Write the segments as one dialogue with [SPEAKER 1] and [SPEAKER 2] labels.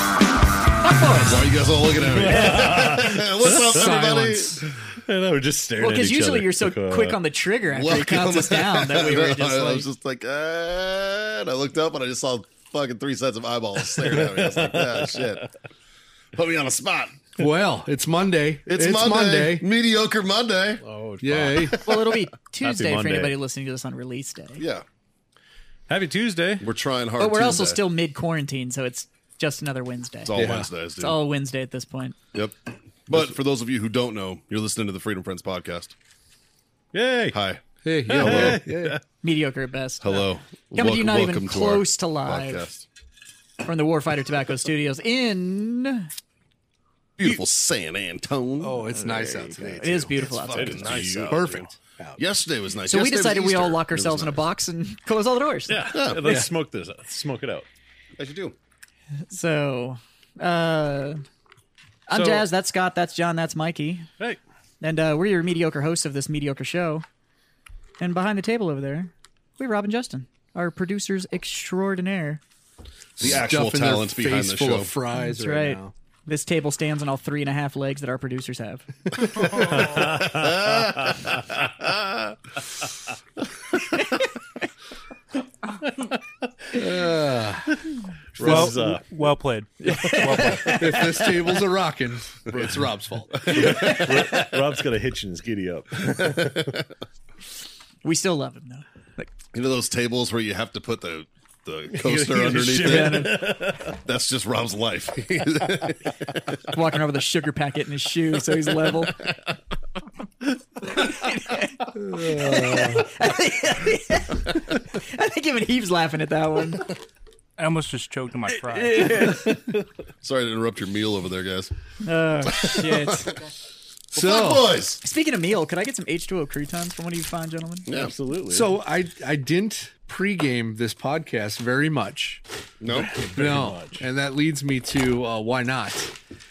[SPEAKER 1] Why are you guys all looking at me? What's up, everybody?
[SPEAKER 2] Silence.
[SPEAKER 3] I know, we're just staring
[SPEAKER 2] Well,
[SPEAKER 3] at
[SPEAKER 2] because
[SPEAKER 3] each
[SPEAKER 2] usually
[SPEAKER 3] other.
[SPEAKER 2] you're so
[SPEAKER 3] Like, uh,
[SPEAKER 2] quick on the trigger after he
[SPEAKER 1] Welcome.
[SPEAKER 2] counts us down that we were just
[SPEAKER 1] I
[SPEAKER 2] like,
[SPEAKER 1] was just like, uh, and I looked up and I just saw fucking three sets of eyeballs staring at me. I was like, ah, shit. Put me on a spot.
[SPEAKER 4] Well, it's Monday.
[SPEAKER 1] It's, Monday. Mediocre Monday.
[SPEAKER 3] Oh, fuck.
[SPEAKER 4] Yay.
[SPEAKER 2] well, it'll be Tuesday for
[SPEAKER 3] Monday.
[SPEAKER 2] anybody listening to this on release day.
[SPEAKER 1] Yeah.
[SPEAKER 3] Happy Tuesday.
[SPEAKER 1] We're trying hard.
[SPEAKER 2] but we're also
[SPEAKER 1] Tuesday.
[SPEAKER 2] still mid quarantine, so it's just another Wednesday.
[SPEAKER 1] It's all Wednesdays, dude.
[SPEAKER 2] It's all Wednesday at this point.
[SPEAKER 1] Yep. But for those of you who don't know, you're listening to the Freedom Friends podcast.
[SPEAKER 3] Yay.
[SPEAKER 1] Hi.
[SPEAKER 4] Hey, yeah, well, yeah.
[SPEAKER 2] Mediocre at best.
[SPEAKER 1] Hello.
[SPEAKER 2] Yeah, but you're not even
[SPEAKER 1] our
[SPEAKER 2] close to live. From the Warfighter Tobacco Studios in.
[SPEAKER 1] Beautiful San Antonio.
[SPEAKER 4] Oh, it's nice out today.
[SPEAKER 2] It is beautiful outside.
[SPEAKER 1] fucking nice.
[SPEAKER 3] beautiful.
[SPEAKER 1] out,
[SPEAKER 4] Perfect.
[SPEAKER 1] dude. Yesterday was nice.
[SPEAKER 2] So we
[SPEAKER 1] Yesterday was
[SPEAKER 2] decided we all
[SPEAKER 1] Easter.
[SPEAKER 2] lock
[SPEAKER 1] It was
[SPEAKER 2] ourselves in a
[SPEAKER 1] nice.
[SPEAKER 2] box and close all the doors.
[SPEAKER 3] Yeah. Let's smoke this. Let's smoke it out.
[SPEAKER 1] As you do.
[SPEAKER 2] So, uh, I'm
[SPEAKER 3] So-
[SPEAKER 2] Jazz. That's Scott. That's John. That's Mikey.
[SPEAKER 3] Hey.
[SPEAKER 2] And uh, we're your mediocre hosts of this mediocre show. And behind the table over there, we have Rob and Justin, our producers extraordinaire.
[SPEAKER 1] The actual
[SPEAKER 4] Stuffing their
[SPEAKER 1] talents behind
[SPEAKER 4] face
[SPEAKER 1] the
[SPEAKER 4] full
[SPEAKER 1] show.
[SPEAKER 4] of fries
[SPEAKER 2] That's
[SPEAKER 4] right,
[SPEAKER 2] right.
[SPEAKER 4] now.
[SPEAKER 2] This table stands on all three and a half legs that our producers have.
[SPEAKER 3] Well,
[SPEAKER 5] Well, well played.
[SPEAKER 4] if this table's a rocking, it's Rob's fault.
[SPEAKER 3] Rob's got a hitch in his giddy up.
[SPEAKER 2] We still love him, though. Like,
[SPEAKER 1] You know those tables where you have to put the the coaster
[SPEAKER 3] you
[SPEAKER 1] underneath
[SPEAKER 3] shimmy
[SPEAKER 1] it. That's just Rob's life.
[SPEAKER 2] walking over the sugar packet in his shoe so he's level. I think even Heave's laughing at that one.
[SPEAKER 5] I almost just choked on my fries.
[SPEAKER 1] Sorry to interrupt your meal over there, guys.
[SPEAKER 2] Oh, shit.
[SPEAKER 1] Fuck
[SPEAKER 4] So,
[SPEAKER 1] boys.
[SPEAKER 2] Speaking of meal, could I get some H2O croutons from one of you fine gentlemen?
[SPEAKER 1] Yeah.
[SPEAKER 3] Absolutely.
[SPEAKER 4] so I I didn't pregame this podcast very much.
[SPEAKER 1] No.
[SPEAKER 4] no, and that leads me to uh, why not.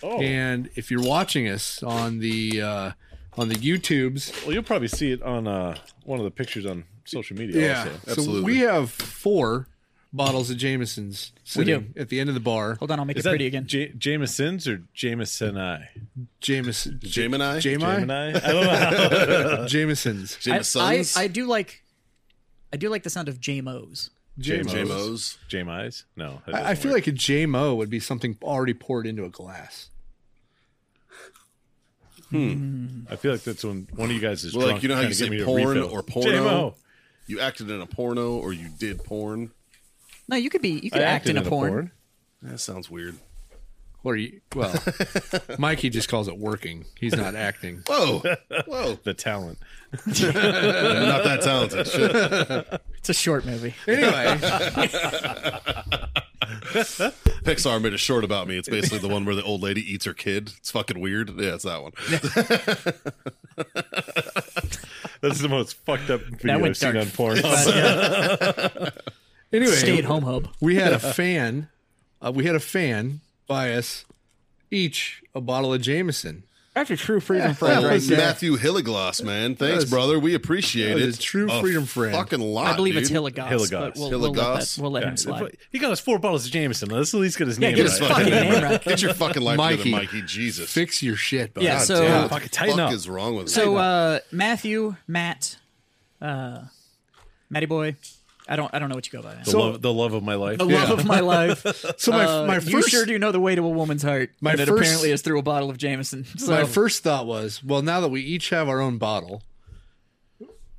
[SPEAKER 3] Oh,
[SPEAKER 4] And if you're watching us on the uh, on the YouTubes,
[SPEAKER 3] well, you'll probably see it on uh, one of the pictures on social media.
[SPEAKER 4] yeah,
[SPEAKER 3] Also.
[SPEAKER 4] so
[SPEAKER 1] absolutely.
[SPEAKER 4] we have four bottles of Jameson's sitting at the end of the bar.
[SPEAKER 2] Hold on, I'll make
[SPEAKER 3] Is
[SPEAKER 2] it
[SPEAKER 3] that
[SPEAKER 2] pretty again.
[SPEAKER 3] J- Jameson's or Jameson I?
[SPEAKER 4] Jameson,
[SPEAKER 1] Gemini.
[SPEAKER 4] Jamie,
[SPEAKER 3] I? I don't know. How.
[SPEAKER 4] Jameson's,
[SPEAKER 2] I, I,
[SPEAKER 1] Jamesons.
[SPEAKER 2] I do like I do like the sound of JMOs.
[SPEAKER 3] Jamos.
[SPEAKER 1] Jamos.
[SPEAKER 3] Jameis? No. that
[SPEAKER 4] I, I
[SPEAKER 3] doesn't
[SPEAKER 4] feel
[SPEAKER 3] work.
[SPEAKER 4] like a JMO would be something already poured into a glass.
[SPEAKER 3] I feel like that's when one of you guys is
[SPEAKER 1] Well, like,
[SPEAKER 3] drunk.
[SPEAKER 1] you know how
[SPEAKER 3] trying
[SPEAKER 1] you
[SPEAKER 3] to get
[SPEAKER 1] say
[SPEAKER 3] me to
[SPEAKER 1] porn
[SPEAKER 3] refill.
[SPEAKER 1] or porno?
[SPEAKER 3] JMO.
[SPEAKER 1] You acted in a porno or you did porn.
[SPEAKER 2] No, you could be you
[SPEAKER 3] I
[SPEAKER 2] could act in a porn.
[SPEAKER 1] That sounds weird.
[SPEAKER 4] Or you, well, Mikey just calls it working. He's not acting.
[SPEAKER 1] Whoa. Whoa.
[SPEAKER 3] The talent.
[SPEAKER 1] I'm not that talented. Shit.
[SPEAKER 2] It's a short movie.
[SPEAKER 4] Anyway,
[SPEAKER 1] Pixar made a short about me. It's basically the one where the old lady eats her kid. It's fucking weird. Yeah, it's that one.
[SPEAKER 3] That's the most fucked up video
[SPEAKER 2] went
[SPEAKER 3] I've seen
[SPEAKER 2] dark.
[SPEAKER 3] on porn.
[SPEAKER 4] anyway,
[SPEAKER 2] Stay at home hub.
[SPEAKER 4] we had a fan. Uh, we had a fan buy us each a bottle of Jameson.
[SPEAKER 2] That's a true freedom
[SPEAKER 1] That
[SPEAKER 4] friend right
[SPEAKER 1] was
[SPEAKER 4] there.
[SPEAKER 1] Matthew Hilligloss, man. Thanks,
[SPEAKER 4] was-
[SPEAKER 1] brother. We appreciate
[SPEAKER 4] that
[SPEAKER 1] it.
[SPEAKER 4] was a true freedom friend.
[SPEAKER 1] Fucking lot.
[SPEAKER 2] I believe it's
[SPEAKER 1] Ah, dude.
[SPEAKER 2] Hilligoss. But
[SPEAKER 3] Hilligoss.
[SPEAKER 2] we'll, we'll let, that,
[SPEAKER 1] Hilligoss?
[SPEAKER 2] we'll let
[SPEAKER 3] Yeah,
[SPEAKER 2] him slide.
[SPEAKER 3] He got us four bottles of Jameson. Let's at least get his
[SPEAKER 2] Yeah,
[SPEAKER 3] name
[SPEAKER 2] get
[SPEAKER 3] right.
[SPEAKER 2] his fucking name right.
[SPEAKER 1] Get your fucking life together,
[SPEAKER 4] Mikey.
[SPEAKER 1] Mikey. Jesus.
[SPEAKER 4] Fix your shit, bud.
[SPEAKER 2] Yeah,
[SPEAKER 1] God
[SPEAKER 2] so-
[SPEAKER 1] damn,
[SPEAKER 3] Fucking
[SPEAKER 1] what the
[SPEAKER 3] tighten
[SPEAKER 1] fuck
[SPEAKER 3] up.
[SPEAKER 1] is wrong with
[SPEAKER 2] So
[SPEAKER 1] me?
[SPEAKER 2] uh, Matthew, Matt, uh, Matty boy, I don't I don't know what you go by. Man.
[SPEAKER 3] the, love, the love of my life.
[SPEAKER 2] The love of my life.
[SPEAKER 4] So my
[SPEAKER 2] Uh,
[SPEAKER 4] my
[SPEAKER 2] you
[SPEAKER 4] first
[SPEAKER 2] sure do know the way to a woman's heart.
[SPEAKER 4] My
[SPEAKER 2] and it
[SPEAKER 4] first-
[SPEAKER 2] apparently is through a bottle of Jameson. So
[SPEAKER 4] my first thought was, well, now that we each have our own bottle,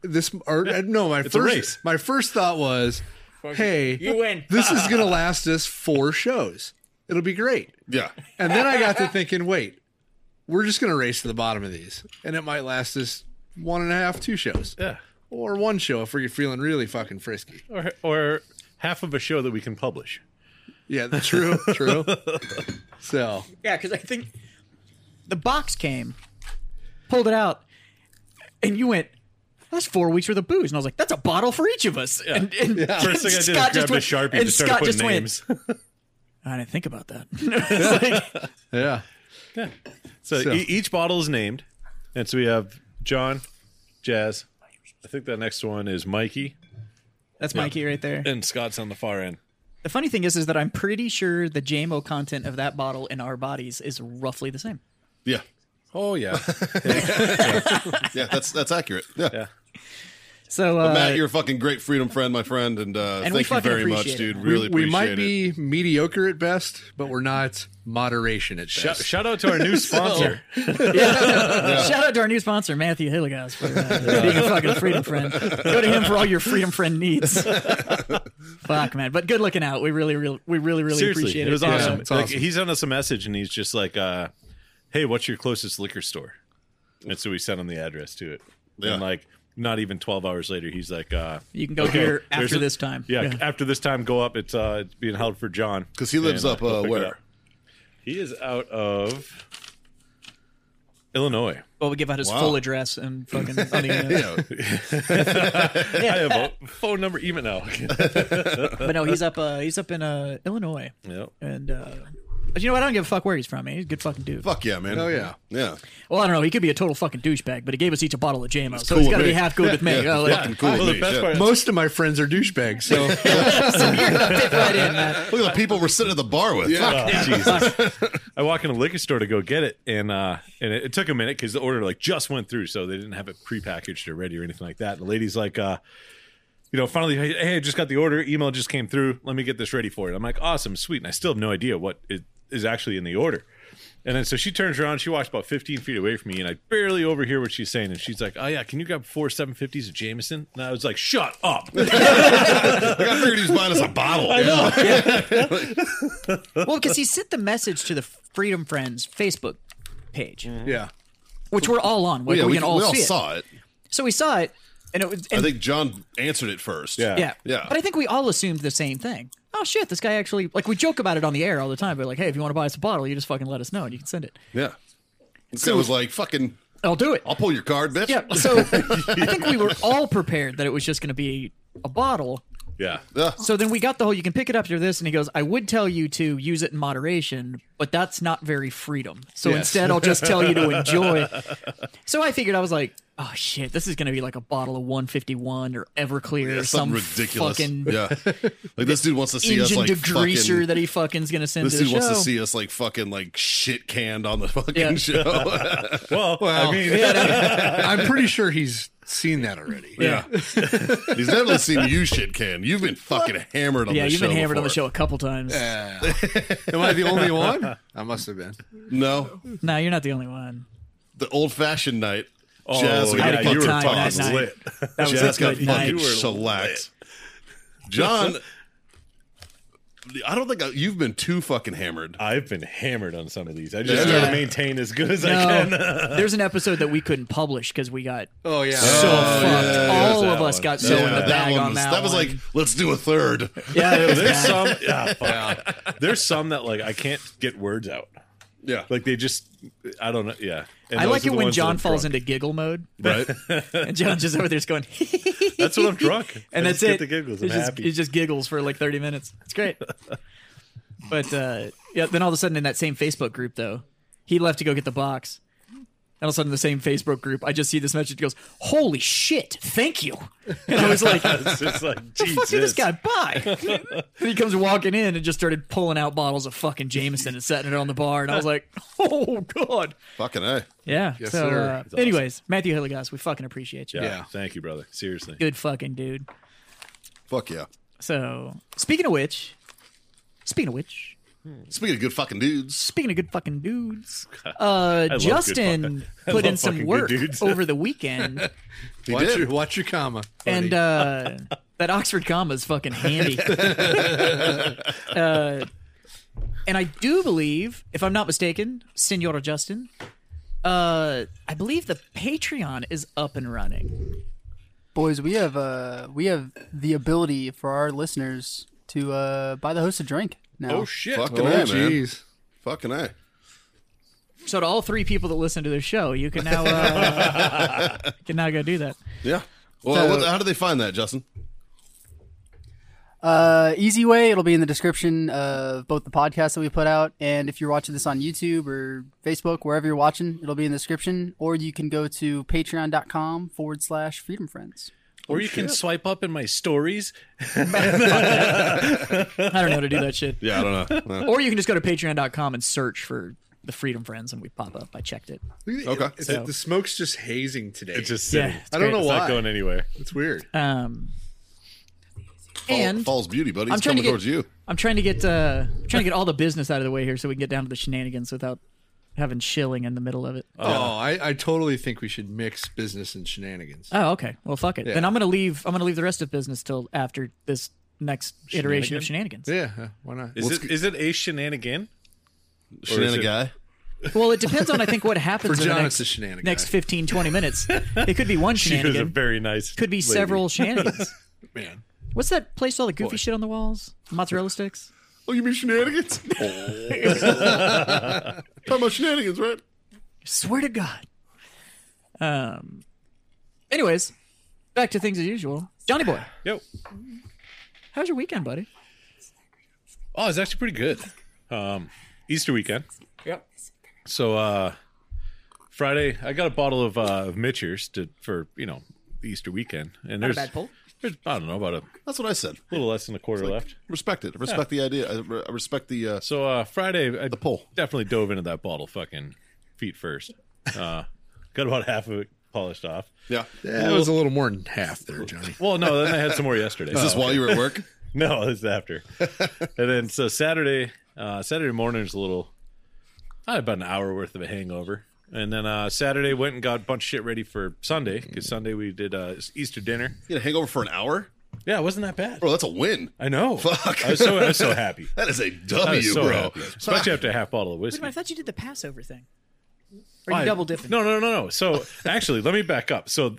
[SPEAKER 4] this or uh, no, my
[SPEAKER 3] a
[SPEAKER 4] first
[SPEAKER 3] race.
[SPEAKER 4] my first thought was, hey,
[SPEAKER 2] You win.
[SPEAKER 4] This is gonna last us four shows. It'll be great.
[SPEAKER 1] yeah.
[SPEAKER 4] And then I got to thinking, wait, we're just gonna race to the bottom of these, and it might last us one and a half, two shows,
[SPEAKER 3] Yeah.
[SPEAKER 4] or one show if we're feeling really fucking frisky.
[SPEAKER 3] Or, or half of a show that we can publish.
[SPEAKER 4] Yeah, true, true. So
[SPEAKER 2] Yeah, because I think the box came, pulled it out, and you went, that's four weeks worth of booze. And I was like, that's a bottle for each of us. And, and
[SPEAKER 3] First thing I did
[SPEAKER 2] Scott
[SPEAKER 3] is
[SPEAKER 2] just
[SPEAKER 3] grabbed
[SPEAKER 2] went,
[SPEAKER 3] a sharpie
[SPEAKER 2] and
[SPEAKER 3] and started
[SPEAKER 2] Scott
[SPEAKER 3] putting
[SPEAKER 2] just went,
[SPEAKER 3] names.
[SPEAKER 2] I didn't think about that. It's like,
[SPEAKER 4] Yeah.
[SPEAKER 3] so
[SPEAKER 4] So-
[SPEAKER 3] E- each bottle is named, and so we have John, Jazz. I think that next one is Mikey,
[SPEAKER 2] that's Mikey right there.
[SPEAKER 3] and Scott's on the far end.
[SPEAKER 2] The funny thing is, is that I'm pretty sure the JMO content of that bottle in our bodies is roughly the same.
[SPEAKER 1] Yeah.
[SPEAKER 3] Oh yeah,
[SPEAKER 1] Yeah, that's that's accurate. Yeah.
[SPEAKER 3] yeah.
[SPEAKER 2] So uh,
[SPEAKER 1] Matt, you're a fucking great freedom friend, my friend, and uh
[SPEAKER 2] And we
[SPEAKER 1] thank you
[SPEAKER 2] fucking
[SPEAKER 1] very much,
[SPEAKER 2] appreciate
[SPEAKER 1] dude.
[SPEAKER 2] it.
[SPEAKER 1] Really
[SPEAKER 4] we, we
[SPEAKER 1] appreciate
[SPEAKER 4] might
[SPEAKER 1] it.
[SPEAKER 4] be mediocre at best, but we're not moderation at
[SPEAKER 3] Shout,
[SPEAKER 4] best.
[SPEAKER 3] shout out to our new sponsor.
[SPEAKER 2] Shout out to our new sponsor, Matthew Hilligas, for uh, being a fucking freedom friend. Go to him for all your freedom friend needs. Fuck, man. But good looking out. We really, really, we really, really
[SPEAKER 3] Seriously,
[SPEAKER 2] appreciate
[SPEAKER 3] it
[SPEAKER 2] it.
[SPEAKER 3] was
[SPEAKER 2] Yeah.
[SPEAKER 3] awesome.
[SPEAKER 4] it's
[SPEAKER 3] like,
[SPEAKER 4] awesome.
[SPEAKER 3] He sent us a message, and he's just like, uh, "Hey, what's your closest liquor store?" And so we sent him the address to it.
[SPEAKER 1] Yeah.
[SPEAKER 3] And like, not even twelve hours later, he's like, uh,
[SPEAKER 2] You can go
[SPEAKER 3] Okay,
[SPEAKER 2] here
[SPEAKER 3] there's
[SPEAKER 2] after
[SPEAKER 3] a-
[SPEAKER 2] this time.
[SPEAKER 3] yeah, after this time, go up. It's uh, it's being held for John
[SPEAKER 1] 'Cause he lives
[SPEAKER 3] And,
[SPEAKER 1] up,
[SPEAKER 3] go
[SPEAKER 1] uh,
[SPEAKER 3] pick it
[SPEAKER 1] where?
[SPEAKER 3] He is out of Illinois.
[SPEAKER 2] Well, we give out his
[SPEAKER 1] Wow.
[SPEAKER 2] full address and fucking. on the internet.
[SPEAKER 1] Yeah.
[SPEAKER 3] I have a phone number, email now.
[SPEAKER 2] But no, he's up. Uh, he's up in uh, Illinois,
[SPEAKER 3] yep.
[SPEAKER 2] and uh, but you know what? I don't give a fuck where he's from. Man. He's a good fucking dude.
[SPEAKER 1] Fuck yeah, man.
[SPEAKER 4] Oh, yeah.
[SPEAKER 1] Yeah.
[SPEAKER 2] Well, I don't know. He could be a total fucking douchebag, but he gave us each a bottle of JMO, so
[SPEAKER 1] cool
[SPEAKER 2] he's got to
[SPEAKER 1] with
[SPEAKER 2] be
[SPEAKER 1] me.
[SPEAKER 2] half good with me.
[SPEAKER 1] Yeah,
[SPEAKER 2] Oh, like,
[SPEAKER 1] fucking cool.
[SPEAKER 3] Well,
[SPEAKER 1] with
[SPEAKER 3] the
[SPEAKER 1] me,
[SPEAKER 3] best
[SPEAKER 1] shit.
[SPEAKER 3] part-
[SPEAKER 4] Most of my friends are douchebags, so
[SPEAKER 1] Look at the people we're sitting at the bar with. Fuck.
[SPEAKER 3] I walk in a liquor store to go get it, and uh, and it, it took a minute because the order like just went through, so they didn't have it prepackaged or ready or anything like that. The lady's like, uh, you know, finally, hey, hey, I just got the order. Email just came through. Let me get this ready for it. I'm like, awesome, sweet, and I still have no idea what is, is actually in the order. And then so she turns around, she walks about 15 feet away from me, and I barely overhear what she's saying. And she's like, "Oh yeah, can you grab four 750s of Jameson?" And I was like, "Shut up!"
[SPEAKER 1] Like, I figured he was buying us a bottle. I know.
[SPEAKER 2] well, because he sent the message to the Freedom Friends Facebook page,
[SPEAKER 4] yeah.
[SPEAKER 2] which we're all on. Like,
[SPEAKER 1] Yeah,
[SPEAKER 2] we,
[SPEAKER 1] we,
[SPEAKER 2] can all
[SPEAKER 1] we all
[SPEAKER 2] see it.
[SPEAKER 1] saw it.
[SPEAKER 2] So we saw it, and it was.
[SPEAKER 1] I
[SPEAKER 2] And,
[SPEAKER 1] think John answered it first.
[SPEAKER 3] Yeah.
[SPEAKER 2] yeah,
[SPEAKER 1] Yeah.
[SPEAKER 2] But I think we all assumed the same thing. Oh shit, this guy actually like we joke about it on the air all the time. We're like, hey, if you want to buy us a bottle, you just fucking let us know and you can send it.
[SPEAKER 1] Yeah. This guy was like, fucking,
[SPEAKER 2] I'll do it.
[SPEAKER 1] I'll pull your card, bitch.
[SPEAKER 2] Yeah. So I think we were all prepared that it was just going to be a bottle.
[SPEAKER 3] yeah,
[SPEAKER 1] Yeah.
[SPEAKER 2] So then we got the whole you can pick it up, you're this. And he goes, I would tell you to use it in moderation, but that's not very freedom. So
[SPEAKER 4] Yes.
[SPEAKER 2] instead, I'll just tell you to enjoy. So I figured, I was like, oh shit, this is going to be like a bottle of 151 or Everclear
[SPEAKER 1] Yeah,
[SPEAKER 2] or some
[SPEAKER 1] something ridiculous.
[SPEAKER 2] fucking
[SPEAKER 1] yeah. Like this dude wants to see us
[SPEAKER 2] engine
[SPEAKER 1] like
[SPEAKER 2] degreaser
[SPEAKER 1] fucking.
[SPEAKER 2] that he fucking's going to send
[SPEAKER 1] this
[SPEAKER 2] to the
[SPEAKER 1] dude wants
[SPEAKER 2] show.
[SPEAKER 1] to see us like fucking like shit canned on the fucking
[SPEAKER 2] Yeah.
[SPEAKER 1] show.
[SPEAKER 3] well, I mean,
[SPEAKER 4] I'm pretty sure he's seen that already.
[SPEAKER 1] yeah. He's definitely seen you shit canned. You've been fucking hammered on
[SPEAKER 2] yeah,
[SPEAKER 1] the
[SPEAKER 2] you've
[SPEAKER 1] show.
[SPEAKER 2] been hammered on the
[SPEAKER 1] before.
[SPEAKER 2] show a couple times.
[SPEAKER 4] Am I the only one? I must have been.
[SPEAKER 1] No.
[SPEAKER 2] No, you're not the only one.
[SPEAKER 1] The old fashioned night.
[SPEAKER 3] oh,
[SPEAKER 1] Jazz, we
[SPEAKER 2] had
[SPEAKER 1] got
[SPEAKER 3] yeah,
[SPEAKER 2] a good
[SPEAKER 3] you were
[SPEAKER 2] time that
[SPEAKER 3] fucking
[SPEAKER 2] night.
[SPEAKER 3] lit.
[SPEAKER 2] That was
[SPEAKER 1] Jazz
[SPEAKER 2] a
[SPEAKER 1] got
[SPEAKER 2] good night.
[SPEAKER 1] fucking
[SPEAKER 3] You were
[SPEAKER 1] shellacked. John, I don't think I, you've been too fucking hammered.
[SPEAKER 3] I've been hammered on some of these. I just
[SPEAKER 1] Yeah.
[SPEAKER 3] try to maintain as good as I
[SPEAKER 2] No,
[SPEAKER 3] can.
[SPEAKER 2] Um, there's an episode that we couldn't publish because we got
[SPEAKER 4] Oh yeah.
[SPEAKER 2] so
[SPEAKER 1] Oh, yeah,
[SPEAKER 2] fucked.
[SPEAKER 1] yeah,
[SPEAKER 2] All
[SPEAKER 3] yeah,
[SPEAKER 2] of
[SPEAKER 3] that
[SPEAKER 2] us
[SPEAKER 3] one.
[SPEAKER 2] got so in the bag
[SPEAKER 1] one
[SPEAKER 2] on
[SPEAKER 1] was,
[SPEAKER 2] that.
[SPEAKER 1] was
[SPEAKER 2] one.
[SPEAKER 1] like, let's do a third.
[SPEAKER 2] yeah, it was
[SPEAKER 3] There's
[SPEAKER 2] bad.
[SPEAKER 3] some, yeah, fuck. There's some that like I can't get words out.
[SPEAKER 1] Yeah.
[SPEAKER 3] Like they just, I don't know. Yeah, And
[SPEAKER 2] I
[SPEAKER 3] those
[SPEAKER 2] like
[SPEAKER 3] are
[SPEAKER 2] it
[SPEAKER 3] the
[SPEAKER 2] when
[SPEAKER 3] ones that
[SPEAKER 2] John
[SPEAKER 3] I'm
[SPEAKER 2] falls
[SPEAKER 3] drunk.
[SPEAKER 2] into giggle mode,
[SPEAKER 1] right?
[SPEAKER 2] and John's just over there just going,
[SPEAKER 3] That's what I'm drunk,
[SPEAKER 2] and
[SPEAKER 3] I
[SPEAKER 2] that's
[SPEAKER 3] just
[SPEAKER 2] it.
[SPEAKER 3] Get the giggles. I'm
[SPEAKER 2] It's just,
[SPEAKER 3] happy.
[SPEAKER 2] it just giggles for like 30 minutes. It's great. but uh, yeah, then all of a sudden in that same Facebook group though, he left to go get the box. And all of a sudden, in the same Facebook group, I just see this message. It goes, "Holy shit! Thank you." And I was like,
[SPEAKER 3] it's just like
[SPEAKER 2] the fuck did this
[SPEAKER 3] Jesus.
[SPEAKER 2] guy buy? and he comes walking in and just started pulling out bottles of fucking Jameson and setting it on the bar. And I was like, oh, God.
[SPEAKER 1] fucking A.
[SPEAKER 2] Yeah.
[SPEAKER 4] Yes,
[SPEAKER 2] so,
[SPEAKER 4] sir.
[SPEAKER 2] uh,
[SPEAKER 4] That's
[SPEAKER 2] anyways, Matthew Hilligas, we fucking appreciate you.
[SPEAKER 3] Yeah,
[SPEAKER 4] Yeah.
[SPEAKER 3] Thank you, brother. Seriously.
[SPEAKER 2] Good fucking dude.
[SPEAKER 1] Fuck yeah.
[SPEAKER 2] So, speaking of which, speaking of which,
[SPEAKER 1] Speaking of good fucking dudes,
[SPEAKER 2] speaking of good fucking dudes, uh,
[SPEAKER 3] good
[SPEAKER 2] Justin
[SPEAKER 3] fucking- I
[SPEAKER 2] put
[SPEAKER 3] love
[SPEAKER 2] in some
[SPEAKER 3] fucking good
[SPEAKER 2] work
[SPEAKER 3] dudes.
[SPEAKER 2] over the weekend.
[SPEAKER 1] he
[SPEAKER 4] watch
[SPEAKER 1] did.
[SPEAKER 4] your watch your comma. buddy.
[SPEAKER 2] and uh, that Oxford comma is fucking handy. uh, and I do believe, if I'm not mistaken, Senora Justin, uh, I believe the Patreon is up and running.
[SPEAKER 6] boys we have uh we have the ability for our listeners to
[SPEAKER 3] Oh,
[SPEAKER 6] uh buy the host a drink now
[SPEAKER 4] shit.
[SPEAKER 1] Fucking
[SPEAKER 4] oh
[SPEAKER 1] A, man.
[SPEAKER 4] jeez.
[SPEAKER 1] Fucking A.
[SPEAKER 2] So to all three people that listen to this show, you can now uh, can now go do that.
[SPEAKER 1] Yeah. Well,
[SPEAKER 6] So-
[SPEAKER 1] what, how do they find that, Justin?
[SPEAKER 6] Uh, easy way. It'll be in the description of both the podcast that we put out, and if you're watching this on YouTube or Facebook, wherever you're watching, it'll be in the description. Or you can go to patreon.com forward slash freedom friends.
[SPEAKER 3] Or you can swipe up in my stories.
[SPEAKER 2] I don't know how to do that shit.
[SPEAKER 1] Yeah, I don't know.
[SPEAKER 2] Or you can just go to patreon.com and search for the Freedom Friends and we pop up. I checked it.
[SPEAKER 1] Okay.
[SPEAKER 4] It's- the smoke's just hazing today.
[SPEAKER 3] It's just
[SPEAKER 2] Yeah,
[SPEAKER 3] sitting.
[SPEAKER 2] it's
[SPEAKER 4] I don't
[SPEAKER 2] great.
[SPEAKER 4] know
[SPEAKER 3] It's
[SPEAKER 4] why.
[SPEAKER 3] not going anywhere.
[SPEAKER 4] It's weird.
[SPEAKER 2] Um,
[SPEAKER 1] And
[SPEAKER 2] and
[SPEAKER 1] Falls Beauty, buddy.
[SPEAKER 2] I'm
[SPEAKER 1] It's
[SPEAKER 2] trying
[SPEAKER 1] coming
[SPEAKER 2] to get-
[SPEAKER 1] towards you.
[SPEAKER 2] I'm trying to get uh, I'm trying to get all the business out of the way here so we can get down to the shenanigans without having shilling in the middle of it.
[SPEAKER 4] Oh, I, I totally think we should mix business and shenanigans.
[SPEAKER 2] Oh, okay. Well, fuck it. Then
[SPEAKER 4] Yeah.
[SPEAKER 2] I'm gonna leave. I'm gonna leave the rest of business till after this next iteration of shenanigans.
[SPEAKER 4] yeah, uh, why not?
[SPEAKER 3] Is it is it a shenanigan?
[SPEAKER 1] Shenanigan
[SPEAKER 3] it-
[SPEAKER 1] guy.
[SPEAKER 2] Well, it depends on I think what
[SPEAKER 4] For
[SPEAKER 2] happens in the
[SPEAKER 4] John, it's a
[SPEAKER 2] next,
[SPEAKER 4] shenanigan.
[SPEAKER 2] next 15, 20 minutes. It could be one
[SPEAKER 3] She was a
[SPEAKER 2] shenanigan.
[SPEAKER 3] very nice.
[SPEAKER 2] Could be
[SPEAKER 3] lady.
[SPEAKER 2] several shenanigans.
[SPEAKER 4] man.
[SPEAKER 2] What's that place? with All the goofy shit on the walls, mozzarella sticks.
[SPEAKER 1] Oh, you mean shenanigans? Talking about shenanigans, right?
[SPEAKER 2] Swear to God. Um. Anyways, back to things as usual. Johnny boy,
[SPEAKER 3] Yo.
[SPEAKER 2] how's your weekend, buddy?
[SPEAKER 3] Oh, it's actually pretty good. Um, Easter weekend. Yep. So uh, Friday, I got a bottle of uh, of Mitchers to for you know Easter weekend, and there's,
[SPEAKER 2] bad pull.
[SPEAKER 3] there's I don't know about a
[SPEAKER 1] That's what I said.
[SPEAKER 3] little less than a quarter left.
[SPEAKER 1] Respect it. Respect the idea. I, re- I respect the. Uh,
[SPEAKER 3] So uh, Friday, I the
[SPEAKER 1] pull.
[SPEAKER 3] definitely dove into that bottle fucking feet first. Uh, got about half of it polished off.
[SPEAKER 1] yeah. Is
[SPEAKER 4] That was a little more than half there, Johnny.
[SPEAKER 3] Well, no, then I had some more yesterday. Oh,
[SPEAKER 1] this while you were at work?
[SPEAKER 3] No, it's after. and then so Saturday, uh, Saturday morning is a little. I had about an hour worth of a hangover, and then uh, Saturday went and got a bunch of shit ready for Sunday because Sunday we did uh, Easter dinner.
[SPEAKER 1] You had a hangover for an hour?
[SPEAKER 3] Yeah, it wasn't that bad.
[SPEAKER 1] Bro, that's a win.
[SPEAKER 3] I know.
[SPEAKER 1] Fuck.
[SPEAKER 3] I was so I was so happy.
[SPEAKER 1] That is a
[SPEAKER 3] I
[SPEAKER 1] W,
[SPEAKER 3] was so
[SPEAKER 1] bro.
[SPEAKER 3] happy, especially after a half bottle of whiskey.
[SPEAKER 2] I thought you did the Passover thing. Or you double dipping?
[SPEAKER 3] No, no, no, no. So actually, let me back up. So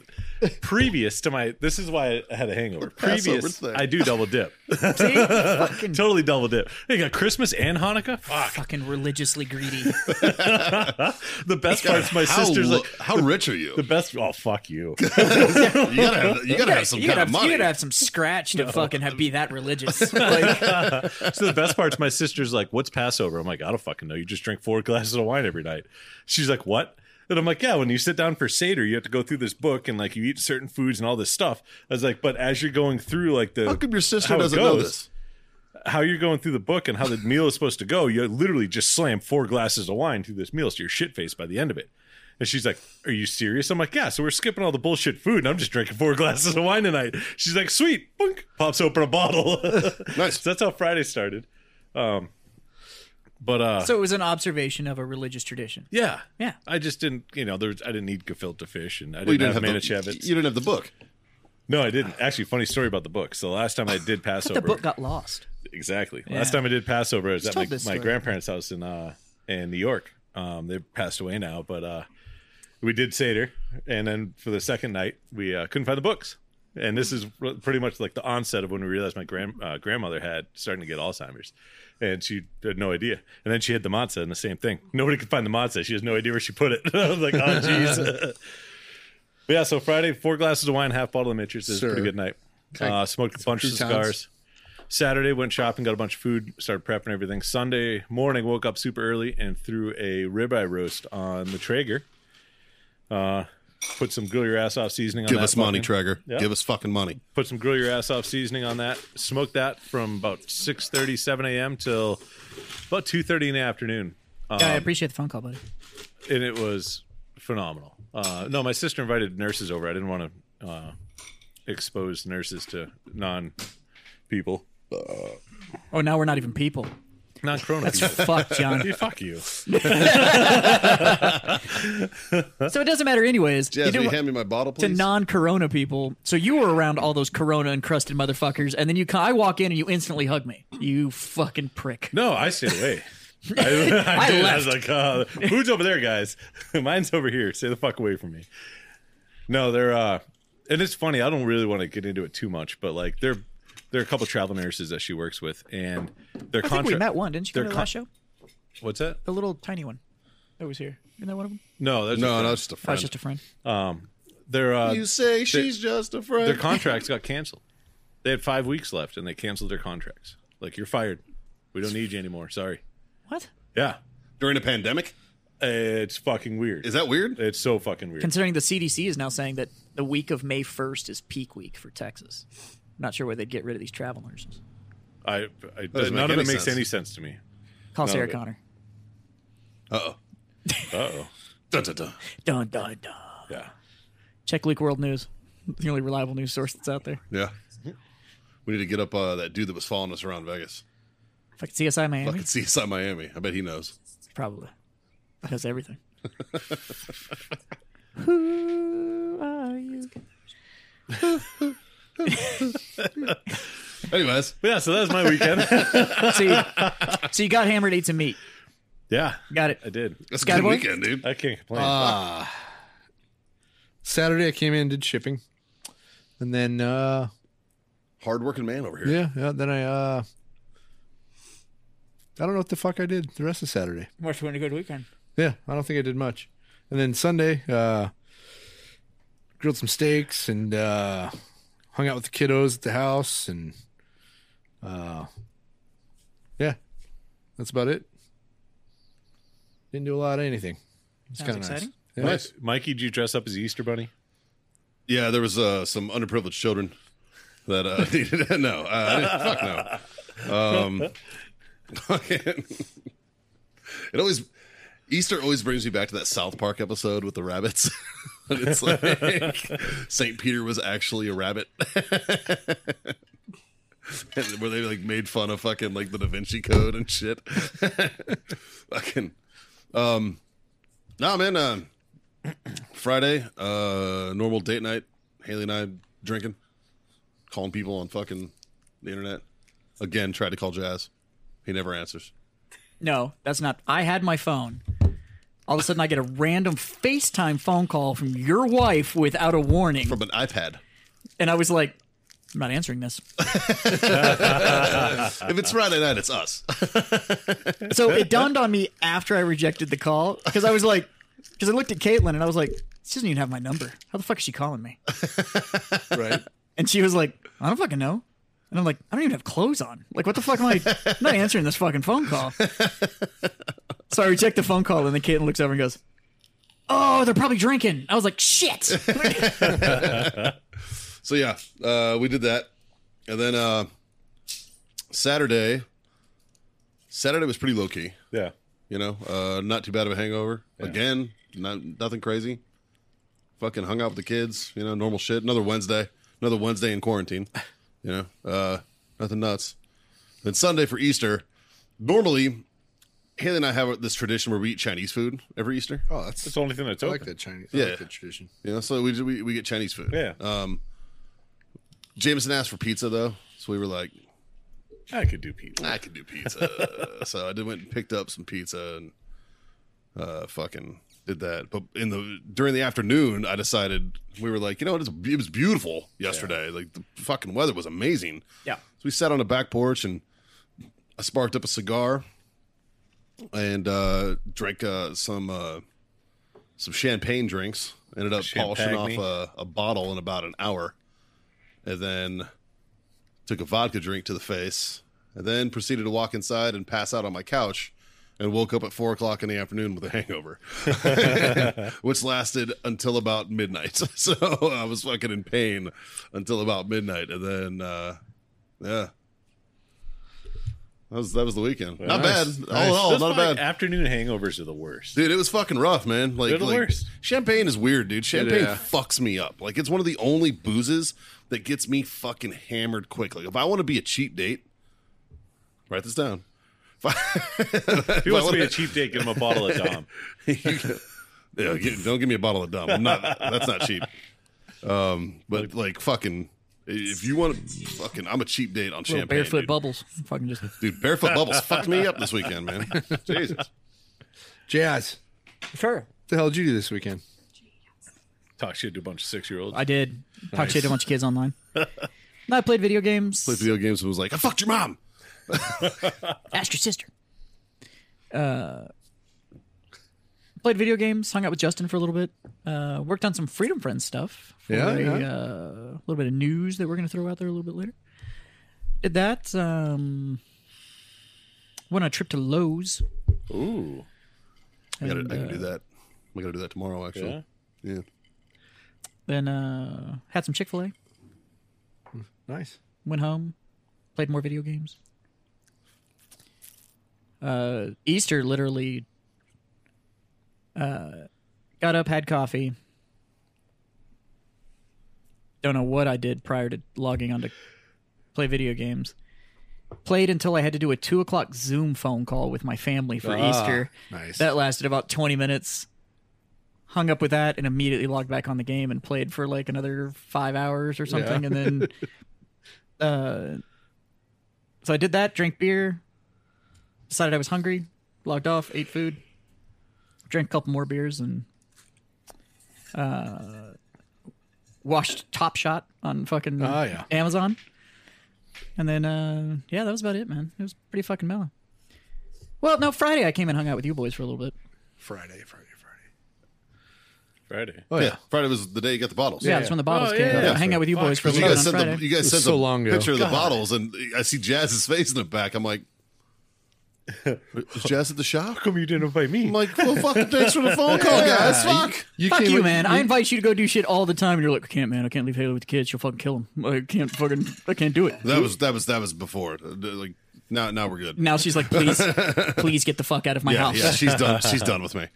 [SPEAKER 3] previous to my, this is why I had a hangover.
[SPEAKER 1] Passover
[SPEAKER 3] Previous,
[SPEAKER 1] thing.
[SPEAKER 3] I do double dip.
[SPEAKER 2] See? fucking,
[SPEAKER 3] totally double dip. You got Christmas and Hanukkah. Fuck.
[SPEAKER 2] fucking religiously greedy.
[SPEAKER 3] The best part's my
[SPEAKER 1] how,
[SPEAKER 3] sister's
[SPEAKER 1] lo-
[SPEAKER 3] like.
[SPEAKER 1] how rich are you?
[SPEAKER 3] The best. Oh fuck you.
[SPEAKER 1] You gotta have, you gotta have some
[SPEAKER 2] you
[SPEAKER 1] kind
[SPEAKER 2] gotta,
[SPEAKER 1] of
[SPEAKER 2] have-
[SPEAKER 1] money.
[SPEAKER 2] you gotta have some scratch to fucking have, be that religious. Like,
[SPEAKER 3] So the best part's my sister's like, "What's Passover?" I'm like, "I don't fucking know. You just drink four glasses of wine every night." She's like, "What?" And I'm like, "Yeah, when you sit down for seder, you have to go through this book and like you eat certain foods and all this stuff." I was like, "But as you're going through like the
[SPEAKER 1] how come your sister
[SPEAKER 3] how it
[SPEAKER 1] doesn't know
[SPEAKER 3] goes,
[SPEAKER 1] this?
[SPEAKER 3] how you're going through the book and how the meal is supposed to go, you literally just slam four glasses of wine through this meal, so you're shit faced by the end of it. And she's like, Are you serious? I'm like, Yeah, so we're skipping all the bullshit food and I'm just drinking four glasses of wine tonight. She's like, Sweet, boink, pops open a bottle.
[SPEAKER 1] Nice.
[SPEAKER 3] so that's how Friday started. Um, but uh,
[SPEAKER 2] so it was an observation of a religious tradition.
[SPEAKER 3] yeah,
[SPEAKER 2] Yeah.
[SPEAKER 3] I just didn't, you know, there was, I didn't need gefilte fish and I
[SPEAKER 1] Well, you
[SPEAKER 3] didn't have
[SPEAKER 1] the,
[SPEAKER 3] manischewitz.
[SPEAKER 1] you didn't have the book.
[SPEAKER 3] No, I didn't. Actually, funny story about the book. So the last time I did Passover,
[SPEAKER 2] The book got lost.
[SPEAKER 3] Exactly. Last time I did Passover, I was at
[SPEAKER 2] told
[SPEAKER 3] my,
[SPEAKER 2] this
[SPEAKER 3] my
[SPEAKER 2] story.
[SPEAKER 3] grandparents' house in uh in New York. Um, they passed away now, but uh, we did Seder, and then for the second night, we uh, couldn't find the books. And this is re- pretty much like the onset of when we realized my grand uh, grandmother had starting to get Alzheimer's, and she had no idea. And then she had the matzah, and the same thing. Nobody could find the matzah. She has no idea where she put it. I was like, oh jeez. but yeah, so Friday, four glasses of wine, half bottle of Mitchers. It was a pretty
[SPEAKER 4] Sir.
[SPEAKER 3] good night. Uh, smoked a bunch of
[SPEAKER 4] croutons.
[SPEAKER 3] cigars. Saturday went shopping, got a bunch of food, started prepping everything. Sunday morning woke up super early and threw a ribeye roast on the Traeger. Uh, put some grill your ass off seasoning. on
[SPEAKER 1] Give
[SPEAKER 3] that
[SPEAKER 1] us money,
[SPEAKER 3] fucking-
[SPEAKER 1] Traeger.
[SPEAKER 3] Yeah.
[SPEAKER 1] Give us fucking money.
[SPEAKER 3] Put some grill your ass off seasoning on that. Smoked that from about 6.30, 7 a.m. till about 2.30 in the afternoon.
[SPEAKER 2] Yeah, I appreciate the phone call, buddy.
[SPEAKER 3] and it was phenomenal. Uh, no, my sister invited nurses over. I didn't want to uh, expose nurses to non people,
[SPEAKER 2] Oh, now we're not even people.
[SPEAKER 3] non corona people.
[SPEAKER 2] Fuck, John.
[SPEAKER 3] You- Fuck you.
[SPEAKER 2] So it doesn't matter, anyways. You
[SPEAKER 1] Jazz,
[SPEAKER 2] do
[SPEAKER 1] will you
[SPEAKER 2] what-
[SPEAKER 1] hand me my bottle,
[SPEAKER 2] to
[SPEAKER 1] please?
[SPEAKER 2] non-corona people so you were around all those corona encrusted motherfuckers and then you ca- i walk in and you instantly hug me you fucking prick
[SPEAKER 3] No, I stayed away. I, I,
[SPEAKER 2] I
[SPEAKER 3] did. I
[SPEAKER 2] left.
[SPEAKER 3] was like, uh, food's over there, guys. Mine's over here. Stay the fuck away from me. No, they're uh and it's funny, I don't really want to get into it too much, but like they're there are a couple travel nurses that she works with and their
[SPEAKER 2] i think we
[SPEAKER 3] contract
[SPEAKER 2] met one didn't you go
[SPEAKER 3] their
[SPEAKER 2] to the
[SPEAKER 3] con-
[SPEAKER 2] last show
[SPEAKER 3] what's that?
[SPEAKER 2] the little tiny one that was here. Isn't that one of them?
[SPEAKER 3] No, that's
[SPEAKER 1] No, no, it's just a
[SPEAKER 2] Oh,
[SPEAKER 1] friend.
[SPEAKER 2] it's just a friend.
[SPEAKER 3] um, their uh,
[SPEAKER 1] you say she's just a friend.
[SPEAKER 3] their contracts got canceled. They had five weeks left, and they canceled their contracts. Like you're fired. We don't need you anymore. Sorry.
[SPEAKER 2] What?
[SPEAKER 3] Yeah,
[SPEAKER 1] During a pandemic?
[SPEAKER 3] it's fucking weird.
[SPEAKER 1] Is that weird?
[SPEAKER 3] It's so fucking weird.
[SPEAKER 2] Considering the CDC is now saying that the week of May 1st is peak week for Texas. Not sure where they'd get rid of these travel nurses.
[SPEAKER 3] I, I
[SPEAKER 1] doesn't
[SPEAKER 3] none
[SPEAKER 1] make
[SPEAKER 3] of it
[SPEAKER 1] any
[SPEAKER 3] makes
[SPEAKER 1] sense.
[SPEAKER 3] any sense to me.
[SPEAKER 2] Call
[SPEAKER 3] No,
[SPEAKER 2] Sarah
[SPEAKER 3] but-
[SPEAKER 2] Connor.
[SPEAKER 1] Uh oh.
[SPEAKER 3] Uh oh.
[SPEAKER 1] Dun, dun, dun.
[SPEAKER 2] Dun, dun, dun.
[SPEAKER 3] Yeah.
[SPEAKER 2] Check Leak World News. The only reliable news source that's out there.
[SPEAKER 1] Yeah. We need to get up uh, that dude that was following us around Vegas.
[SPEAKER 2] Fucking CSI Miami.
[SPEAKER 1] Fucking CSI Miami. I bet he knows.
[SPEAKER 2] Probably. Because everything. Who are you?
[SPEAKER 1] Anyways,
[SPEAKER 3] But yeah. So that was my weekend.
[SPEAKER 2] So you, so you got hammered, ate some meat.
[SPEAKER 3] yeah,
[SPEAKER 2] Got
[SPEAKER 3] I
[SPEAKER 2] it.
[SPEAKER 3] did.
[SPEAKER 1] that's a
[SPEAKER 2] Got
[SPEAKER 1] good
[SPEAKER 2] a boy?
[SPEAKER 1] weekend, dude.
[SPEAKER 3] I can't complain.
[SPEAKER 1] Uh,
[SPEAKER 4] Saturday I came in did shipping, and then uh,
[SPEAKER 1] Hardworking man over here.
[SPEAKER 4] yeah, yeah, then I uh, I don't know what the fuck I did the rest of Saturday.
[SPEAKER 2] March went a good weekend.
[SPEAKER 4] Yeah, I don't think I did much. And then Sunday, uh, grilled some steaks and uh, hung out with the kiddos at the house, and uh, yeah, that's about it. Didn't do a lot of anything. It's
[SPEAKER 2] Sounds
[SPEAKER 4] kind of nice.
[SPEAKER 2] exciting.
[SPEAKER 4] Yeah.
[SPEAKER 3] Mi- Mikey, did you dress up as the Easter Bunny?
[SPEAKER 1] Yeah, there was uh, some underprivileged children that uh, needed no, uh, I didn't- fuck no. Um, it always Easter always brings me back to that South Park episode with the rabbits. it's like Saint Peter was actually a rabbit. And where they like made fun of fucking like the Da Vinci Code and shit. fucking, um, nah, man. Uh, Friday, uh normal date night. Haley and I drinking, calling people on fucking the internet. Again, tried to call Jazz. He never answers.
[SPEAKER 2] No, that's not. I had my phone. All of a sudden, I get a random FaceTime phone call from your wife without a warning.
[SPEAKER 1] From an iPad.
[SPEAKER 2] And I was like, I'm not answering this.
[SPEAKER 1] If it's Friday night, it's us.
[SPEAKER 2] So it dawned on me after I rejected the call because I was like, because I looked at Caitlin and I was like, she doesn't even have my number. How the fuck is she calling me?
[SPEAKER 4] Right.
[SPEAKER 2] And she was like, I don't fucking know. And I'm like, I don't even have clothes on. Like, what the fuck am I? I'm not answering this fucking phone call. so I reject the phone call, and then Caitlin looks over and goes, Oh, they're probably drinking. I was like, Shit.
[SPEAKER 1] so yeah, uh we did that. And then uh Saturday. Saturday was pretty low key,
[SPEAKER 3] Yeah.
[SPEAKER 1] you know. Uh not too bad of a hangover. Again, not nothing crazy. Fucking hung out with the kids, you know, normal shit. Another Wednesday. Another Wednesday in quarantine. You know, uh, nothing nuts. Then Sunday for Easter. Normally, Haley and I have this tradition where we eat Chinese food every Easter.
[SPEAKER 4] Oh, that's,
[SPEAKER 3] That's the only thing that's
[SPEAKER 4] I
[SPEAKER 3] open.
[SPEAKER 4] like that Chinese. I
[SPEAKER 1] Yeah.
[SPEAKER 4] like that tradition.
[SPEAKER 1] You know, so we we, we get Chinese food.
[SPEAKER 3] Yeah.
[SPEAKER 1] Um, Jameson asked for pizza though, so we were like,
[SPEAKER 3] I could do pizza.
[SPEAKER 1] I can do pizza. so I did went and picked up some pizza and uh, fucking did that. But in the during the afternoon, I decided we were like, you know, it, is, it was beautiful yesterday. Like the fucking weather was amazing.
[SPEAKER 2] Yeah.
[SPEAKER 1] So we sat on the back porch and I sparked up a cigar and uh, drank uh, some uh, some champagne drinks. Ended up polishing off
[SPEAKER 3] Champagne.
[SPEAKER 1] a, a bottle in about an hour, and then took a vodka drink to the face, and then proceeded to walk inside and pass out on my couch, and woke up at four o'clock in the afternoon with a hangover, which lasted until about midnight. So I was fucking in pain until about midnight, and then uh, yeah. That was, that was the weekend. not
[SPEAKER 4] Nice.
[SPEAKER 1] bad. All in all,
[SPEAKER 3] That's
[SPEAKER 1] Oh, not
[SPEAKER 3] why
[SPEAKER 1] bad.
[SPEAKER 3] Afternoon hangovers are the worst.
[SPEAKER 1] Dude, it was fucking rough, man. Like,
[SPEAKER 3] They're the
[SPEAKER 1] like,
[SPEAKER 3] worst.
[SPEAKER 1] champagne is weird, dude. Champagne
[SPEAKER 4] Yeah.
[SPEAKER 1] fucks me up. Like, it's one of the only boozes that gets me fucking hammered quickly. If I want to be a cheap date, write this down. If I,
[SPEAKER 3] If he wants to be a cheap date, give him a bottle of Dom.
[SPEAKER 1] Yeah, gi- don't give me a bottle of dumb. I'm not. That's not cheap. Um, but like fucking, if you want to fucking, I'm a cheap date on
[SPEAKER 2] Little
[SPEAKER 1] champagne.
[SPEAKER 2] barefoot
[SPEAKER 1] dude.
[SPEAKER 2] bubbles. Fucking just.
[SPEAKER 1] dude, barefoot bubbles fucked me up this weekend, man. Jesus.
[SPEAKER 4] Jazz,
[SPEAKER 2] Sure.
[SPEAKER 4] what the hell did you do this weekend?
[SPEAKER 3] Talk shit to a bunch of six year olds.
[SPEAKER 2] I did. Talk shit to a bunch of kids online. no, I played video games.
[SPEAKER 1] Played video games and was like, I fucked your mom.
[SPEAKER 2] Ask your sister. Uh, played video games, hung out with Justin for a little bit, uh, worked on some Freedom Friends stuff. for
[SPEAKER 4] Yeah,
[SPEAKER 2] a,
[SPEAKER 4] yeah.
[SPEAKER 2] Uh, little bit of news that we're going to throw out there a little bit later. Did that. Um, went on a trip to Lowe's.
[SPEAKER 3] Ooh.
[SPEAKER 1] I, gotta,
[SPEAKER 2] And,
[SPEAKER 1] I can
[SPEAKER 2] uh,
[SPEAKER 1] do that. I'm gonna do that tomorrow. Actually, yeah.
[SPEAKER 2] Then uh, had some Chick fil A,
[SPEAKER 4] Nice.
[SPEAKER 2] went home, played more video games. Uh, Easter literally uh, got up, had coffee. Don't know what I did prior to logging on to play video games. Played until I had to do a two o'clock Zoom phone call with my family for
[SPEAKER 4] Ah,
[SPEAKER 2] Easter.
[SPEAKER 4] Nice.
[SPEAKER 2] That lasted about 20 minutes. Hung up with that and immediately logged back on the game and played for like another five hours or something. And then, uh, so I did that, drank beer, decided I was hungry, logged off, ate food, drank a couple more beers, and uh, watched Top Shot on fucking
[SPEAKER 4] Oh, yeah.
[SPEAKER 2] Amazon. And then, uh, yeah, that was about it, man. It was pretty fucking mellow. Well, no, Friday I came and hung out with you boys for a little bit.
[SPEAKER 4] Friday, Friday, Friday.
[SPEAKER 3] Friday.
[SPEAKER 4] Oh
[SPEAKER 1] yeah.
[SPEAKER 4] yeah.
[SPEAKER 1] Friday was the day you got the bottles.
[SPEAKER 2] Yeah, that's when the bottles
[SPEAKER 3] Oh,
[SPEAKER 2] came.
[SPEAKER 3] yeah,
[SPEAKER 2] out.
[SPEAKER 3] yeah,
[SPEAKER 2] I hang out with you boys for a
[SPEAKER 1] Because you
[SPEAKER 2] little bit
[SPEAKER 1] guys
[SPEAKER 2] on
[SPEAKER 1] sent
[SPEAKER 2] Friday.
[SPEAKER 1] the you guys
[SPEAKER 4] was
[SPEAKER 1] sent
[SPEAKER 4] so
[SPEAKER 1] the
[SPEAKER 4] long ago.
[SPEAKER 1] picture of the bottles, and I see Jazz's face in the back. I'm like, is Jazz at the shop?
[SPEAKER 3] How come you didn't invite me?
[SPEAKER 1] I'm like, well, fucking thanks for the phone call, guys. Fuck.
[SPEAKER 2] Fuck
[SPEAKER 4] came
[SPEAKER 2] you,
[SPEAKER 4] with-
[SPEAKER 2] man! I invite you to go do shit all the time, and you're like, I can't, man. I can't leave Haley with the kids. She'll fucking kill him. I can't fucking. I can't do it.
[SPEAKER 1] That was that was that was before. Uh, Like now now we're good.
[SPEAKER 2] Now she's like, please, please get the fuck out of my
[SPEAKER 1] Yeah,
[SPEAKER 2] house.
[SPEAKER 1] yeah, she's done. She's done with me.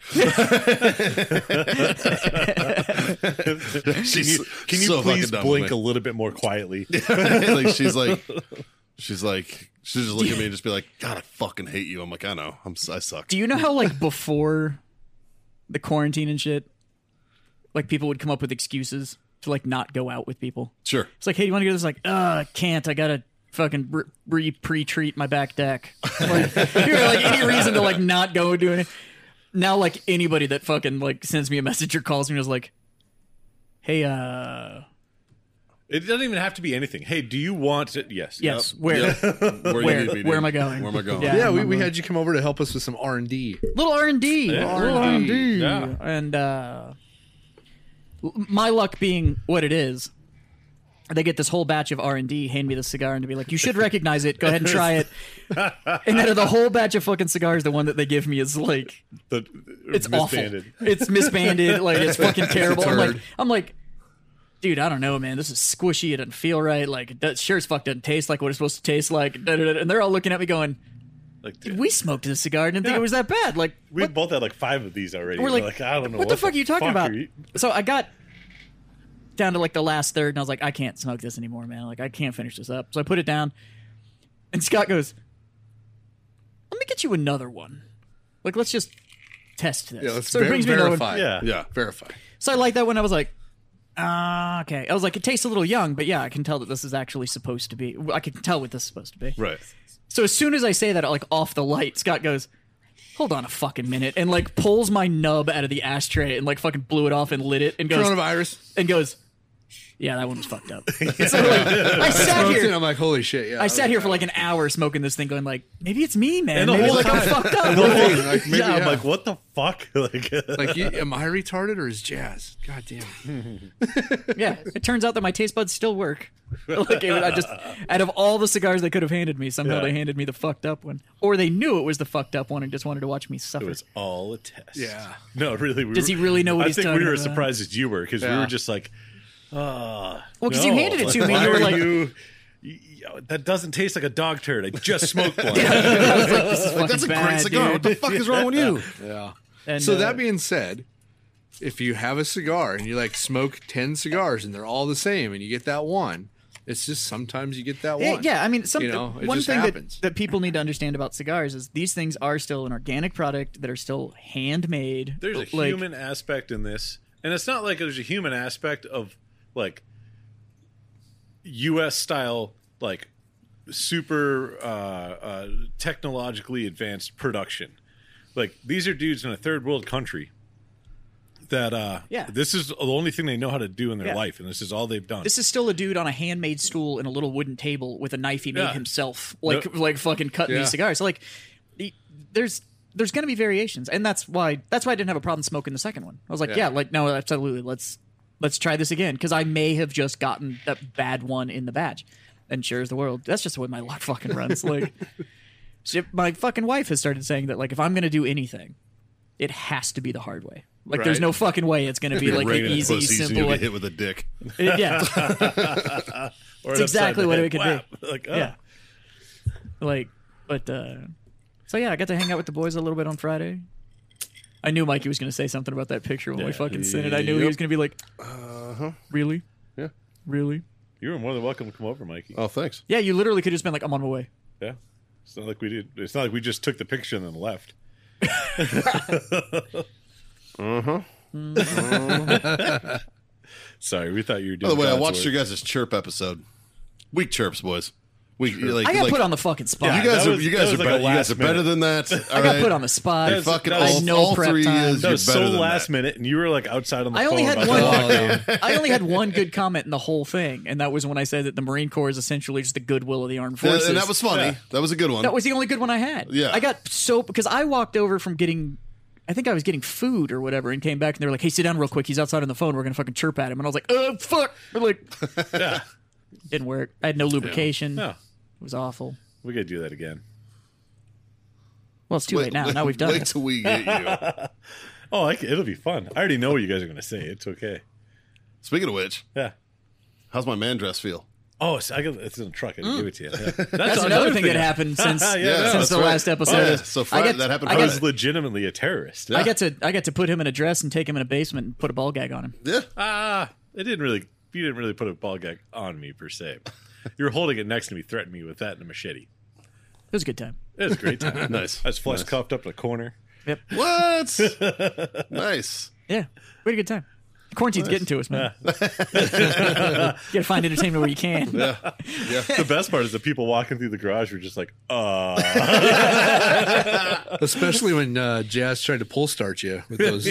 [SPEAKER 3] Can
[SPEAKER 1] she's
[SPEAKER 3] you, can you
[SPEAKER 1] so fucking
[SPEAKER 3] please
[SPEAKER 1] done with
[SPEAKER 3] blink a
[SPEAKER 1] me.
[SPEAKER 3] little bit more quietly?
[SPEAKER 1] like she's like, she's like, she'll just look at me and just be like, God, I fucking hate you. I'm like, I know. I'm si suck.
[SPEAKER 2] Do you know how like before the quarantine and shit, like people would come up with excuses to like not go out with people.
[SPEAKER 1] sure.
[SPEAKER 2] It's like, hey, do you want to go? It's like, uh, I can't. I gotta fucking re- re pre-treat my back deck. Like, you know, like any reason to like not go and do it. Now, like anybody that fucking like sends me a message or calls me is like, hey, uh,
[SPEAKER 3] It doesn't even have to be anything. Hey, do you want to? Yes.
[SPEAKER 2] yes,
[SPEAKER 1] Where,
[SPEAKER 2] where,
[SPEAKER 1] you
[SPEAKER 2] where,
[SPEAKER 1] need me, dude.
[SPEAKER 2] where am I going?
[SPEAKER 1] Where am I going?
[SPEAKER 4] Yeah, we,
[SPEAKER 2] I'm
[SPEAKER 4] we
[SPEAKER 2] a-
[SPEAKER 4] had you come over to help us with some R and D.
[SPEAKER 2] little R and D, little R and D,
[SPEAKER 4] R&D.
[SPEAKER 3] Yeah.
[SPEAKER 2] and uh, l- my luck being what it is, they get this whole batch of R and D, hand me the cigar, and to be like, "You should recognize it. Go ahead and try it." and out of the whole batch of fucking cigars, the one that they give me is like,
[SPEAKER 3] The,
[SPEAKER 2] it's
[SPEAKER 3] misbanded.
[SPEAKER 2] awful. It's misbanded. Like it's fucking terrible. I'm like, I'm like. Dude, I don't know, man. This is squishy. It doesn't feel right. Like, it does, sure as fuck doesn't taste like what it's supposed to taste like. da, da, da, da. And they're all looking at me going,
[SPEAKER 3] Like,
[SPEAKER 2] "We smoked this cigar. I didn't think
[SPEAKER 3] Yeah.
[SPEAKER 2] it was that bad." Like,
[SPEAKER 3] we
[SPEAKER 2] what
[SPEAKER 3] both had like five of these already.
[SPEAKER 2] we're like,
[SPEAKER 3] I don't know
[SPEAKER 2] what, the fuck are you talking about?
[SPEAKER 3] you-
[SPEAKER 2] So I got down to like the last third, and I was like, I can't smoke this anymore, man. Like, I can't finish this up. So I put it down, and Scott goes, "Let me get you another one. Like, let's just test this."
[SPEAKER 4] Yeah, let's
[SPEAKER 2] so
[SPEAKER 4] ver-
[SPEAKER 2] it brings me another one.
[SPEAKER 4] verify.
[SPEAKER 3] Yeah.
[SPEAKER 1] Yeah.
[SPEAKER 4] verify.
[SPEAKER 2] So I like that one. I was like, ah, okay. I was like, it tastes a little young, but yeah, I can tell that this is actually supposed to be. I can tell what this is supposed to be.
[SPEAKER 1] Right.
[SPEAKER 2] So as soon as I say that, like off the light, Scott goes, "Hold on a fucking minute," and like pulls my nub out of the ashtray and like fucking blew it off and lit it and goes
[SPEAKER 4] Coronavirus.
[SPEAKER 2] and goes, "Yeah, that one was fucked up." so, like, I sat
[SPEAKER 4] Smoked it,
[SPEAKER 2] here.
[SPEAKER 4] I'm like, holy shit. Yeah.
[SPEAKER 2] I sat here for like an hour smoking this thing, going like, maybe it's me, man.
[SPEAKER 3] And the
[SPEAKER 2] Maybe
[SPEAKER 3] whole
[SPEAKER 2] like I'm
[SPEAKER 3] time-
[SPEAKER 2] fucked up.
[SPEAKER 4] Like, maybe,
[SPEAKER 3] yeah, I'm
[SPEAKER 4] yeah.
[SPEAKER 3] like, what the fuck? like,
[SPEAKER 4] Like, you, am I retarded or is Jazz? God damn. it.
[SPEAKER 2] yeah, it turns out that my taste buds still work. like it, I just, out of all the cigars they could have handed me, somehow
[SPEAKER 3] Yeah.
[SPEAKER 2] they handed me the fucked up one, or they knew it was the fucked up one and just wanted to watch me suffer.
[SPEAKER 3] it was all a test.
[SPEAKER 4] Yeah.
[SPEAKER 3] No, really. We
[SPEAKER 2] Does
[SPEAKER 3] were-
[SPEAKER 2] he really know what
[SPEAKER 3] I
[SPEAKER 2] he's
[SPEAKER 3] think
[SPEAKER 2] talking
[SPEAKER 3] we were as
[SPEAKER 2] about?
[SPEAKER 3] surprised as you were because we
[SPEAKER 4] Yeah.
[SPEAKER 3] were just like, uh,
[SPEAKER 2] Well, 'cause you
[SPEAKER 3] no.
[SPEAKER 2] handed it to me,
[SPEAKER 3] Why
[SPEAKER 2] you were
[SPEAKER 3] are
[SPEAKER 2] like-
[SPEAKER 3] you- you- that doesn't taste like a dog turd. I just smoked one.
[SPEAKER 1] Like, that's a
[SPEAKER 2] bad,
[SPEAKER 1] great cigar. What the fuck is wrong with you?
[SPEAKER 4] Yeah.
[SPEAKER 2] And,
[SPEAKER 4] so
[SPEAKER 2] uh,
[SPEAKER 4] that being said, if you have a cigar and you like smoke ten cigars and they're all the same and you get that one, it's just sometimes you get that
[SPEAKER 2] Yeah,
[SPEAKER 4] one.
[SPEAKER 2] Yeah, I mean, some,
[SPEAKER 4] You know, it
[SPEAKER 2] one
[SPEAKER 4] just
[SPEAKER 2] thing that,
[SPEAKER 4] happens.
[SPEAKER 2] that people need to understand about cigars is these things are still an organic product that are still handmade.
[SPEAKER 3] there's a
[SPEAKER 2] like,
[SPEAKER 3] human aspect in this and it's not like there's a human aspect of like us style like super uh, uh, technologically advanced production like these are dudes in a third world country that uh
[SPEAKER 2] Yeah.
[SPEAKER 3] this is the only thing they know how to do in their
[SPEAKER 2] Yeah.
[SPEAKER 3] life and this is all they've done
[SPEAKER 2] This is still a dude on a handmade stool and a little wooden table with a knife he made
[SPEAKER 3] Yeah.
[SPEAKER 2] himself, like
[SPEAKER 3] Yep.
[SPEAKER 2] like fucking cutting
[SPEAKER 4] Yeah.
[SPEAKER 2] these cigars. So, like, the- there's there's going to be variations, and that's why that's why I didn't have a problem smoking the second one. I was like, yeah, like no, absolutely, let's let's try this again because I may have just gotten that bad one in the batch, and sure as the world, that's just the way my luck fucking runs. like, shit, my fucking wife has started saying that like if I'm going to do anything, it has to be the hard way. Like, there's
[SPEAKER 1] Right.
[SPEAKER 2] no fucking way it's going to be like
[SPEAKER 1] Right
[SPEAKER 2] an
[SPEAKER 1] in the
[SPEAKER 2] easy,
[SPEAKER 1] pussies and
[SPEAKER 2] simple.
[SPEAKER 1] you'll get
[SPEAKER 2] Like,
[SPEAKER 1] hit with a dick.
[SPEAKER 2] yeah,
[SPEAKER 3] Or
[SPEAKER 2] It's
[SPEAKER 3] an upside
[SPEAKER 2] exactly
[SPEAKER 3] the
[SPEAKER 2] what
[SPEAKER 3] head.
[SPEAKER 2] it could be.
[SPEAKER 3] Wow. Like, oh.
[SPEAKER 2] yeah. Like, but uh so yeah, I got to hang out with the boys a little bit on Friday. I knew Mikey was going to say something about that picture when we fucking sent it. I knew he
[SPEAKER 1] Yep.
[SPEAKER 2] was going to be like, "Really?
[SPEAKER 1] Yeah.
[SPEAKER 2] really?
[SPEAKER 3] You were more than welcome to come over, Mikey.
[SPEAKER 1] Oh, thanks.
[SPEAKER 2] Yeah." You literally could have just been like, "I'm on my way."
[SPEAKER 3] Yeah. It's not like we did. It's not like we just took the picture and then left. uh huh. Sorry, we thought you were
[SPEAKER 1] By the
[SPEAKER 3] doing.
[SPEAKER 1] way, I
[SPEAKER 3] God's
[SPEAKER 1] watched
[SPEAKER 3] work.
[SPEAKER 1] your guys' chirp episode. Weak chirps, boys. Weak. Like,
[SPEAKER 2] I got
[SPEAKER 1] like-
[SPEAKER 2] put on the fucking spot.
[SPEAKER 1] You guys
[SPEAKER 3] that
[SPEAKER 1] are
[SPEAKER 3] was-
[SPEAKER 1] you
[SPEAKER 3] that
[SPEAKER 1] guys are
[SPEAKER 3] was like a
[SPEAKER 1] better. you guys
[SPEAKER 3] last
[SPEAKER 1] are better
[SPEAKER 3] minute.
[SPEAKER 1] than that.
[SPEAKER 2] I got put on the spot.
[SPEAKER 1] You're fucking
[SPEAKER 3] that was
[SPEAKER 1] all,
[SPEAKER 2] no
[SPEAKER 1] all
[SPEAKER 2] prep
[SPEAKER 1] three
[SPEAKER 2] time.
[SPEAKER 1] years.
[SPEAKER 3] That
[SPEAKER 1] You're
[SPEAKER 3] was so
[SPEAKER 1] better than
[SPEAKER 3] last
[SPEAKER 1] that.
[SPEAKER 3] minute, and you were like outside on the
[SPEAKER 2] I
[SPEAKER 3] phone. "Oh,
[SPEAKER 2] only had
[SPEAKER 3] about
[SPEAKER 2] one.
[SPEAKER 3] to walk out.
[SPEAKER 2] I only had one good comment in the whole thing, and that was when I said that the Marine Corps is essentially just the goodwill of the armed
[SPEAKER 1] And-
[SPEAKER 2] forces.
[SPEAKER 1] and that was funny. That was a good one.
[SPEAKER 2] That was the only good one I had.
[SPEAKER 1] Yeah.
[SPEAKER 2] I got so because I walked over from getting I think I was getting food or whatever and came back and they were like, Hey, sit down real quick, he's outside on the phone, we're gonna fucking chirp at him and I was like, Oh fuck We're like Didn't work. I had no lubrication.
[SPEAKER 3] No,
[SPEAKER 2] It was awful.
[SPEAKER 3] we gotta do that again.
[SPEAKER 2] Well it's too late now. Now we've done
[SPEAKER 1] Wait
[SPEAKER 2] it.
[SPEAKER 1] till we get you.
[SPEAKER 3] Oh, I c it'll be fun. I already know what you guys are gonna say. It's okay.
[SPEAKER 1] Speaking of which,
[SPEAKER 3] Yeah.
[SPEAKER 1] how's my man dress feel?
[SPEAKER 3] Oh, so I got, it's in a truck. I didn't give it to you. Yeah. That's,
[SPEAKER 2] Mm. That's another thing that happened since
[SPEAKER 3] Yeah,
[SPEAKER 1] no,
[SPEAKER 2] since
[SPEAKER 1] that's
[SPEAKER 2] the
[SPEAKER 1] right.
[SPEAKER 2] last episode.
[SPEAKER 1] Oh, yeah. So Friday- that happened
[SPEAKER 2] I
[SPEAKER 3] I
[SPEAKER 2] got,
[SPEAKER 3] was legitimately a terrorist.
[SPEAKER 2] I got to I got to put him in a dress and take him in a basement and put a ball gag on him.
[SPEAKER 1] Yeah.
[SPEAKER 3] Ah, it didn't really. You didn't really put a ball gag on me per se. You were holding it next to me, threatening me with that and a machete.
[SPEAKER 2] It was a good time.
[SPEAKER 3] It was a great time.
[SPEAKER 1] Nice.
[SPEAKER 3] I was flush cuffed up in a corner.
[SPEAKER 1] What? nice.
[SPEAKER 2] Yeah. We had a good time. Quarantine's getting to us, man. you gotta find entertainment where you can.
[SPEAKER 3] The best part is the people walking through the garage were just like, uh,
[SPEAKER 4] Especially when uh, Jazz tried to pull start you with those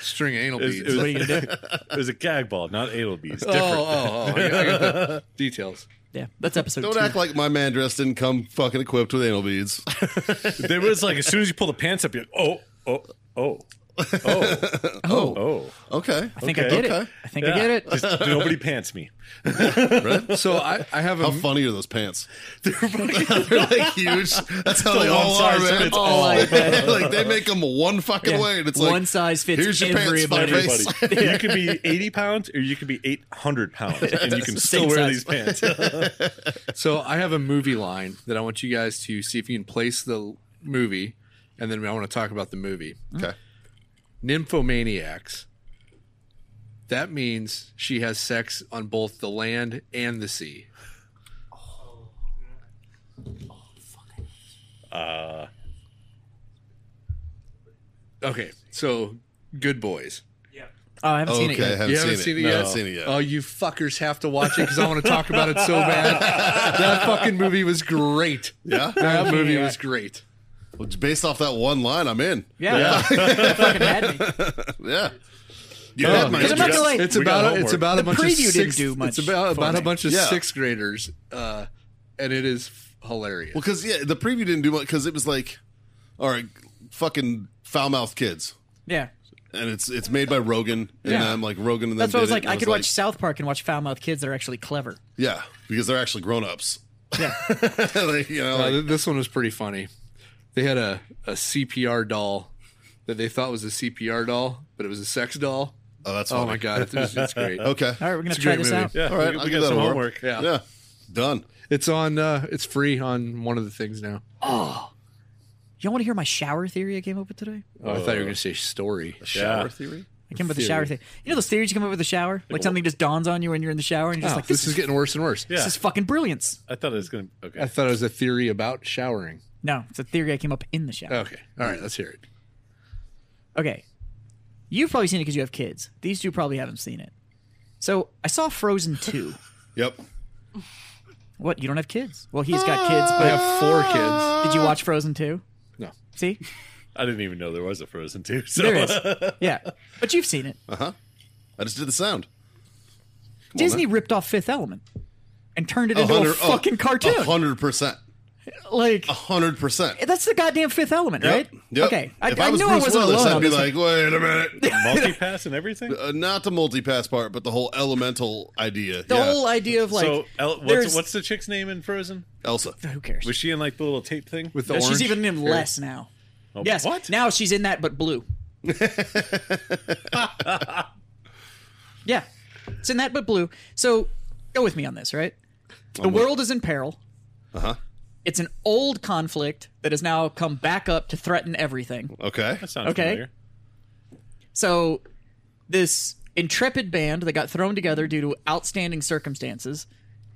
[SPEAKER 4] string anal
[SPEAKER 3] it was,
[SPEAKER 4] beads.
[SPEAKER 3] it was-
[SPEAKER 2] What are you gonna do?
[SPEAKER 3] it was a gag ball, not anal beads.
[SPEAKER 4] oh, oh, oh, I got- I got the details.
[SPEAKER 2] Yeah, that's episode
[SPEAKER 1] Don't
[SPEAKER 2] two.
[SPEAKER 1] act like my man dress didn't come fucking equipped with anal beads.
[SPEAKER 2] oh.
[SPEAKER 3] There was like, as soon as you pull the pants up, you're like, oh, oh, oh, oh,
[SPEAKER 2] oh,
[SPEAKER 3] oh.
[SPEAKER 1] Okay.
[SPEAKER 2] I think I
[SPEAKER 3] okay.
[SPEAKER 2] get it.
[SPEAKER 1] Okay.
[SPEAKER 2] I think I get it.
[SPEAKER 3] Just nobody pants me.
[SPEAKER 4] So I, I have a
[SPEAKER 1] How funny are those pants? They're, like huge. That's
[SPEAKER 2] Oh,
[SPEAKER 1] how they
[SPEAKER 3] the one
[SPEAKER 1] all are,
[SPEAKER 3] size
[SPEAKER 1] man.
[SPEAKER 3] fits
[SPEAKER 2] all. oh, I bet.
[SPEAKER 1] like they make them one fucking
[SPEAKER 2] Yeah.
[SPEAKER 1] way, and it's like
[SPEAKER 2] One size fits
[SPEAKER 1] Here's your
[SPEAKER 2] everybody."
[SPEAKER 1] pants,
[SPEAKER 3] Buddy,
[SPEAKER 1] fuckface.
[SPEAKER 3] you can be 80 pounds or you can be 800 pounds and you can
[SPEAKER 2] Same
[SPEAKER 3] still wear
[SPEAKER 2] size.
[SPEAKER 3] these pants.
[SPEAKER 4] so I have a movie line that I want you guys to see if you can place the movie, and then I want to talk about the movie.
[SPEAKER 1] Okay.
[SPEAKER 4] Nymphomaniacs. That means she has sex on both the land and the sea. Uh. Okay, so good boys.
[SPEAKER 2] Oh, I haven't seen it
[SPEAKER 1] Okay, I
[SPEAKER 2] yet.
[SPEAKER 1] haven't,
[SPEAKER 4] You
[SPEAKER 1] seen,
[SPEAKER 4] haven't
[SPEAKER 1] it.
[SPEAKER 4] seen it,
[SPEAKER 1] No,
[SPEAKER 4] yet?
[SPEAKER 1] I haven't seen it yet.
[SPEAKER 4] Oh, you fuckers have to watch it because I want to talk about it so bad. that fucking movie was great.
[SPEAKER 1] yeah.
[SPEAKER 4] That movie was great.
[SPEAKER 1] Well, it's based off that one line, I'm in.
[SPEAKER 2] Yeah, It fucking had me.
[SPEAKER 1] Yeah. Oh, You had my
[SPEAKER 2] 'Cause I'm not
[SPEAKER 1] interest.
[SPEAKER 2] gonna lie,
[SPEAKER 4] It's
[SPEAKER 3] We got
[SPEAKER 4] about a, it's
[SPEAKER 3] homework.
[SPEAKER 4] about a
[SPEAKER 2] The
[SPEAKER 4] bunch
[SPEAKER 2] preview didn't
[SPEAKER 4] of six,
[SPEAKER 2] do much
[SPEAKER 4] It's about
[SPEAKER 2] for
[SPEAKER 4] about a
[SPEAKER 2] me.
[SPEAKER 4] bunch of
[SPEAKER 1] Yeah.
[SPEAKER 4] sixth graders, uh, and it is f- hilarious.
[SPEAKER 1] Well, because yeah, the preview didn't do much because it was like, all right, fucking foul mouthed kids,
[SPEAKER 2] Yeah,
[SPEAKER 1] and it's it's made by Rogan, and
[SPEAKER 2] Yeah.
[SPEAKER 1] I'm like Rogan, and
[SPEAKER 2] that's
[SPEAKER 1] then
[SPEAKER 2] why I was like, I could watch South Park and watch foul mouthed kids that are actually clever.
[SPEAKER 1] yeah, because they're actually grown ups.
[SPEAKER 2] Yeah,
[SPEAKER 1] like, you know,
[SPEAKER 4] Uh,
[SPEAKER 1] like,
[SPEAKER 4] th- this one was pretty funny. They had a, a CPR doll that they thought was a CPR doll, but it was a sex doll.
[SPEAKER 1] oh, that's
[SPEAKER 4] Oh
[SPEAKER 1] funny.
[SPEAKER 4] my god, it was, it's great.
[SPEAKER 1] Okay,
[SPEAKER 2] Oh. all right, we're gonna
[SPEAKER 4] It's a
[SPEAKER 2] try
[SPEAKER 4] great
[SPEAKER 2] this
[SPEAKER 4] movie.
[SPEAKER 2] out.
[SPEAKER 3] Yeah,
[SPEAKER 1] All right,
[SPEAKER 3] we,
[SPEAKER 1] I'll
[SPEAKER 3] we
[SPEAKER 1] give that
[SPEAKER 3] got some
[SPEAKER 1] a work.
[SPEAKER 3] homework.
[SPEAKER 4] Yeah.
[SPEAKER 1] yeah, done.
[SPEAKER 4] It's on. Uh, it's free on one of the things now.
[SPEAKER 2] You want to hear my shower theory I came up with today?
[SPEAKER 4] Oh, I thought you were gonna say story.
[SPEAKER 3] Shower
[SPEAKER 1] theory.
[SPEAKER 2] I came up with the shower
[SPEAKER 4] Theory.
[SPEAKER 2] theory. You know those theories you come up with the shower, like something just dawns on you when you're in the shower and you're just
[SPEAKER 4] Oh,
[SPEAKER 2] like,
[SPEAKER 4] this,
[SPEAKER 2] this,
[SPEAKER 4] is getting worse and worse.
[SPEAKER 3] Yeah.
[SPEAKER 2] this is fucking brilliance.
[SPEAKER 3] I thought it was going to.
[SPEAKER 4] I
[SPEAKER 3] Okay.
[SPEAKER 4] thought it was a theory about showering.
[SPEAKER 2] No, it's a theory I came up in the shower.
[SPEAKER 4] Okay, all right, let's hear it.
[SPEAKER 2] Okay. You've probably seen it because you have kids. These two probably haven't seen it. So I saw Frozen 2.
[SPEAKER 1] Yep.
[SPEAKER 2] what? You don't have kids? Well, he's got kids,
[SPEAKER 4] I
[SPEAKER 2] but
[SPEAKER 4] have four kids.
[SPEAKER 2] did you watch Frozen 2?
[SPEAKER 4] No,
[SPEAKER 2] See?
[SPEAKER 3] I didn't even know there was a Frozen 2. So.
[SPEAKER 2] There is. Yeah. But you've seen it.
[SPEAKER 1] I just did the sound. oh,
[SPEAKER 2] Disney ripped off Fifth Element and turned it into a fucking cartoon.
[SPEAKER 1] hundred percent.
[SPEAKER 2] Like eh,
[SPEAKER 1] hundred percent.
[SPEAKER 2] that's the goddamn fifth element, right?
[SPEAKER 1] Yep.
[SPEAKER 2] Okay. I,
[SPEAKER 1] if
[SPEAKER 2] I,
[SPEAKER 1] I, was
[SPEAKER 2] knew I
[SPEAKER 1] Bruce
[SPEAKER 2] wasn't
[SPEAKER 1] Willis,
[SPEAKER 2] alone.
[SPEAKER 1] I'd
[SPEAKER 2] on
[SPEAKER 1] be
[SPEAKER 2] this one.
[SPEAKER 1] like, wait a minute.
[SPEAKER 3] multi-pass and everything.
[SPEAKER 1] Uh, not the multi-pass part, but the whole elemental idea.
[SPEAKER 2] the
[SPEAKER 1] yeah.
[SPEAKER 2] whole idea of like,
[SPEAKER 3] so, El- what's,
[SPEAKER 2] there's-
[SPEAKER 3] what's the chick's name in Frozen?
[SPEAKER 1] Elsa.
[SPEAKER 2] who cares?
[SPEAKER 3] Was she in like the little tape thing? With
[SPEAKER 2] No, she's even in less now. Yes.
[SPEAKER 3] What?
[SPEAKER 2] Now she's in that, but blue. yeah. It's in that, but blue. So go with me on this, right? The world is in peril. Uh
[SPEAKER 1] Uh-huh.
[SPEAKER 2] It's an old conflict that has now come back up to threaten everything.
[SPEAKER 1] Okay.
[SPEAKER 3] That sounds
[SPEAKER 2] Okay.
[SPEAKER 3] familiar.
[SPEAKER 2] So this intrepid band that got thrown together due to outstanding circumstances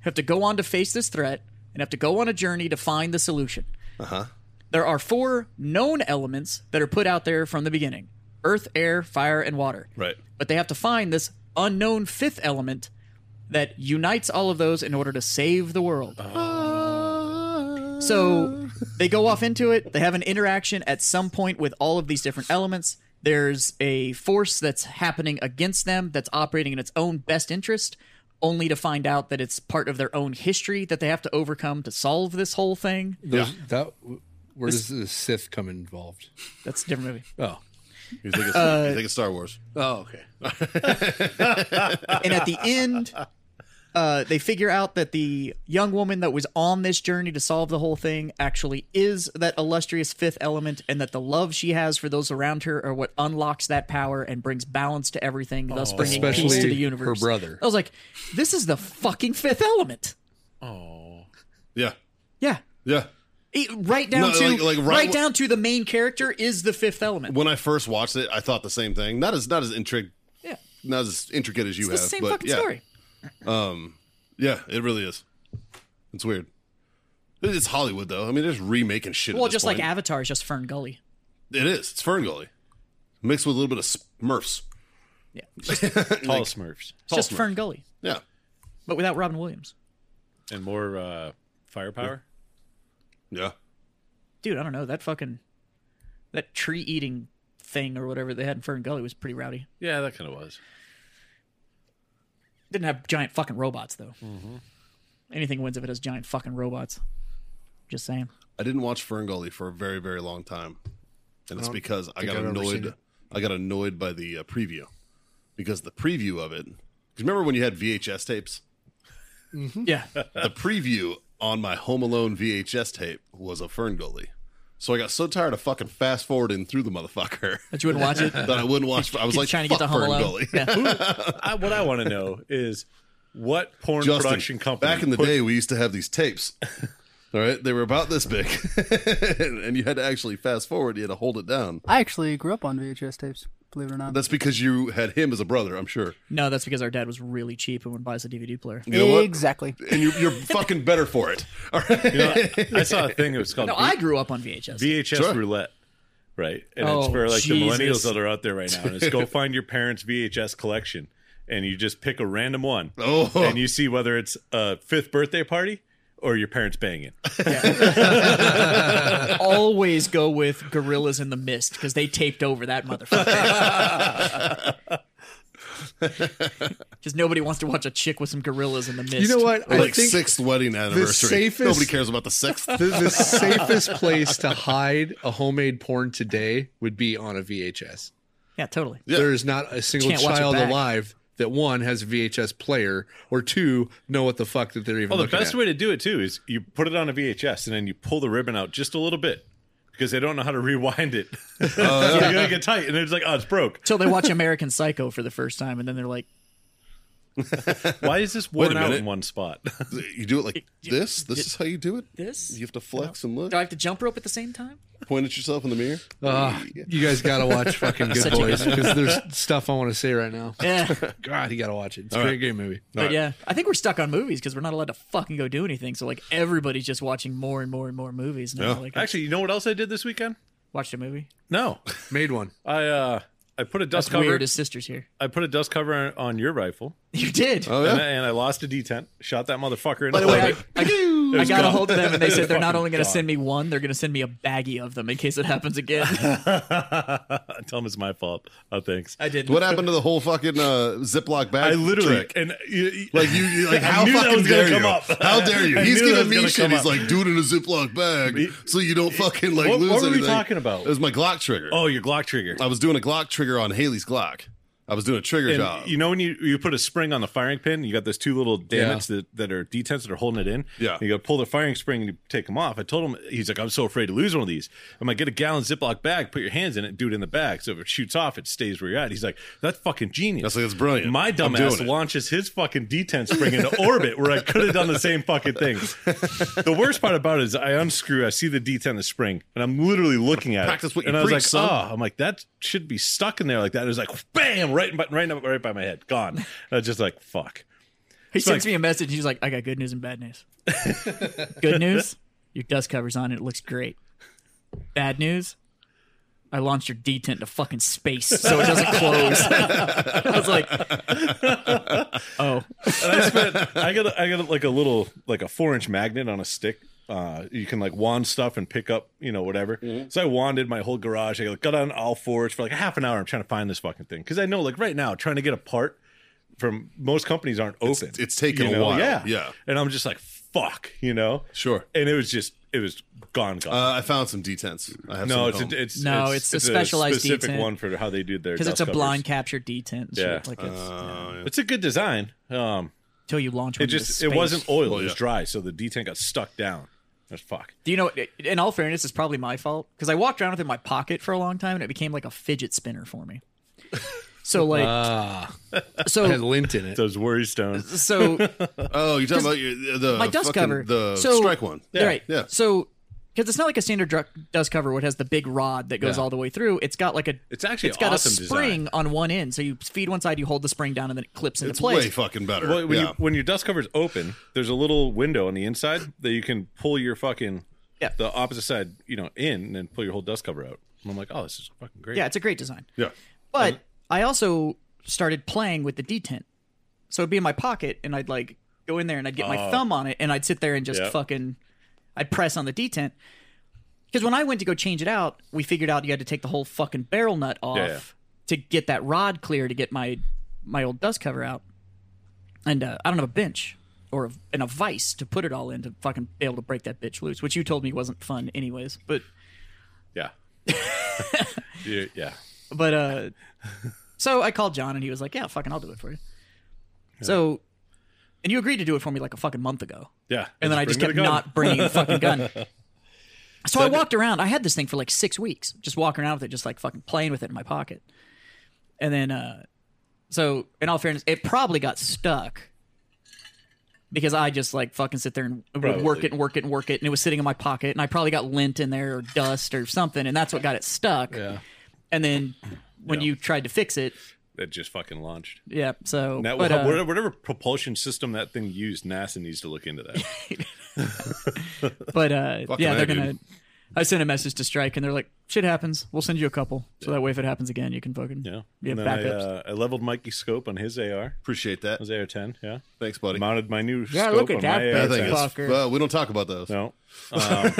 [SPEAKER 2] have to go on to face this threat and have to go on a journey to find the solution. There are four known elements that are put out there from the beginning earth, air, fire, and water.
[SPEAKER 1] Right.
[SPEAKER 2] But they have to find this unknown fifth element that unites all of those in order to save the world. So they go off into it. They have an interaction at some point with all of these different elements. There's a force that's happening against them that's operating in its own best interest, only to find out that it's part of their own history that they have to overcome to solve this whole thing.
[SPEAKER 4] Those, that where does the Sith come involved?
[SPEAKER 2] That's a different movie.
[SPEAKER 4] Oh,
[SPEAKER 1] You think it's, you think it's Star Wars?
[SPEAKER 4] oh, okay.
[SPEAKER 2] and at the end uh, they figure out that the young woman that was on this journey to solve the whole thing actually is that illustrious fifth element and that the love she has for those around her are what unlocks that power and brings balance to everything
[SPEAKER 1] Oh.
[SPEAKER 2] thus bringing peace to
[SPEAKER 4] Especially
[SPEAKER 2] the universe
[SPEAKER 4] her brother.
[SPEAKER 2] i was like this is the fucking fifth element
[SPEAKER 1] Yeah.
[SPEAKER 2] yeah
[SPEAKER 1] Yeah.
[SPEAKER 2] It- right down
[SPEAKER 1] No,
[SPEAKER 2] to
[SPEAKER 1] like- like,
[SPEAKER 2] right,
[SPEAKER 1] right w-
[SPEAKER 2] down to the main character is the fifth element
[SPEAKER 1] When I first watched it, I thought the same thing. Not as not as intricate,
[SPEAKER 2] yeah
[SPEAKER 1] not as intricate as you
[SPEAKER 2] it's the
[SPEAKER 1] have.
[SPEAKER 2] same
[SPEAKER 1] but
[SPEAKER 2] fucking
[SPEAKER 1] yeah.
[SPEAKER 2] story
[SPEAKER 1] Yeah, it really is. It's weird. It's Hollywood though. I mean, they're just remaking shit. at
[SPEAKER 2] well
[SPEAKER 1] this
[SPEAKER 2] just like
[SPEAKER 1] point.
[SPEAKER 2] avatar is just fern gully
[SPEAKER 1] it is. It's Ferngully mixed with a little bit of Smurfs.
[SPEAKER 3] Tall Smurfs
[SPEAKER 2] it's just fern gully
[SPEAKER 1] Yeah.
[SPEAKER 2] but without robin williams
[SPEAKER 3] and more uh, firepower.
[SPEAKER 1] Yeah.
[SPEAKER 2] dude, I don't know that fucking that tree eating thing or whatever they had in Fern Gully was pretty rowdy.
[SPEAKER 3] Yeah, that kind of was.
[SPEAKER 2] Didn't have giant fucking robots though.
[SPEAKER 4] Mm-hmm.
[SPEAKER 2] Anything wins if it has giant fucking robots. Just saying.
[SPEAKER 1] I didn't watch Ferngully for a very, very long time, and it's because I
[SPEAKER 4] think
[SPEAKER 1] got
[SPEAKER 4] I've ever seen
[SPEAKER 1] annoyed.
[SPEAKER 4] it.
[SPEAKER 1] I got annoyed by the uh, preview because the preview of it. Because remember when you had VHS tapes?
[SPEAKER 2] Yeah,
[SPEAKER 1] the preview on my Home Alone VHS tape was a Ferngully, so I got so tired of fucking fast forwarding through the motherfucker
[SPEAKER 2] that you wouldn't watch it.
[SPEAKER 1] that I wouldn't watch. I was like
[SPEAKER 2] trying to get to
[SPEAKER 1] "Fuck
[SPEAKER 2] Home Alone.
[SPEAKER 1] Ferngully."
[SPEAKER 2] Yeah.
[SPEAKER 3] I, what I want to know is what porn
[SPEAKER 1] Justin,
[SPEAKER 3] production company
[SPEAKER 1] Back in the
[SPEAKER 3] put-
[SPEAKER 1] day, we used to have these tapes. All right, they were about this big, and, and you had to actually fast forward. You had to hold it down.
[SPEAKER 6] I actually grew up on VHS tapes, believe it or not.
[SPEAKER 1] That's because you had him as a brother, I'm sure.
[SPEAKER 2] No, that's because our dad was really cheap and would buy us a DVD player.
[SPEAKER 1] You know what?
[SPEAKER 6] Exactly.
[SPEAKER 1] And you're, you're fucking better for it. All right.
[SPEAKER 3] You know, I saw a thing that was called
[SPEAKER 2] No, I grew up on VHS.
[SPEAKER 3] VHS
[SPEAKER 1] Sure.
[SPEAKER 3] roulette, right? And it's
[SPEAKER 2] Oh,
[SPEAKER 3] for like the millennials
[SPEAKER 2] Jesus.
[SPEAKER 3] that are out there right now. And it's go find your parents' VHS collection, and you just pick a random one,
[SPEAKER 1] Oh.
[SPEAKER 3] and you see whether it's a fifth birthday party or your parents banging.
[SPEAKER 2] Always go with Gorillas in the Mist because they taped over that motherfucker. Because nobody wants to watch a chick with some gorillas in the mist.
[SPEAKER 4] You know what?
[SPEAKER 1] like sixth wedding anniversary.
[SPEAKER 4] safest-
[SPEAKER 1] Nobody cares about the sixth.
[SPEAKER 4] the, the safest place to hide a homemade porn today would be on a VHS.
[SPEAKER 2] Yeah, totally.
[SPEAKER 4] There is not a single
[SPEAKER 2] Can't watch it
[SPEAKER 4] child
[SPEAKER 2] back.
[SPEAKER 4] alive that one has a VHS player or two know what the fuck that they're even.
[SPEAKER 3] Oh, the
[SPEAKER 4] looking
[SPEAKER 3] best
[SPEAKER 4] at.
[SPEAKER 3] way to do it too is you put it on a VHS and then you pull the ribbon out just a little bit because they don't know how to rewind it.
[SPEAKER 1] Oh,
[SPEAKER 3] so they're gonna get tight, and it's like, oh, it's broke.
[SPEAKER 2] Till they watch American Psycho for the first time, and then they're like,
[SPEAKER 3] Why is this
[SPEAKER 1] Wait a
[SPEAKER 3] worn out
[SPEAKER 1] minute.
[SPEAKER 3] in one spot?
[SPEAKER 1] You do it like this. This is how you do it.
[SPEAKER 2] This?
[SPEAKER 1] You have to flex and look.
[SPEAKER 2] "Do I have to jump rope at the same time?"
[SPEAKER 1] Point at yourself in the mirror.
[SPEAKER 4] Ah, you guys gotta watch fucking Good
[SPEAKER 2] Such a good
[SPEAKER 4] Boys because there's stuff I want to say right now.
[SPEAKER 2] Yeah, but
[SPEAKER 4] God, you gotta watch it. It's a great, great movie.
[SPEAKER 2] yeah, I think we're stuck on movies because we're not allowed to fucking go do anything. So like everybody's just watching more and more and more movies. Now. Like, I
[SPEAKER 3] Actually, you know what else I did this weekend?
[SPEAKER 2] watched a movie.
[SPEAKER 3] No,
[SPEAKER 4] Made one.
[SPEAKER 1] Oh.
[SPEAKER 3] I uh, I put a dust
[SPEAKER 2] That's
[SPEAKER 3] cover.
[SPEAKER 2] weird. His sister's here.
[SPEAKER 3] I put a dust cover on, on your rifle.
[SPEAKER 2] You did.
[SPEAKER 1] Oh yeah.
[SPEAKER 3] and, I, and I lost a detent. Shot that motherfucker in
[SPEAKER 2] By
[SPEAKER 3] the
[SPEAKER 2] the way,
[SPEAKER 3] leg.
[SPEAKER 2] I, I, I
[SPEAKER 3] was
[SPEAKER 2] got a
[SPEAKER 3] gone.
[SPEAKER 2] hold of them and they said they're not
[SPEAKER 3] Fucking
[SPEAKER 2] only going to
[SPEAKER 3] gone.
[SPEAKER 2] send me one, they're going to send me a baggie of them in case it happens again.
[SPEAKER 3] Tell him it's my fault. Oh, thanks.
[SPEAKER 2] I did.
[SPEAKER 1] What happened to the whole fucking uh, Ziploc bag?
[SPEAKER 3] I literally
[SPEAKER 1] trick?
[SPEAKER 3] and you,
[SPEAKER 1] Like you, you- like
[SPEAKER 3] I
[SPEAKER 1] how
[SPEAKER 3] knew that
[SPEAKER 1] fucking
[SPEAKER 3] was gonna
[SPEAKER 1] dare
[SPEAKER 3] come
[SPEAKER 1] you?
[SPEAKER 3] up.
[SPEAKER 1] How dare you?
[SPEAKER 3] I
[SPEAKER 1] He's
[SPEAKER 3] knew that
[SPEAKER 1] giving
[SPEAKER 3] was
[SPEAKER 1] me
[SPEAKER 3] gonna
[SPEAKER 1] shit.
[SPEAKER 3] come
[SPEAKER 1] He's
[SPEAKER 3] up.
[SPEAKER 1] like, do it in a Ziploc bag, so you don't fucking like
[SPEAKER 3] What-
[SPEAKER 1] lose
[SPEAKER 3] what were we
[SPEAKER 1] anything.
[SPEAKER 3] talking about?
[SPEAKER 1] It was my Glock trigger.
[SPEAKER 3] Oh, your Glock trigger.
[SPEAKER 1] I was doing a Glock trigger on Haley's Glock. I was doing a trigger
[SPEAKER 3] And
[SPEAKER 1] job.
[SPEAKER 3] you know when you, you put a spring on the firing pin, you got those two little damage that, that are detents that are holding it in.
[SPEAKER 1] Yeah.
[SPEAKER 3] And you got to pull the firing spring and you take them off. I told him he's like, I'm so afraid to lose one of these. I'm like, get a gallon Ziploc bag, put your hands in it, do it in the bag. So if it shoots off, it stays where you're at. He's like, that's fucking genius.
[SPEAKER 1] That's like, that's brilliant.
[SPEAKER 3] My
[SPEAKER 1] I'm doing
[SPEAKER 3] dumbass
[SPEAKER 1] it.
[SPEAKER 3] launches his fucking detent spring into orbit where I could have done the same fucking thing. The worst part about it is I unscrew, I see the detent of the spring, and I'm literally looking at
[SPEAKER 1] Practice
[SPEAKER 3] it.
[SPEAKER 1] what you
[SPEAKER 3] and I was
[SPEAKER 1] preach,
[SPEAKER 3] like,
[SPEAKER 1] son.
[SPEAKER 3] oh, I'm like, that should be stuck in there like that. And it was like, bam, right, in- right, in- right by my head, gone. And I was just like, fuck.
[SPEAKER 2] He sends
[SPEAKER 3] like-
[SPEAKER 2] me a message. He's like, I got good news and bad news. good news, your dust cover's on and it looks great. Bad news, I launched your detent to fucking space so it doesn't close. I was like, oh,
[SPEAKER 3] And I spent, I got, a, I got like a little, like a four inch magnet on a stick. Uh, you can like wand stuff and pick up, you know, whatever.
[SPEAKER 1] Mm-hmm.
[SPEAKER 3] So I wanded my whole garage. I like, got on all fours for like half an hour. I'm trying to find this fucking thing because I know, like, right now, trying to get a part from most companies aren't open.
[SPEAKER 1] it's taken a while.
[SPEAKER 3] Yeah,
[SPEAKER 1] Yeah.
[SPEAKER 3] And I'm just like, fuck, you know.
[SPEAKER 1] Sure.
[SPEAKER 3] And it was just, it was gone, gone.
[SPEAKER 1] Uh, I found some detents. I have
[SPEAKER 3] no,
[SPEAKER 1] some at home.
[SPEAKER 3] it's, a, it's
[SPEAKER 2] No, it's a specialized
[SPEAKER 3] specific
[SPEAKER 2] detent.
[SPEAKER 3] one for how they do their
[SPEAKER 2] because it's
[SPEAKER 3] dust
[SPEAKER 2] a blind
[SPEAKER 3] covers.
[SPEAKER 2] capture detent. and
[SPEAKER 3] Yeah.
[SPEAKER 2] shit. like it's
[SPEAKER 3] It's a good design. Um,
[SPEAKER 2] until you launch.
[SPEAKER 3] it
[SPEAKER 2] one into
[SPEAKER 3] just
[SPEAKER 2] space.
[SPEAKER 3] it wasn't oil;
[SPEAKER 1] Well,
[SPEAKER 3] it was
[SPEAKER 1] yeah.
[SPEAKER 3] dry, so the detent got stuck down. That's fuck.
[SPEAKER 2] Do you know? In all fairness, it's probably my fault because I walked around with it in my pocket for a long time, and it became like a fidget spinner for me. So like,
[SPEAKER 4] Ah, it had
[SPEAKER 2] so
[SPEAKER 4] lint in it.
[SPEAKER 3] Those worry stones.
[SPEAKER 2] so
[SPEAKER 1] oh, you're talking about your, the
[SPEAKER 2] my dust
[SPEAKER 1] fucking-
[SPEAKER 2] cover.
[SPEAKER 1] the
[SPEAKER 2] so,
[SPEAKER 1] strike one.
[SPEAKER 2] right.
[SPEAKER 1] yeah.
[SPEAKER 2] So because it's not like a standard dru- dust cover, where it has the big rod that goes all the way through. It's got like a.
[SPEAKER 3] It's actually
[SPEAKER 2] it's
[SPEAKER 3] an
[SPEAKER 2] got
[SPEAKER 3] awesome
[SPEAKER 2] a spring
[SPEAKER 3] design.
[SPEAKER 2] on one end, so you feed one side, you hold the spring down, and then it clips into
[SPEAKER 1] It's
[SPEAKER 2] place.
[SPEAKER 1] way fucking better.
[SPEAKER 3] Well, when,
[SPEAKER 1] yeah.
[SPEAKER 3] you, when your dust cover's open, there's a little window on the inside that you can pull your fucking
[SPEAKER 2] Yeah.
[SPEAKER 3] the opposite side, you know, in and then pull your whole dust cover out. And I'm like, oh, this is fucking great.
[SPEAKER 2] yeah, it's a great design.
[SPEAKER 1] yeah.
[SPEAKER 2] But I also started playing with the detent. So it'd be in my pocket and I'd like go in there and I'd get
[SPEAKER 3] Oh.
[SPEAKER 2] my thumb on it and I'd sit there and just
[SPEAKER 3] Yep.
[SPEAKER 2] fucking I'd press on the detent. Because when I went to go change it out, we figured out you had to take the whole fucking barrel nut off
[SPEAKER 3] Yeah.
[SPEAKER 2] to get that rod clear to get my my old dust cover out. And uh, I don't have a bench or a, and a vice to put it all in to fucking be able to break that bitch loose, which you told me wasn't fun anyways. But
[SPEAKER 3] yeah, yeah. yeah.
[SPEAKER 2] But uh so I called John and he was like, "Yeah, fucking I'll do it for you." So and you agreed to do it for me like a fucking month ago.
[SPEAKER 3] Yeah.
[SPEAKER 2] And then I just
[SPEAKER 3] bring
[SPEAKER 2] kept
[SPEAKER 3] it up.
[SPEAKER 2] not bringing the fucking gun. So I walked around. I had this thing for like 6 weeks, just walking around with it just like fucking playing with it in my pocket. And then uh so in all fairness, it probably got stuck. Because I just like fucking sit there and would work
[SPEAKER 3] Probably.
[SPEAKER 2] it and work it and work it, and it was sitting in my pocket, and I probably got lint in there or dust or something, and that's what got it stuck.
[SPEAKER 4] Yeah.
[SPEAKER 2] And then when
[SPEAKER 3] Yeah.
[SPEAKER 2] you tried to fix it,
[SPEAKER 3] It just fucking launched.
[SPEAKER 2] yeah. So
[SPEAKER 3] And that
[SPEAKER 2] but, uh,
[SPEAKER 3] whatever, whatever propulsion system that thing used, NASA needs to look into that.
[SPEAKER 2] but uh,
[SPEAKER 1] Fucking
[SPEAKER 2] yeah,
[SPEAKER 1] A,
[SPEAKER 2] they're
[SPEAKER 1] dude.
[SPEAKER 2] gonna. I sent a message to Strike, and they're like, "Shit happens. We'll send you a couple, so that way if it happens again, you can fucking
[SPEAKER 3] Yeah.
[SPEAKER 2] you
[SPEAKER 3] And
[SPEAKER 2] have
[SPEAKER 3] then I,
[SPEAKER 2] backups."
[SPEAKER 3] uh, I leveled Mikey's scope on his AR.
[SPEAKER 1] Appreciate that.
[SPEAKER 3] His AR 10. Yeah.
[SPEAKER 1] Thanks, buddy.
[SPEAKER 3] Mounted my new
[SPEAKER 2] Yeah,
[SPEAKER 3] scope
[SPEAKER 2] look at
[SPEAKER 3] on
[SPEAKER 2] that
[SPEAKER 3] my AR
[SPEAKER 1] That
[SPEAKER 2] bad
[SPEAKER 1] thing
[SPEAKER 3] 10.
[SPEAKER 1] is-
[SPEAKER 2] Fucker.
[SPEAKER 1] well, we don't talk about those.
[SPEAKER 3] No. Um,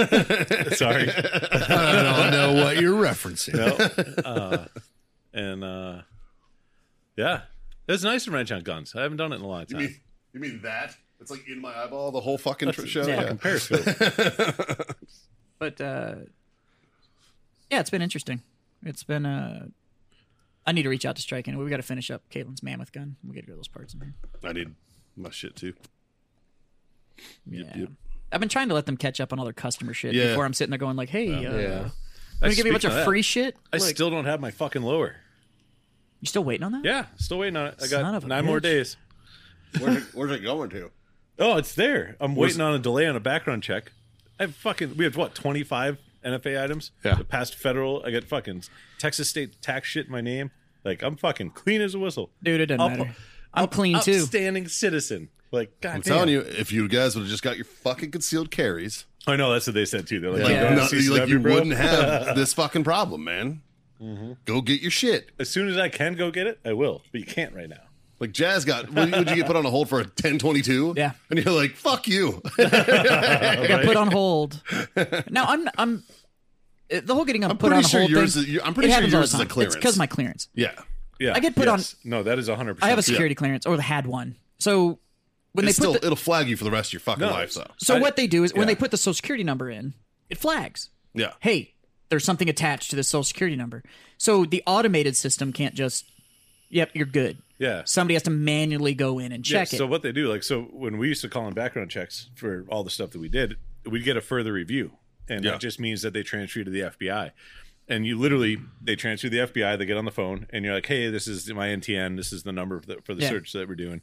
[SPEAKER 3] sorry.
[SPEAKER 4] I don't know what you're referencing.
[SPEAKER 3] No. Uh, and uh, yeah, it's nice to wrench on guns. I haven't done it in a long
[SPEAKER 1] You
[SPEAKER 3] time.
[SPEAKER 1] mean, you mean that? It's like in my eyeball the whole fucking tr- show.
[SPEAKER 2] yeah.
[SPEAKER 1] Yeah.
[SPEAKER 3] Periscope.
[SPEAKER 2] but uh, yeah, it's been interesting. It's been. Uh, I need to reach out to Strike, and we got to finish up Caitlin's mammoth gun. We got to go those parts in there.
[SPEAKER 1] I need my shit too.
[SPEAKER 2] Yeah.
[SPEAKER 1] yep.
[SPEAKER 2] I've been trying to let them catch up on all their customer shit
[SPEAKER 1] Yeah.
[SPEAKER 2] before I'm sitting there going like, "Hey, uh,
[SPEAKER 4] Yeah.
[SPEAKER 2] I'm gonna give you a bunch
[SPEAKER 3] Speaking
[SPEAKER 2] of
[SPEAKER 3] that,
[SPEAKER 2] free shit."
[SPEAKER 3] I
[SPEAKER 2] Like,
[SPEAKER 3] still don't have my fucking lower.
[SPEAKER 2] you still waiting on that?
[SPEAKER 3] Yeah, still waiting on it. I
[SPEAKER 2] Son
[SPEAKER 3] got
[SPEAKER 2] of a
[SPEAKER 3] nine more
[SPEAKER 2] bitch.
[SPEAKER 3] days.
[SPEAKER 1] Where's it, where's it going to?
[SPEAKER 3] Oh, it's there. I'm
[SPEAKER 1] Where's-
[SPEAKER 3] waiting on a delay on a background check. I have fucking. We have what 25 NFA items.
[SPEAKER 4] Yeah.
[SPEAKER 3] The past federal. I got fucking Texas state tax shit in my name. Like I'm fucking clean as a whistle,
[SPEAKER 2] Dude, it doesn't
[SPEAKER 3] Up-
[SPEAKER 2] matter. I'm clean too.
[SPEAKER 3] Upstanding citizen. Like God
[SPEAKER 1] I'm telling you, if you guys would have just got your fucking concealed carries,
[SPEAKER 3] I know that's what they said too. They're like,
[SPEAKER 1] like,
[SPEAKER 3] "You don't
[SPEAKER 1] no-
[SPEAKER 3] see
[SPEAKER 1] like, you
[SPEAKER 3] CCW, bro." Mm-hmm.
[SPEAKER 1] wouldn't have this fucking problem, man. Go get your shit.
[SPEAKER 3] As soon as I can go get it, I will. But you can't right now.
[SPEAKER 1] Like Jazz got, would you would you get put on a hold for a 1022?
[SPEAKER 2] Yeah.
[SPEAKER 1] And you're like, fuck you.
[SPEAKER 2] I got put on hold. Now I'm I'm uh, the whole getting on
[SPEAKER 1] I'm
[SPEAKER 2] put
[SPEAKER 1] pretty
[SPEAKER 2] on
[SPEAKER 1] sure
[SPEAKER 2] hold.
[SPEAKER 1] yours
[SPEAKER 2] thing,
[SPEAKER 1] is- you- I'm
[SPEAKER 2] it
[SPEAKER 1] pretty sure
[SPEAKER 2] happens all
[SPEAKER 1] yours
[SPEAKER 2] the
[SPEAKER 1] is a
[SPEAKER 2] time. It's because
[SPEAKER 1] clearance.
[SPEAKER 2] my clearance.
[SPEAKER 1] yeah.
[SPEAKER 3] Yeah,
[SPEAKER 2] I get put
[SPEAKER 3] yes. No, that is hundred percent.
[SPEAKER 2] I have a security clearance, or had one. So
[SPEAKER 1] It's
[SPEAKER 2] when they
[SPEAKER 1] still,
[SPEAKER 2] put the,
[SPEAKER 1] it'll flag you for the rest of your fucking
[SPEAKER 3] No.
[SPEAKER 1] life, though.
[SPEAKER 2] so
[SPEAKER 3] I-
[SPEAKER 2] what they do is when
[SPEAKER 3] yeah.
[SPEAKER 2] they put the social security number in, it flags.
[SPEAKER 1] Yeah.
[SPEAKER 2] Hey, there's something attached to this social security number. So the automated system can't just, yep, you're good.
[SPEAKER 3] Yeah.
[SPEAKER 2] Somebody has to manually go in and
[SPEAKER 3] Yeah,
[SPEAKER 2] check it.
[SPEAKER 3] So what they do, like, so when we used to call in background checks for all the stuff that we did, we'd get a further review, and
[SPEAKER 1] Yeah.
[SPEAKER 3] that just means that they transfer you to the FBI. And you literally, they transfer you to the FBI. They get on the phone, and you're like, "Hey, this is my NTN. This is the number for the, for the
[SPEAKER 2] Yeah.
[SPEAKER 3] search that we're doing."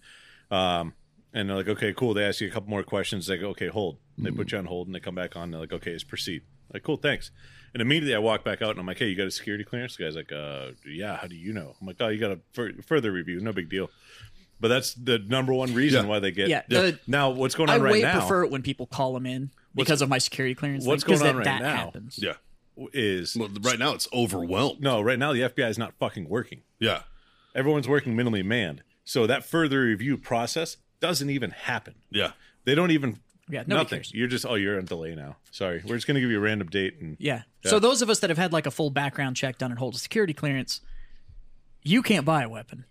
[SPEAKER 3] Um, and they're like, "Okay, cool." They ask you a couple more questions. They go, "Okay, hold." They put you on hold, and they come back on. They're like, "Okay, it's proceed." Like, cool, thanks. And immediately I walk back out, and I'm like, "Hey, you got a security clearance?" The guy's like, "Uh, yeah. How do you know?" I'm like, "Oh, you got a fur- further review. No big deal." But that's the number one reason
[SPEAKER 1] Yeah.
[SPEAKER 3] why they get.
[SPEAKER 2] Yeah, the-
[SPEAKER 3] now, what's going
[SPEAKER 2] I
[SPEAKER 3] on right
[SPEAKER 2] way
[SPEAKER 3] now?
[SPEAKER 2] prefer it when people call them in because of my security clearance.
[SPEAKER 3] what's
[SPEAKER 2] thing,
[SPEAKER 3] going
[SPEAKER 2] 'cause
[SPEAKER 3] on right
[SPEAKER 2] that, that
[SPEAKER 3] now?
[SPEAKER 2] Happens.
[SPEAKER 1] Yeah.
[SPEAKER 3] is
[SPEAKER 1] Well, right now it's overwhelmed.
[SPEAKER 3] no, right now the FBI is not fucking working.
[SPEAKER 1] Yeah.
[SPEAKER 3] Everyone's working minimally manned, so that further review process doesn't even happen.
[SPEAKER 1] Yeah.
[SPEAKER 3] They don't even.
[SPEAKER 2] Yeah, nobody
[SPEAKER 3] nothing.
[SPEAKER 2] cares.
[SPEAKER 3] You're just oh, you're on delay now. Sorry, we're just gonna give you a random date and
[SPEAKER 2] Yeah. So those of us that have had like a full background check done and hold a security clearance, you can't buy a weapon.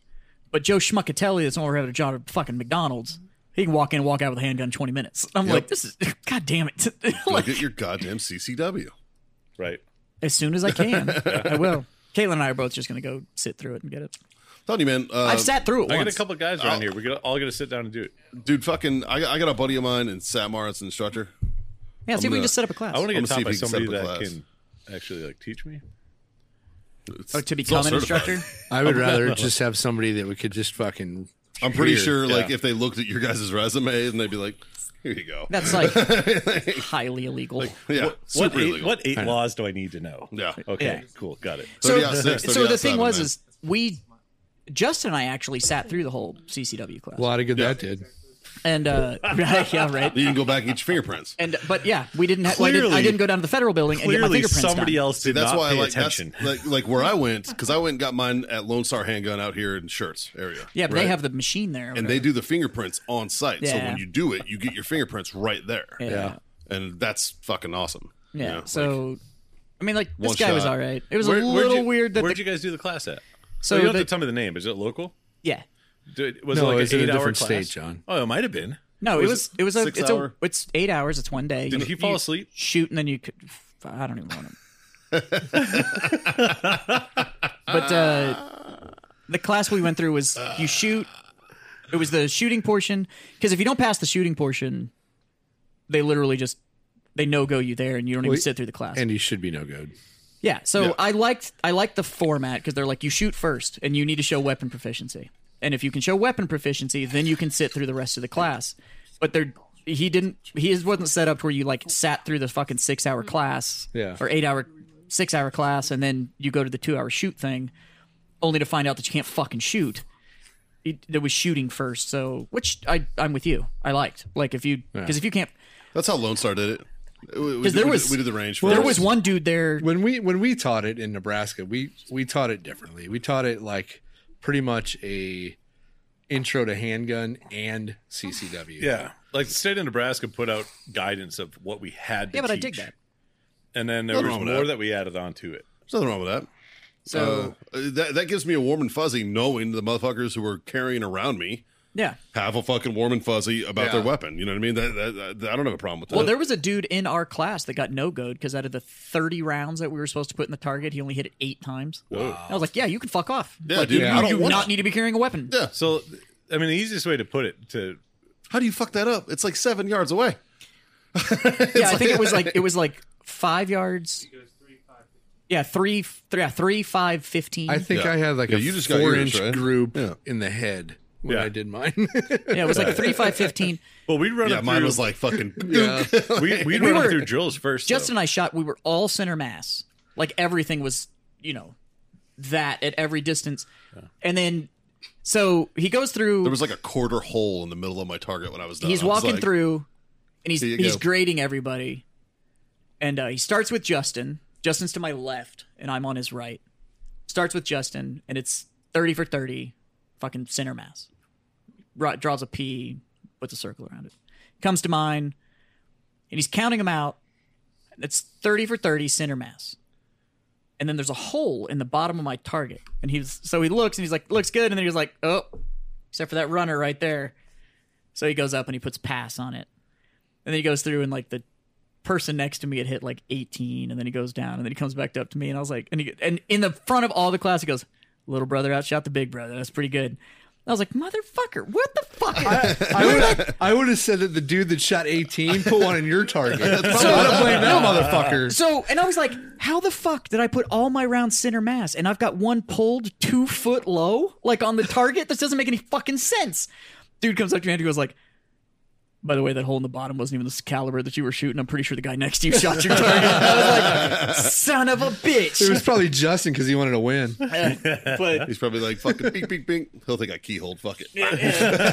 [SPEAKER 2] But Joe Schmuckatelli that's over at a job at fucking McDonald's, he can walk in and walk out with a handgun in twenty minutes. I'm like, this is god damn it.
[SPEAKER 1] Look
[SPEAKER 2] Like,
[SPEAKER 1] at your goddamn CCW.
[SPEAKER 3] right.
[SPEAKER 2] as soon as I can. I will. Caitlin and I are both just gonna go sit through it and get it.
[SPEAKER 1] Telling you, man. Uh,
[SPEAKER 2] I've sat through it
[SPEAKER 3] I got a
[SPEAKER 2] once.
[SPEAKER 3] couple of guys around here. We're gonna, all gonna sit down and do it.
[SPEAKER 1] dude, fucking, I, got- I got a buddy of mine in Satmar. It's an instructor.
[SPEAKER 2] yeah, see if
[SPEAKER 1] gonna-
[SPEAKER 2] we can just set up a class.
[SPEAKER 3] I want to
[SPEAKER 1] I'm
[SPEAKER 3] get
[SPEAKER 1] gonna see
[SPEAKER 3] taught
[SPEAKER 1] if
[SPEAKER 3] by
[SPEAKER 1] we can set
[SPEAKER 3] somebody
[SPEAKER 1] up a
[SPEAKER 3] that
[SPEAKER 1] class.
[SPEAKER 3] can actually like teach me.
[SPEAKER 1] It's-
[SPEAKER 2] Oh, to
[SPEAKER 1] it's all
[SPEAKER 2] become an
[SPEAKER 1] certified.
[SPEAKER 2] instructor.
[SPEAKER 4] I would rather just have somebody that we could just fucking.
[SPEAKER 1] I'm pretty
[SPEAKER 4] Weird.
[SPEAKER 1] sure, like,
[SPEAKER 3] Yeah.
[SPEAKER 1] if they looked at your guys' resumes and they'd be like, here you go.
[SPEAKER 2] That's like highly illegal.
[SPEAKER 1] yeah.
[SPEAKER 3] What
[SPEAKER 1] super
[SPEAKER 3] eight,
[SPEAKER 1] illegal.
[SPEAKER 3] what eight laws do I need to know?
[SPEAKER 1] Yeah.
[SPEAKER 3] Okay,
[SPEAKER 2] Yeah.
[SPEAKER 3] cool, got it.
[SPEAKER 2] so,
[SPEAKER 1] 30 out six, 30 out
[SPEAKER 2] so the thing
[SPEAKER 1] seven,
[SPEAKER 2] was
[SPEAKER 1] man.
[SPEAKER 2] is we Justin and I actually sat through the whole CCW class.
[SPEAKER 4] A lot of good that did.
[SPEAKER 2] And uh right, yeah, right.
[SPEAKER 1] You can go back and get your fingerprints.
[SPEAKER 2] And but yeah, we didn't. Ha- well, I, didn't I
[SPEAKER 3] Clearly-
[SPEAKER 2] didn't go down to the federal building and get my
[SPEAKER 3] Clearly,
[SPEAKER 2] fingerprints
[SPEAKER 3] somebody
[SPEAKER 2] done.
[SPEAKER 3] else did
[SPEAKER 1] That's
[SPEAKER 3] not
[SPEAKER 1] why I
[SPEAKER 3] pay
[SPEAKER 1] like
[SPEAKER 3] attention.
[SPEAKER 1] that's like like where I went because I went and got mine at Lone Star Handgun out here in Shirts area.
[SPEAKER 2] Yeah, but they
[SPEAKER 1] right?
[SPEAKER 2] have the machine there.
[SPEAKER 1] and they do the fingerprints on site. So
[SPEAKER 2] Yeah.
[SPEAKER 1] when you do it, you get your fingerprints right there.
[SPEAKER 2] Yeah. Yeah.
[SPEAKER 1] and that's fucking awesome. you
[SPEAKER 2] Yeah.
[SPEAKER 1] know, like-
[SPEAKER 2] so, I mean, like this
[SPEAKER 1] one
[SPEAKER 2] guy was
[SPEAKER 1] shot.
[SPEAKER 2] all right. It was
[SPEAKER 3] Where-
[SPEAKER 2] a
[SPEAKER 3] where'd
[SPEAKER 2] little
[SPEAKER 3] you-
[SPEAKER 2] weird that
[SPEAKER 3] where'd
[SPEAKER 2] the,
[SPEAKER 3] you guys do the class at? Oh,
[SPEAKER 2] so
[SPEAKER 3] you don't
[SPEAKER 2] the-
[SPEAKER 3] have to tell me the name. Is it local?
[SPEAKER 2] yeah.
[SPEAKER 3] Do it- was
[SPEAKER 4] No,
[SPEAKER 3] it like
[SPEAKER 4] it's
[SPEAKER 3] an
[SPEAKER 4] in a
[SPEAKER 3] eight hour
[SPEAKER 4] different
[SPEAKER 3] class?
[SPEAKER 4] state, John.
[SPEAKER 3] Oh, it might have been.
[SPEAKER 2] No, it was it was a
[SPEAKER 1] six
[SPEAKER 2] it's a
[SPEAKER 1] hour?
[SPEAKER 2] it's eight hours. It's one day.
[SPEAKER 3] Did
[SPEAKER 2] You-
[SPEAKER 3] he fall
[SPEAKER 2] you
[SPEAKER 3] asleep?
[SPEAKER 2] Shoot, and then you could. I don't even want to. but uh, the class we went through was you shoot. It was the shooting portion because if you don't pass the shooting portion, they literally just they no go you there, and you don't even
[SPEAKER 4] Well,
[SPEAKER 2] sit through the class.
[SPEAKER 4] And you should be no good.
[SPEAKER 2] Yeah, so
[SPEAKER 1] Yeah.
[SPEAKER 2] I liked I liked the format because they're like you shoot first and you need to show weapon proficiency, and if you can show weapon proficiency, then you can sit through the rest of the class. But they're he didn't he is- wasn't set up to where you like sat through the fucking six hour class
[SPEAKER 4] Yeah.
[SPEAKER 2] or eight hour six hour class and then you go to the two hour shoot thing, only to find out that you can't fucking shoot. It, there was shooting first, so which I I'm with you. I liked like if you because if you can't
[SPEAKER 1] that's how Lone Star did it. Because
[SPEAKER 2] there
[SPEAKER 1] we,
[SPEAKER 2] was-
[SPEAKER 1] did, we did the range.
[SPEAKER 2] there
[SPEAKER 1] first.
[SPEAKER 2] was one dude there
[SPEAKER 4] when we when we taught it in Nebraska, we we taught it differently. We taught it like pretty much a intro to handgun and CCW.
[SPEAKER 3] Yeah. Like the state of Nebraska put out guidance of what we had to
[SPEAKER 2] yeah, but I dig
[SPEAKER 3] teach.
[SPEAKER 2] that.
[SPEAKER 3] And then there
[SPEAKER 1] Nothing
[SPEAKER 3] was
[SPEAKER 1] wrong
[SPEAKER 3] more
[SPEAKER 1] with
[SPEAKER 3] that.
[SPEAKER 1] that.
[SPEAKER 3] we added on to it.
[SPEAKER 1] There's nothing wrong with that.
[SPEAKER 2] So
[SPEAKER 1] Uh, that that gives me a warm and fuzzy knowing the motherfuckers who were carrying around me
[SPEAKER 2] yeah,
[SPEAKER 1] have a fucking warm and fuzzy about their
[SPEAKER 4] Yeah.
[SPEAKER 1] weapon. You know what I mean? That, that, that- I don't have a problem with that.
[SPEAKER 2] Well, there was a dude in our class that got no goed because out of the 30 rounds that we were supposed to put in the target, he only hit it eight times. I was like, yeah, you can fuck off.
[SPEAKER 1] yeah,
[SPEAKER 2] like,
[SPEAKER 1] dude.
[SPEAKER 2] you,
[SPEAKER 1] I
[SPEAKER 2] you
[SPEAKER 1] don't
[SPEAKER 2] do
[SPEAKER 1] want
[SPEAKER 2] not need to be carrying a weapon.
[SPEAKER 1] Yeah.
[SPEAKER 3] So, I mean, the easiest way to put it to
[SPEAKER 1] How do you fuck that up? It's like seven yards away.
[SPEAKER 2] Yeah, I think it was like it was like five yards. Yeah, three, three, yeah, three, five, fifteen.
[SPEAKER 4] I think
[SPEAKER 1] Yeah.
[SPEAKER 4] I had like
[SPEAKER 1] Yeah,
[SPEAKER 4] a
[SPEAKER 1] you just got yours,
[SPEAKER 4] four inch
[SPEAKER 1] right?
[SPEAKER 4] group
[SPEAKER 1] Yeah.
[SPEAKER 4] in the head when
[SPEAKER 3] Yeah.
[SPEAKER 4] I did mine.
[SPEAKER 2] yeah, it was like three, five, fifteen.
[SPEAKER 3] well, we'd run
[SPEAKER 1] Yeah,
[SPEAKER 3] it
[SPEAKER 1] mine
[SPEAKER 3] through-
[SPEAKER 1] was like fucking.
[SPEAKER 4] yeah.
[SPEAKER 3] we we'd
[SPEAKER 2] We
[SPEAKER 3] run
[SPEAKER 2] were-
[SPEAKER 3] it through drills first. though.
[SPEAKER 2] Justin and I shot. We were all center mass. Like everything was, you know, that at every distance, and then so he goes through.
[SPEAKER 1] There was like a quarter hole in the middle of my target when I was done.
[SPEAKER 2] he's
[SPEAKER 1] I was
[SPEAKER 2] walking
[SPEAKER 1] like,
[SPEAKER 2] through and he's
[SPEAKER 1] Here you
[SPEAKER 2] he's
[SPEAKER 1] go.
[SPEAKER 2] grading everybody and uh, he starts with justin justin's to my left and i'm on his right starts with justin and it's 30 for 30 fucking center mass ri- draws a P, puts a circle around it. Comes to mine, and he's counting them out. That's 30 for 30 center mass. And then there's a hole in the bottom of my target. And he's so he looks and he's like, looks good. And then he was like, oh, except for that runner right there. So he goes up and he puts pass on it. And then he goes through and like the person next to me had hit like 18 and then he goes down and then he comes back up to me and I was like and he and in the front of all the class he goes little brother outshot the big brother that's pretty good. And I was like motherfucker what the fuck
[SPEAKER 4] I would I would have said that the dude that shot 18 put one in your target. I don't blame that motherfucker.
[SPEAKER 2] So, and I was like, how the fuck did I put all my rounds center mass and I've got one pulled two foot low, like on the target? This doesn't make any fucking sense. Dude comes up to me and he goes like, by the way, that hole in the bottom wasn't even the caliber that you were shooting. I'm pretty sure the guy next to you shot your target. I was like, son of a
[SPEAKER 4] It
[SPEAKER 2] bitch.
[SPEAKER 4] was probably Justin because he wanted to win.
[SPEAKER 2] But
[SPEAKER 1] He's probably like fucking bing, bing, bing. He'll think I keyhole. Fuck it.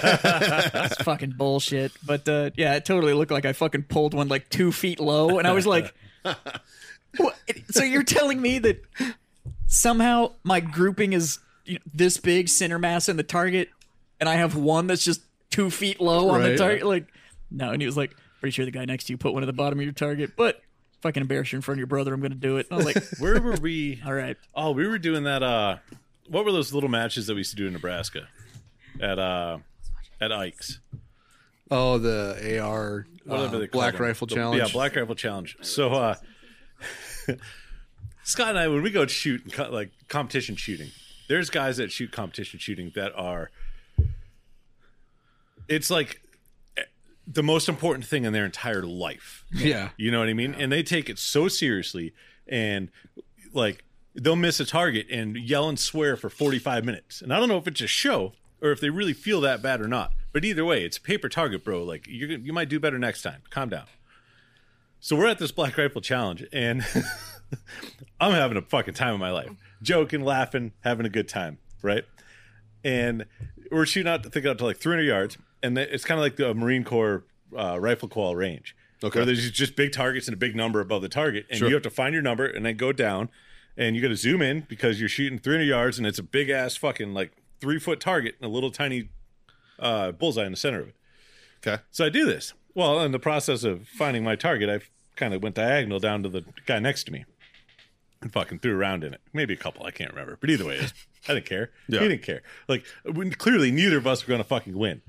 [SPEAKER 2] It's fucking bullshit. But uh, yeah, it totally looked like I fucking pulled one like two feet low, and I was like, what? "So you're telling me that somehow my grouping is you know, this big center mass and the target, and I have one that's just two feet low on the
[SPEAKER 4] Right.
[SPEAKER 2] target?" Like, no. And he was like, "Pretty sure the guy next to you put one at the bottom of your target, but." if I can embarrass you in front of your brother. I'm going to do it. And I was like,
[SPEAKER 3] Where were we?
[SPEAKER 2] all right.
[SPEAKER 3] Oh, we were doing that. Uh, what were those little matches that we used to do in Nebraska? At uh, at Ike's,
[SPEAKER 4] Oh, the AR
[SPEAKER 3] whatever
[SPEAKER 4] uh,
[SPEAKER 3] they call
[SPEAKER 4] Black
[SPEAKER 3] them.
[SPEAKER 4] Rifle
[SPEAKER 3] The-
[SPEAKER 4] Challenge.
[SPEAKER 3] Yeah, Black Rifle Challenge. So uh, Scott and I, when we go shoot and co- like competition shooting, there's guys that shoot competition shooting that are. It's like eh, the most important thing in their entire life.
[SPEAKER 4] Yeah.
[SPEAKER 3] You know what I mean? And they take it so seriously and like they'll miss a target and yell and swear for 45 minutes. And I don't know if it's a show or if they really feel that bad or not. But either way, it's a paper target, bro. Like you're gonna- you might do better next time. Calm down. So we're at this Black Rifle Challenge and I'm having a fucking time of my life. Joking, laughing, having a good time, right? and we're shooting out, I think out to like 300 yards, and they- it's kind of like the Marine Corps uh, rifle qual range.
[SPEAKER 1] Okay.
[SPEAKER 3] Where there's just big targets and a big number above the target, and
[SPEAKER 1] Sure.
[SPEAKER 3] you have to find your number and then go down, and you got to zoom in because you're shooting 300 yards, and it's a big ass fucking like three foot target and a little tiny uh, bullseye in the center of it.
[SPEAKER 1] Okay.
[SPEAKER 3] So I do this. Well, in the process of finding my target, I kind of went diagonal down to the guy next to me and fucking threw around in it. Maybe a couple, I can't remember. But either way, it was- I didn't care.
[SPEAKER 1] Yeah.
[SPEAKER 3] He didn't care. Like, when, clearly, neither of us were going to fucking win.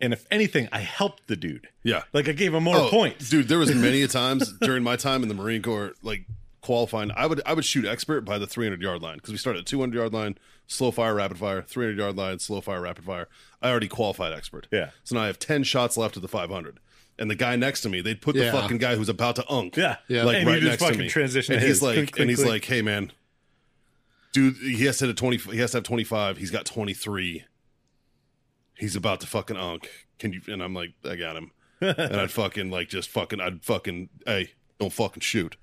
[SPEAKER 3] And if anything, I helped the dude.
[SPEAKER 1] Yeah.
[SPEAKER 3] Like, I gave him more
[SPEAKER 1] Oh,
[SPEAKER 3] points.
[SPEAKER 1] dude. There was many a times during my time in the Marine Corps, like qualifying. I would I would shoot expert by the 300 yard line because we started at 200 yard line, slow fire, rapid fire, 300 yard line, slow fire, rapid fire. I already qualified expert.
[SPEAKER 3] Yeah.
[SPEAKER 1] So now I have 10 shots left at the 500. And the guy next to me, they'd put the
[SPEAKER 4] Yeah.
[SPEAKER 1] fucking guy who's about to unk.
[SPEAKER 3] Yeah. Yeah.
[SPEAKER 1] Like
[SPEAKER 3] And you
[SPEAKER 1] right
[SPEAKER 3] just
[SPEAKER 1] next
[SPEAKER 3] fucking
[SPEAKER 1] to me.
[SPEAKER 3] transition
[SPEAKER 1] And
[SPEAKER 3] to
[SPEAKER 1] he's
[SPEAKER 3] his.
[SPEAKER 1] like,
[SPEAKER 3] Click,
[SPEAKER 1] and
[SPEAKER 3] click,
[SPEAKER 1] he's
[SPEAKER 3] click.
[SPEAKER 1] like, hey man, dude, he has to hit a 20. He has to have 25. He's got 23. He's about to fucking unk. Can you? And I'm like, I got him and I'd fucking like just fucking I'd fucking hey don't fucking shoot.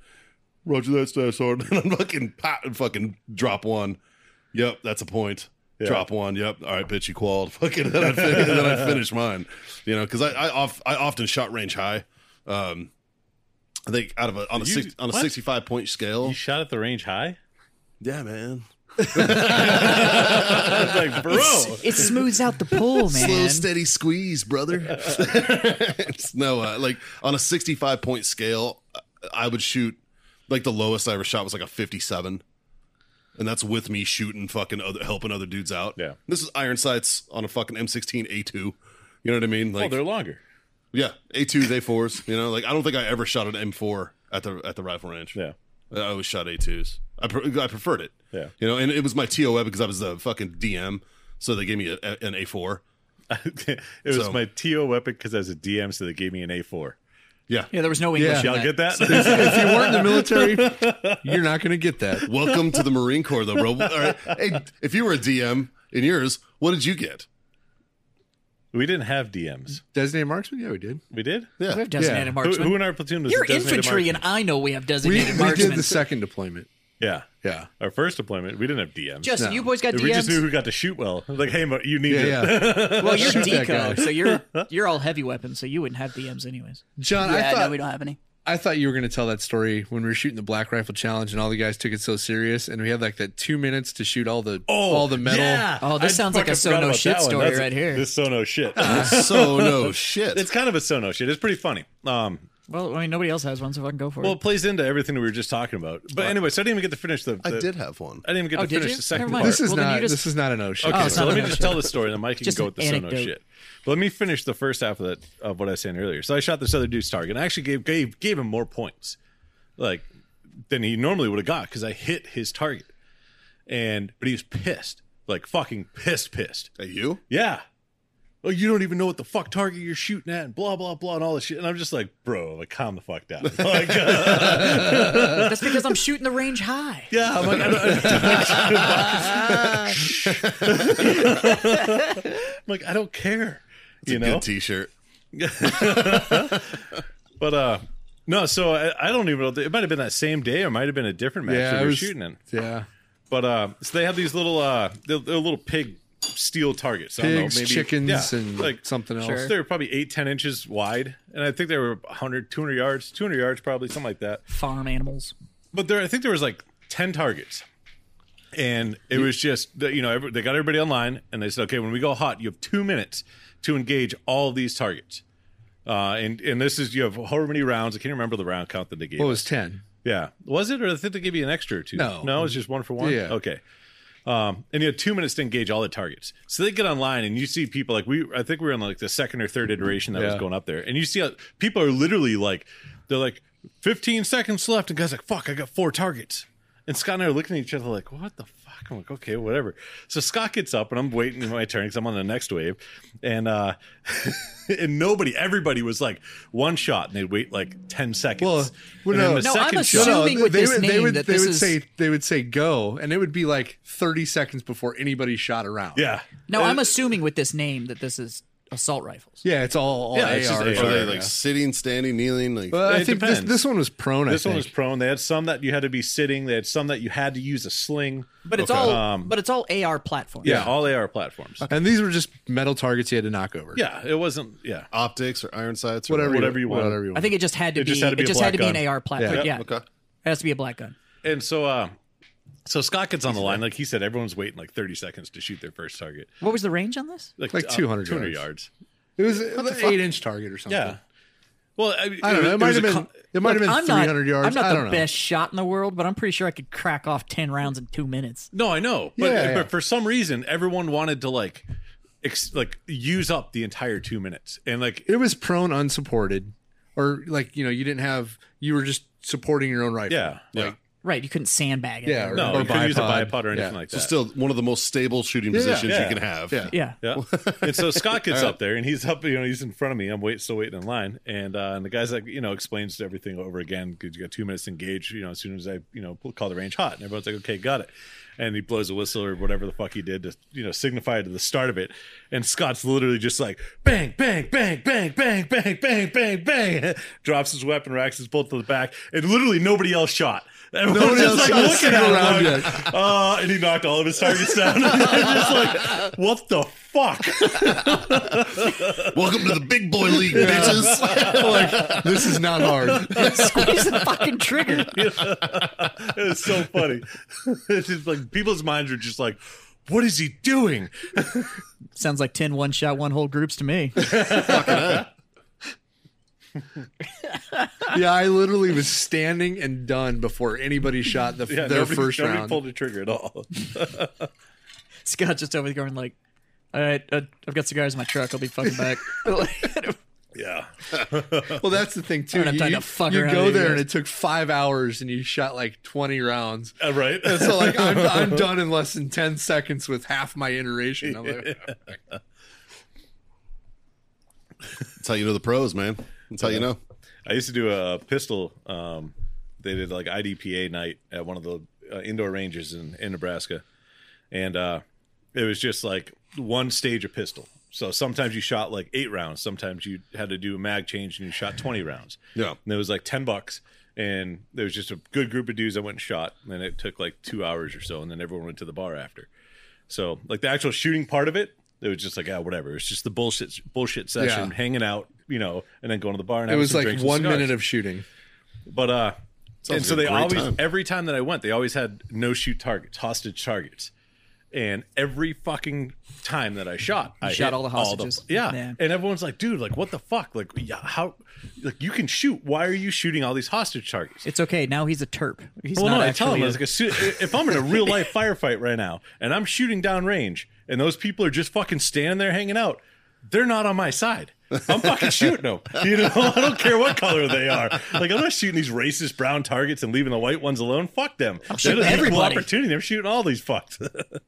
[SPEAKER 1] Roger that, Staff Sergeant. And I'm fucking pop and fucking drop one. Yep, that's a point. Drop one. Yep. All right, bitch, you qualled. Fucking then I'd finish, then I'd finish mine. You know, because I I, off, I often shot range high. Um, I think out of a on a
[SPEAKER 3] You-
[SPEAKER 1] six, on a
[SPEAKER 3] what?
[SPEAKER 1] 65 point scale.
[SPEAKER 3] You shot at the range high?
[SPEAKER 1] yeah, man.
[SPEAKER 3] I was like, bro.
[SPEAKER 2] It smooths out the pull,
[SPEAKER 1] Slow,
[SPEAKER 2] Oh, man.
[SPEAKER 1] steady squeeze, brother. no, uh, like on a 65 point scale, uh, I would shoot like the lowest I ever shot was like a 57. And that's with me shooting fucking other, helping other dudes out.
[SPEAKER 3] Yeah.
[SPEAKER 1] This is iron sights on a fucking M16A2. You know what I mean?
[SPEAKER 3] Oh,
[SPEAKER 1] Like,
[SPEAKER 3] they're longer.
[SPEAKER 1] yeah, A2s, A4s. You know, like I don't think I ever shot an M4 at the at the rifle range.
[SPEAKER 3] Yeah.
[SPEAKER 1] I always shot A2s. I, pre- I preferred it.
[SPEAKER 3] Yeah.
[SPEAKER 1] You know, and it was my TOA because I was the fucking DM. So they gave me a, a- an A4.
[SPEAKER 3] it was
[SPEAKER 1] So-
[SPEAKER 3] my TO weapon because I was a DM, so they gave me an A4.
[SPEAKER 1] Yeah.
[SPEAKER 2] yeah, there was no English. in
[SPEAKER 3] Y'all
[SPEAKER 2] that.
[SPEAKER 3] get that?
[SPEAKER 4] if you weren't in the military, you're not going to get that.
[SPEAKER 1] Welcome to the Marine Corps, though, bro. All right. Hey, if you were a DM in yours, what did you get?
[SPEAKER 3] we didn't have DMs.
[SPEAKER 4] Designated marksman? Yeah, we did.
[SPEAKER 3] We did?
[SPEAKER 2] We have designated
[SPEAKER 4] Yeah.
[SPEAKER 3] Who,
[SPEAKER 2] marksmen.
[SPEAKER 3] who in our platoon was
[SPEAKER 2] You're
[SPEAKER 3] the designated
[SPEAKER 2] infantry,
[SPEAKER 3] marksman?
[SPEAKER 2] and I know we have
[SPEAKER 4] We,
[SPEAKER 2] designated
[SPEAKER 4] we
[SPEAKER 2] marksmen.
[SPEAKER 4] did the second deployment.
[SPEAKER 3] Yeah.
[SPEAKER 4] Yeah.
[SPEAKER 3] Our first deployment, we didn't have DMs.
[SPEAKER 2] Justin, you boys got
[SPEAKER 3] We just knew
[SPEAKER 2] DMs.
[SPEAKER 3] who got to shoot well. Like, hey, Mo, you need
[SPEAKER 4] Yeah,
[SPEAKER 3] it.
[SPEAKER 4] yeah.
[SPEAKER 2] Well, Oh, you're
[SPEAKER 4] Shoot that guy.
[SPEAKER 2] deco, so you're you're all heavy weapons, so you wouldn't have DMs anyways.
[SPEAKER 4] John,
[SPEAKER 6] Yeah,
[SPEAKER 4] I thought
[SPEAKER 6] no, we don't have any.
[SPEAKER 4] I thought you were going to tell that story when we were shooting the Black Rifle Challenge and all the guys took it so serious, and we had like that two minutes to shoot all the all the metal.
[SPEAKER 3] Oh, yeah.
[SPEAKER 2] Oh, this sounds like a
[SPEAKER 3] fucking
[SPEAKER 2] so
[SPEAKER 3] forgot
[SPEAKER 2] no
[SPEAKER 3] about
[SPEAKER 2] shit
[SPEAKER 3] that one.
[SPEAKER 2] story
[SPEAKER 3] That's a-
[SPEAKER 2] right here.
[SPEAKER 3] This so no shit.
[SPEAKER 1] so no shit.
[SPEAKER 3] it's kind of a so no shit. It's pretty funny. Um,
[SPEAKER 2] Well, I mean, nobody else has one, so I can go for
[SPEAKER 3] well,
[SPEAKER 2] it.
[SPEAKER 3] it plays into everything we were just talking about. But anyway, so I didn't even get to finish the.
[SPEAKER 1] I
[SPEAKER 3] the-
[SPEAKER 1] did have one.
[SPEAKER 3] I didn't even get
[SPEAKER 2] Oh,
[SPEAKER 3] to
[SPEAKER 2] did
[SPEAKER 3] finish
[SPEAKER 2] you?
[SPEAKER 3] the second
[SPEAKER 2] Never
[SPEAKER 3] part.
[SPEAKER 2] mind.
[SPEAKER 4] This is
[SPEAKER 2] Well, then you
[SPEAKER 4] not.
[SPEAKER 2] just-
[SPEAKER 4] This is not an ocean.
[SPEAKER 3] Okay,
[SPEAKER 2] Oh, it's
[SPEAKER 3] so
[SPEAKER 2] not
[SPEAKER 3] let
[SPEAKER 2] an
[SPEAKER 3] me just tell the story, and then Mike you can
[SPEAKER 2] Just
[SPEAKER 3] go
[SPEAKER 2] an
[SPEAKER 3] with the Sono
[SPEAKER 2] anecdote.
[SPEAKER 3] shit. But let me finish the first half of that of what I was saying earlier. So I shot this other dude's target, and I actually gave gave gave him more points, like than he normally would have got because I hit his target, and but he was pissed, like fucking pissed, pissed.
[SPEAKER 1] Hey, you?
[SPEAKER 3] Yeah. Oh, you don't even know what the fuck target you're shooting at, and blah blah blah, and all this shit. And I'm just like, bro, like calm the fuck down. Like, uh,
[SPEAKER 2] That's because I'm shooting the range high.
[SPEAKER 3] yeah, I'm like, I don't, I'm like, I don't care. you know,
[SPEAKER 1] Good T-shirt.
[SPEAKER 3] But uh no, so I, I don't even know. It might have been that same day, or it might have been a different match
[SPEAKER 4] Yeah,
[SPEAKER 3] that
[SPEAKER 4] I
[SPEAKER 3] we were
[SPEAKER 4] was-
[SPEAKER 3] shooting in.
[SPEAKER 4] Yeah,
[SPEAKER 3] But uh so they have these little uh they're, they're little pig steel targets. I don't know,
[SPEAKER 4] pigs,
[SPEAKER 3] maybe-
[SPEAKER 4] chickens,
[SPEAKER 3] yeah,
[SPEAKER 4] and
[SPEAKER 3] like
[SPEAKER 4] something else.
[SPEAKER 3] They were probably eight, ten inches wide, and I think they were 100, 200 yards, 200 yards, probably something like that.
[SPEAKER 2] Farm animals.
[SPEAKER 3] But there, I think there was like ten targets, and it was just that, you know every, they got everybody online, and they said, okay, when we go hot, you have two minutes to engage all these targets. Uh, and and this is you have however many rounds. I can't remember the round count that they gave.
[SPEAKER 4] Well, it was ten.
[SPEAKER 3] Yeah. Was it, or I think they give you an extra or two?
[SPEAKER 4] No.
[SPEAKER 3] No, it's just one for one?
[SPEAKER 4] Yeah.
[SPEAKER 3] Okay. Um, and you had two minutes to engage all the targets. So they get online and you see people like we, I think we were in like the second or third iteration that was
[SPEAKER 4] Yeah.
[SPEAKER 3] going up there. And you see how people are literally like, they're like 15 seconds left. And guys like, fuck, I got four targets. And Scott and I are looking at each other like, what the fuck? I'm like, okay, whatever. So Scott gets up and I'm waiting for my turn because I'm on the next wave. And, uh, and nobody, everybody was like one shot and they'd wait like 10 seconds.
[SPEAKER 4] Well, well,
[SPEAKER 3] and then
[SPEAKER 4] no.
[SPEAKER 3] the
[SPEAKER 4] No,
[SPEAKER 2] I'm
[SPEAKER 3] second
[SPEAKER 2] assuming-
[SPEAKER 3] shot.
[SPEAKER 2] Assuming with
[SPEAKER 4] they
[SPEAKER 2] this
[SPEAKER 4] would, they
[SPEAKER 2] name
[SPEAKER 4] would,
[SPEAKER 2] that
[SPEAKER 4] they
[SPEAKER 2] this
[SPEAKER 4] would
[SPEAKER 2] is-
[SPEAKER 4] say they would say go, and it would be like thirty seconds before anybody shot around.
[SPEAKER 3] Yeah.
[SPEAKER 2] Now, I'm assuming with this name that this is assault rifles.
[SPEAKER 4] yeah, it's all, all
[SPEAKER 3] Yeah, it's just
[SPEAKER 4] AR.
[SPEAKER 3] AR,
[SPEAKER 1] Are they
[SPEAKER 3] Oh, yeah.
[SPEAKER 1] like sitting, standing, kneeling? Like
[SPEAKER 4] Well, I
[SPEAKER 3] It
[SPEAKER 4] think this,
[SPEAKER 3] depends.
[SPEAKER 4] this one was prone.
[SPEAKER 3] This
[SPEAKER 4] I
[SPEAKER 3] one
[SPEAKER 4] think.
[SPEAKER 3] was prone. They had some that you had to be sitting. They had some that you had to use a sling. Um,
[SPEAKER 2] But it's all but it's all AR platforms.
[SPEAKER 3] Yeah, all AR platforms.
[SPEAKER 4] and these were just metal targets you had to knock over.
[SPEAKER 3] Yeah, it wasn't. Yeah,
[SPEAKER 1] optics or iron sights or
[SPEAKER 4] whatever,
[SPEAKER 3] Whatever you want.
[SPEAKER 4] Whatever you want.
[SPEAKER 2] I think it just had to
[SPEAKER 3] It
[SPEAKER 2] be
[SPEAKER 3] just had to be
[SPEAKER 2] it
[SPEAKER 3] a
[SPEAKER 2] just had to
[SPEAKER 3] black
[SPEAKER 2] be
[SPEAKER 3] gun.
[SPEAKER 2] an AR platform. Yeah.
[SPEAKER 4] Yeah.
[SPEAKER 1] Okay.
[SPEAKER 2] It has to be a black gun.
[SPEAKER 3] and so uh, so Scott gets on the line. Like he said, everyone's waiting like thirty seconds to shoot their first target.
[SPEAKER 2] What was the range on this?
[SPEAKER 4] Like 200
[SPEAKER 3] 200
[SPEAKER 4] yards.
[SPEAKER 3] yards.
[SPEAKER 4] it was an eight-inch target or something.
[SPEAKER 3] Yeah. Well, I, mean,
[SPEAKER 4] I don't know. It might
[SPEAKER 3] was
[SPEAKER 4] have
[SPEAKER 3] a
[SPEAKER 4] been.
[SPEAKER 3] con-
[SPEAKER 4] it might have been
[SPEAKER 2] I'm
[SPEAKER 4] 300
[SPEAKER 2] not,
[SPEAKER 4] yards.
[SPEAKER 2] I'm not
[SPEAKER 4] I
[SPEAKER 2] the
[SPEAKER 4] don't know.
[SPEAKER 2] best shot in the world, but I'm pretty sure I could crack off ten rounds in two minutes.
[SPEAKER 3] no, I know, but
[SPEAKER 4] Yeah, yeah.
[SPEAKER 3] but for some reason, everyone wanted to like. Ex- like use up the entire two minutes and like
[SPEAKER 4] It was prone, unsupported, or like you know, you didn't have. You were just supporting your own rifle.
[SPEAKER 3] yeah
[SPEAKER 1] Like,
[SPEAKER 2] Right. You couldn't sandbag it.
[SPEAKER 4] Yeah,
[SPEAKER 3] no
[SPEAKER 4] Or
[SPEAKER 3] you couldn't use a
[SPEAKER 4] bipod.
[SPEAKER 3] bipod or anything
[SPEAKER 4] Yeah.
[SPEAKER 3] like
[SPEAKER 1] so
[SPEAKER 3] that
[SPEAKER 1] still one of the most stable shooting positions
[SPEAKER 3] yeah.
[SPEAKER 1] you can have.
[SPEAKER 4] Yeah.
[SPEAKER 2] Yeah.
[SPEAKER 3] Yeah. and so Scott gets up there and he's up, you know, he's in front of me. I'm wait, still waiting in line. And uh, and the guy's like, you know, explains everything over again because you got two minutes to engage, you know, as soon as I, you know, call the range hot. And everyone's like, okay, got it. And he blows a whistle or whatever the fuck he did to, you know, signify to the start of it. And Scott's literally just like, bang, bang, bang, bang, bang, bang, bang, bang, bang. Drops his weapon, racks his bolt to the back. And literally nobody else shot. Everyone's
[SPEAKER 4] Nobody
[SPEAKER 3] just
[SPEAKER 4] else
[SPEAKER 3] like
[SPEAKER 4] shot a
[SPEAKER 3] looking
[SPEAKER 4] single
[SPEAKER 3] at him.
[SPEAKER 4] round
[SPEAKER 3] Like, uh, and he knocked all of his targets down. just like, what the fuck?
[SPEAKER 1] Welcome to the big boy league, bitches.
[SPEAKER 4] this is not hard.
[SPEAKER 2] Squeeze the fucking trigger.
[SPEAKER 3] It was so funny. It's just like people's minds are just like, what is he doing?
[SPEAKER 2] Sounds like 10 one shot, one whole groups to me.
[SPEAKER 4] yeah, I literally was standing and done before anybody shot the,
[SPEAKER 3] Yeah,
[SPEAKER 4] their
[SPEAKER 3] nobody,
[SPEAKER 4] first
[SPEAKER 3] nobody
[SPEAKER 4] round.
[SPEAKER 3] pulled the trigger at all.
[SPEAKER 2] Scott just over there going like, all right, uh, I've got cigars in my truck. I'll be fucking back.
[SPEAKER 3] Yeah.
[SPEAKER 4] Well, that's the thing too.
[SPEAKER 2] I don't have time to fuck
[SPEAKER 4] you
[SPEAKER 2] around
[SPEAKER 4] go
[SPEAKER 2] with you
[SPEAKER 4] there and
[SPEAKER 2] guys.
[SPEAKER 4] it took five hours, and you shot like twenty rounds.
[SPEAKER 3] Uh, right?
[SPEAKER 4] So like I'm, I'm done in less than ten seconds with half my iteration. I'm like,
[SPEAKER 1] That's how you know the pros, man. That's how you know.
[SPEAKER 3] I used to do a pistol. Um, they did like IDPA night at one of the uh, indoor ranges in, in Nebraska. And uh, it was just like one stage of pistol. So sometimes you shot like eight rounds. Sometimes you had to do a mag change and you shot 20 rounds.
[SPEAKER 1] Yeah.
[SPEAKER 3] and it was like 10 bucks and there was just a good group of dudes i went and shot and it took like two hours or so and then everyone went to the bar after so like the actual shooting part of it it was just like ah whatever it's just the bullshit bullshit session
[SPEAKER 4] Yeah.
[SPEAKER 3] hanging out you know and then going to the bar
[SPEAKER 4] it
[SPEAKER 3] and having
[SPEAKER 4] was
[SPEAKER 3] some
[SPEAKER 4] like
[SPEAKER 3] drinks and
[SPEAKER 4] one
[SPEAKER 3] cigars.
[SPEAKER 4] minute of shooting.
[SPEAKER 3] But uh,
[SPEAKER 1] Sounds
[SPEAKER 3] and so
[SPEAKER 1] like
[SPEAKER 3] they
[SPEAKER 1] a great
[SPEAKER 3] always
[SPEAKER 1] time.
[SPEAKER 3] every time that I went, they always had no shoot targets, hostage targets, and every fucking time that I shot, I
[SPEAKER 2] shot
[SPEAKER 3] hit
[SPEAKER 2] all the hostages.
[SPEAKER 3] yeah,
[SPEAKER 2] Yeah.
[SPEAKER 3] and everyone's like, dude, like what the fuck, like yeah, how, like you can shoot. Why are you shooting all these hostage targets?
[SPEAKER 2] It's okay. Now he's a terp. He's
[SPEAKER 3] well,
[SPEAKER 2] not
[SPEAKER 3] no, I
[SPEAKER 2] actually.
[SPEAKER 3] tell him
[SPEAKER 2] a-
[SPEAKER 3] I was like, assu- if I'm in a real life firefight right now and I'm shooting down range and those people are just fucking standing there hanging out, they're not on my side. I'm fucking shooting them. You know, I don't care what color they are. Like I'm not shooting these racist brown targets and leaving the white ones alone. Fuck them. I'm
[SPEAKER 2] shooting everybody.
[SPEAKER 3] Opportunity. I'm shooting all these fucks.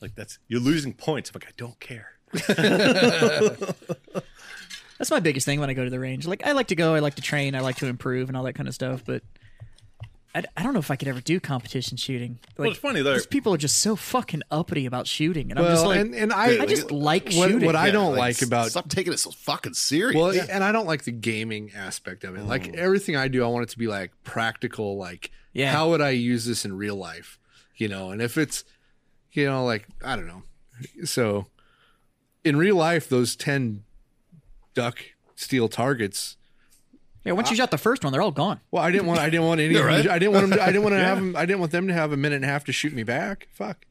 [SPEAKER 3] like that's you're losing points. I'm like I don't care.
[SPEAKER 2] That's my biggest thing when I go to the range. Like, I like to go, I like to train, I like to improve, and all that kind of stuff. But I, I don't know if I could ever do competition shooting. Like,
[SPEAKER 3] it's funny, though.
[SPEAKER 2] These people are just so fucking uppity about shooting, and I'm just
[SPEAKER 4] Well,
[SPEAKER 2] like,
[SPEAKER 4] and, and I,
[SPEAKER 2] I just like
[SPEAKER 4] what,
[SPEAKER 2] shooting.
[SPEAKER 4] what I
[SPEAKER 1] Yeah,
[SPEAKER 4] don't like, about
[SPEAKER 1] stop taking it so fucking serious.
[SPEAKER 4] well, and I don't like the gaming aspect of it. Like everything I do, I want it to be like practical. Like,
[SPEAKER 2] Yeah.
[SPEAKER 4] how would I use this in real life? You know, and if it's, you know, like I don't know. So, in real life, those ten duck steel targets.
[SPEAKER 2] yeah, once you shot the first one, they're all gone.
[SPEAKER 4] Well, I didn't want. I didn't want any.
[SPEAKER 1] You're
[SPEAKER 4] of them to-
[SPEAKER 1] right.
[SPEAKER 4] I didn't want them. To, I didn't want to have them. I didn't want them to have a minute and a half to shoot me back. Fuck.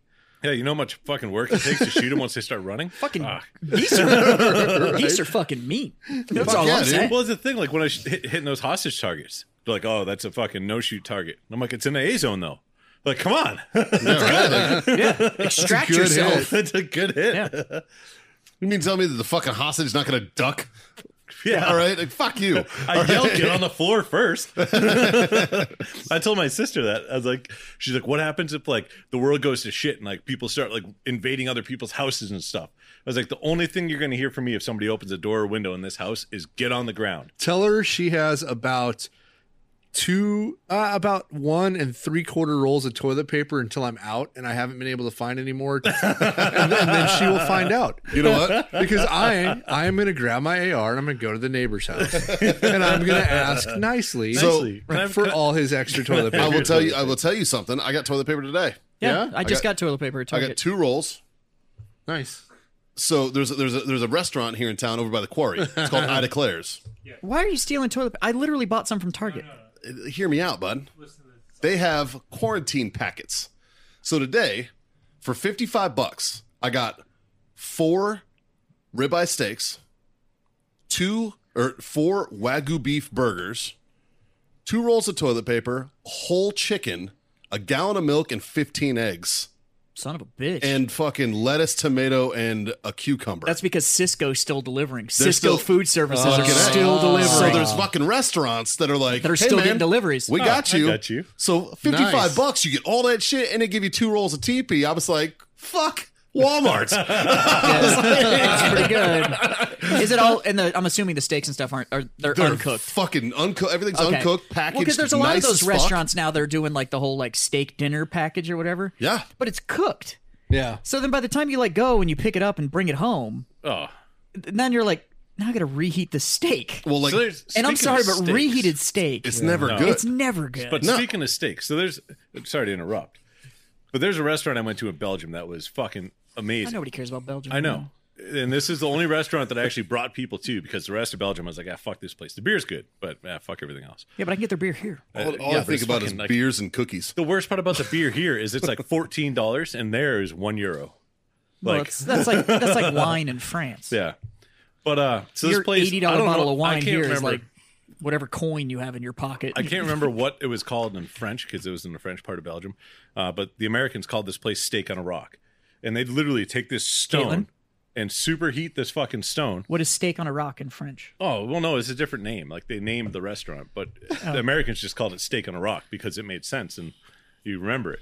[SPEAKER 3] Yeah, you know how much fucking work it takes to shoot them once they start running.
[SPEAKER 2] Fucking
[SPEAKER 3] Ah.
[SPEAKER 2] geese are geese are fucking mean. That's
[SPEAKER 1] Fuck
[SPEAKER 2] all
[SPEAKER 1] yeah,
[SPEAKER 2] I'm
[SPEAKER 1] dude.
[SPEAKER 2] saying.
[SPEAKER 3] Well, it's the thing. Like when I sh- hit, hitting those hostage targets, they're like, "Oh, that's a fucking no shoot target." And I'm like, "It's in the A zone though." Like, come on,
[SPEAKER 2] Extract
[SPEAKER 4] good
[SPEAKER 2] yourself.
[SPEAKER 4] hit.
[SPEAKER 3] that's a good hit.
[SPEAKER 2] Yeah.
[SPEAKER 1] You mean tell me that the fucking hostage is not going to duck?
[SPEAKER 3] Yeah.
[SPEAKER 1] All right. Like, fuck you.
[SPEAKER 3] I yelled, "Get on the floor first. I told my sister that. I was like, "She's like, what happens if like the world goes to shit and like people start like invading other people's houses and stuff?" I was like, "The only thing you're going to hear from me if somebody opens a door or window in this house is get on the ground."
[SPEAKER 4] Tell her she has about two, uh, about one and three quarter rolls of toilet paper until I'm out and I haven't been able to find any more. and, then, then she will find out.
[SPEAKER 1] You know what?
[SPEAKER 4] Because I, I am going to grab my AR and I'm going to go to the neighbor's house and I'm going to ask nicely
[SPEAKER 1] So-
[SPEAKER 3] Nicely. Can I-
[SPEAKER 4] for
[SPEAKER 3] can I-
[SPEAKER 4] all his extra toilet paper.
[SPEAKER 1] I will tell you. I will tell you something. I got toilet paper today.
[SPEAKER 2] Yeah, I just
[SPEAKER 1] got,
[SPEAKER 2] got, toilet paper. At
[SPEAKER 1] I
[SPEAKER 2] Target.
[SPEAKER 1] got two rolls.
[SPEAKER 4] Nice.
[SPEAKER 1] So there's a, there's a, there's a restaurant here in town over by the quarry. It's called I Declares.
[SPEAKER 2] Why are you stealing toilet? pa- I literally bought some from Target.
[SPEAKER 1] hear me out, bud. They have quarantine packets. So today, for 55 bucks, I got four ribeye steaks, two or four wagyu beef burgers, two rolls of toilet paper, whole chicken, a gallon of milk and 15 eggs
[SPEAKER 2] Son of a bitch.
[SPEAKER 1] and fucking lettuce, tomato and a cucumber.
[SPEAKER 2] that's because Cisco's still delivering. Cisco
[SPEAKER 1] still-
[SPEAKER 2] food services are
[SPEAKER 1] Fucking A.
[SPEAKER 2] still delivering.
[SPEAKER 1] So there's fucking restaurants that are like
[SPEAKER 2] Oh. That are
[SPEAKER 1] "Hey,
[SPEAKER 2] still
[SPEAKER 1] man,
[SPEAKER 2] getting deliveries."
[SPEAKER 1] We
[SPEAKER 2] Oh,
[SPEAKER 1] got you.
[SPEAKER 3] got you.
[SPEAKER 1] So 55
[SPEAKER 4] Nice.
[SPEAKER 1] bucks, you get all that shit, and they give you two rolls of TP. I was like, fuck Walmart.
[SPEAKER 2] That's pretty good. Is it all? And the, I'm assuming the steaks and stuff aren't are they're,
[SPEAKER 1] They're
[SPEAKER 2] uncooked.
[SPEAKER 1] Fucking uncooked. Everything's
[SPEAKER 2] Okay.
[SPEAKER 1] uncooked, packaged.
[SPEAKER 2] Well, because there's a lot
[SPEAKER 1] nice
[SPEAKER 2] of those
[SPEAKER 1] as
[SPEAKER 2] restaurants now. They're doing like the whole like steak dinner package or whatever.
[SPEAKER 1] Yeah.
[SPEAKER 2] but it's cooked.
[SPEAKER 4] Yeah.
[SPEAKER 2] So then by the time you like go and you pick it up and bring it home,
[SPEAKER 3] Oh,
[SPEAKER 2] th- then you're like, now I got to reheat the steak.
[SPEAKER 1] Fuck. Well, like,
[SPEAKER 3] So there's-
[SPEAKER 2] and I'm
[SPEAKER 3] speaking
[SPEAKER 2] sorry,
[SPEAKER 3] of
[SPEAKER 2] but
[SPEAKER 3] steaks-
[SPEAKER 2] reheated steak.
[SPEAKER 1] it's never good.
[SPEAKER 2] It's never good.
[SPEAKER 3] But speaking of steaks, so there's sorry to interrupt, but there's a restaurant I went to in Belgium that was fucking amazing.
[SPEAKER 2] Nobody cares about Belgium.
[SPEAKER 3] I know. And this is the only restaurant that I actually brought people to because the rest of Belgium I was like, ah, fuck this place. The beer's good, but ah, fuck everything else. Uh,
[SPEAKER 2] Yeah, but I can get their beer here.
[SPEAKER 1] all all
[SPEAKER 3] yeah,
[SPEAKER 1] I
[SPEAKER 3] but it's
[SPEAKER 1] think about is
[SPEAKER 3] fucking, like-
[SPEAKER 1] beers and cookies.
[SPEAKER 3] The worst part about the beer here is it's like fourteen dollars, and there is one euro.
[SPEAKER 2] Well,
[SPEAKER 3] Like,
[SPEAKER 2] it's, that's like that's like wine in France.
[SPEAKER 3] yeah. But uh, so
[SPEAKER 2] Your
[SPEAKER 3] this place,
[SPEAKER 2] eighty
[SPEAKER 3] I
[SPEAKER 2] dollar
[SPEAKER 3] don't
[SPEAKER 2] bottle
[SPEAKER 3] know-
[SPEAKER 2] of
[SPEAKER 3] I
[SPEAKER 2] wine
[SPEAKER 3] can't
[SPEAKER 2] here is
[SPEAKER 3] remember,
[SPEAKER 2] like whatever coin you have in your pocket.
[SPEAKER 3] I can't remember what it was called in French because it was in the French part of Belgium. Uh, but the Americans called this place steak on a rock, and they'd literally take this stone
[SPEAKER 2] Caitlin?
[SPEAKER 3] and superheat this fucking stone.
[SPEAKER 2] What is steak on a rock in French?
[SPEAKER 3] Oh well, no, it's a different name. Like they named the restaurant, but the Americans just called it steak on a rock because it made sense and you remember it.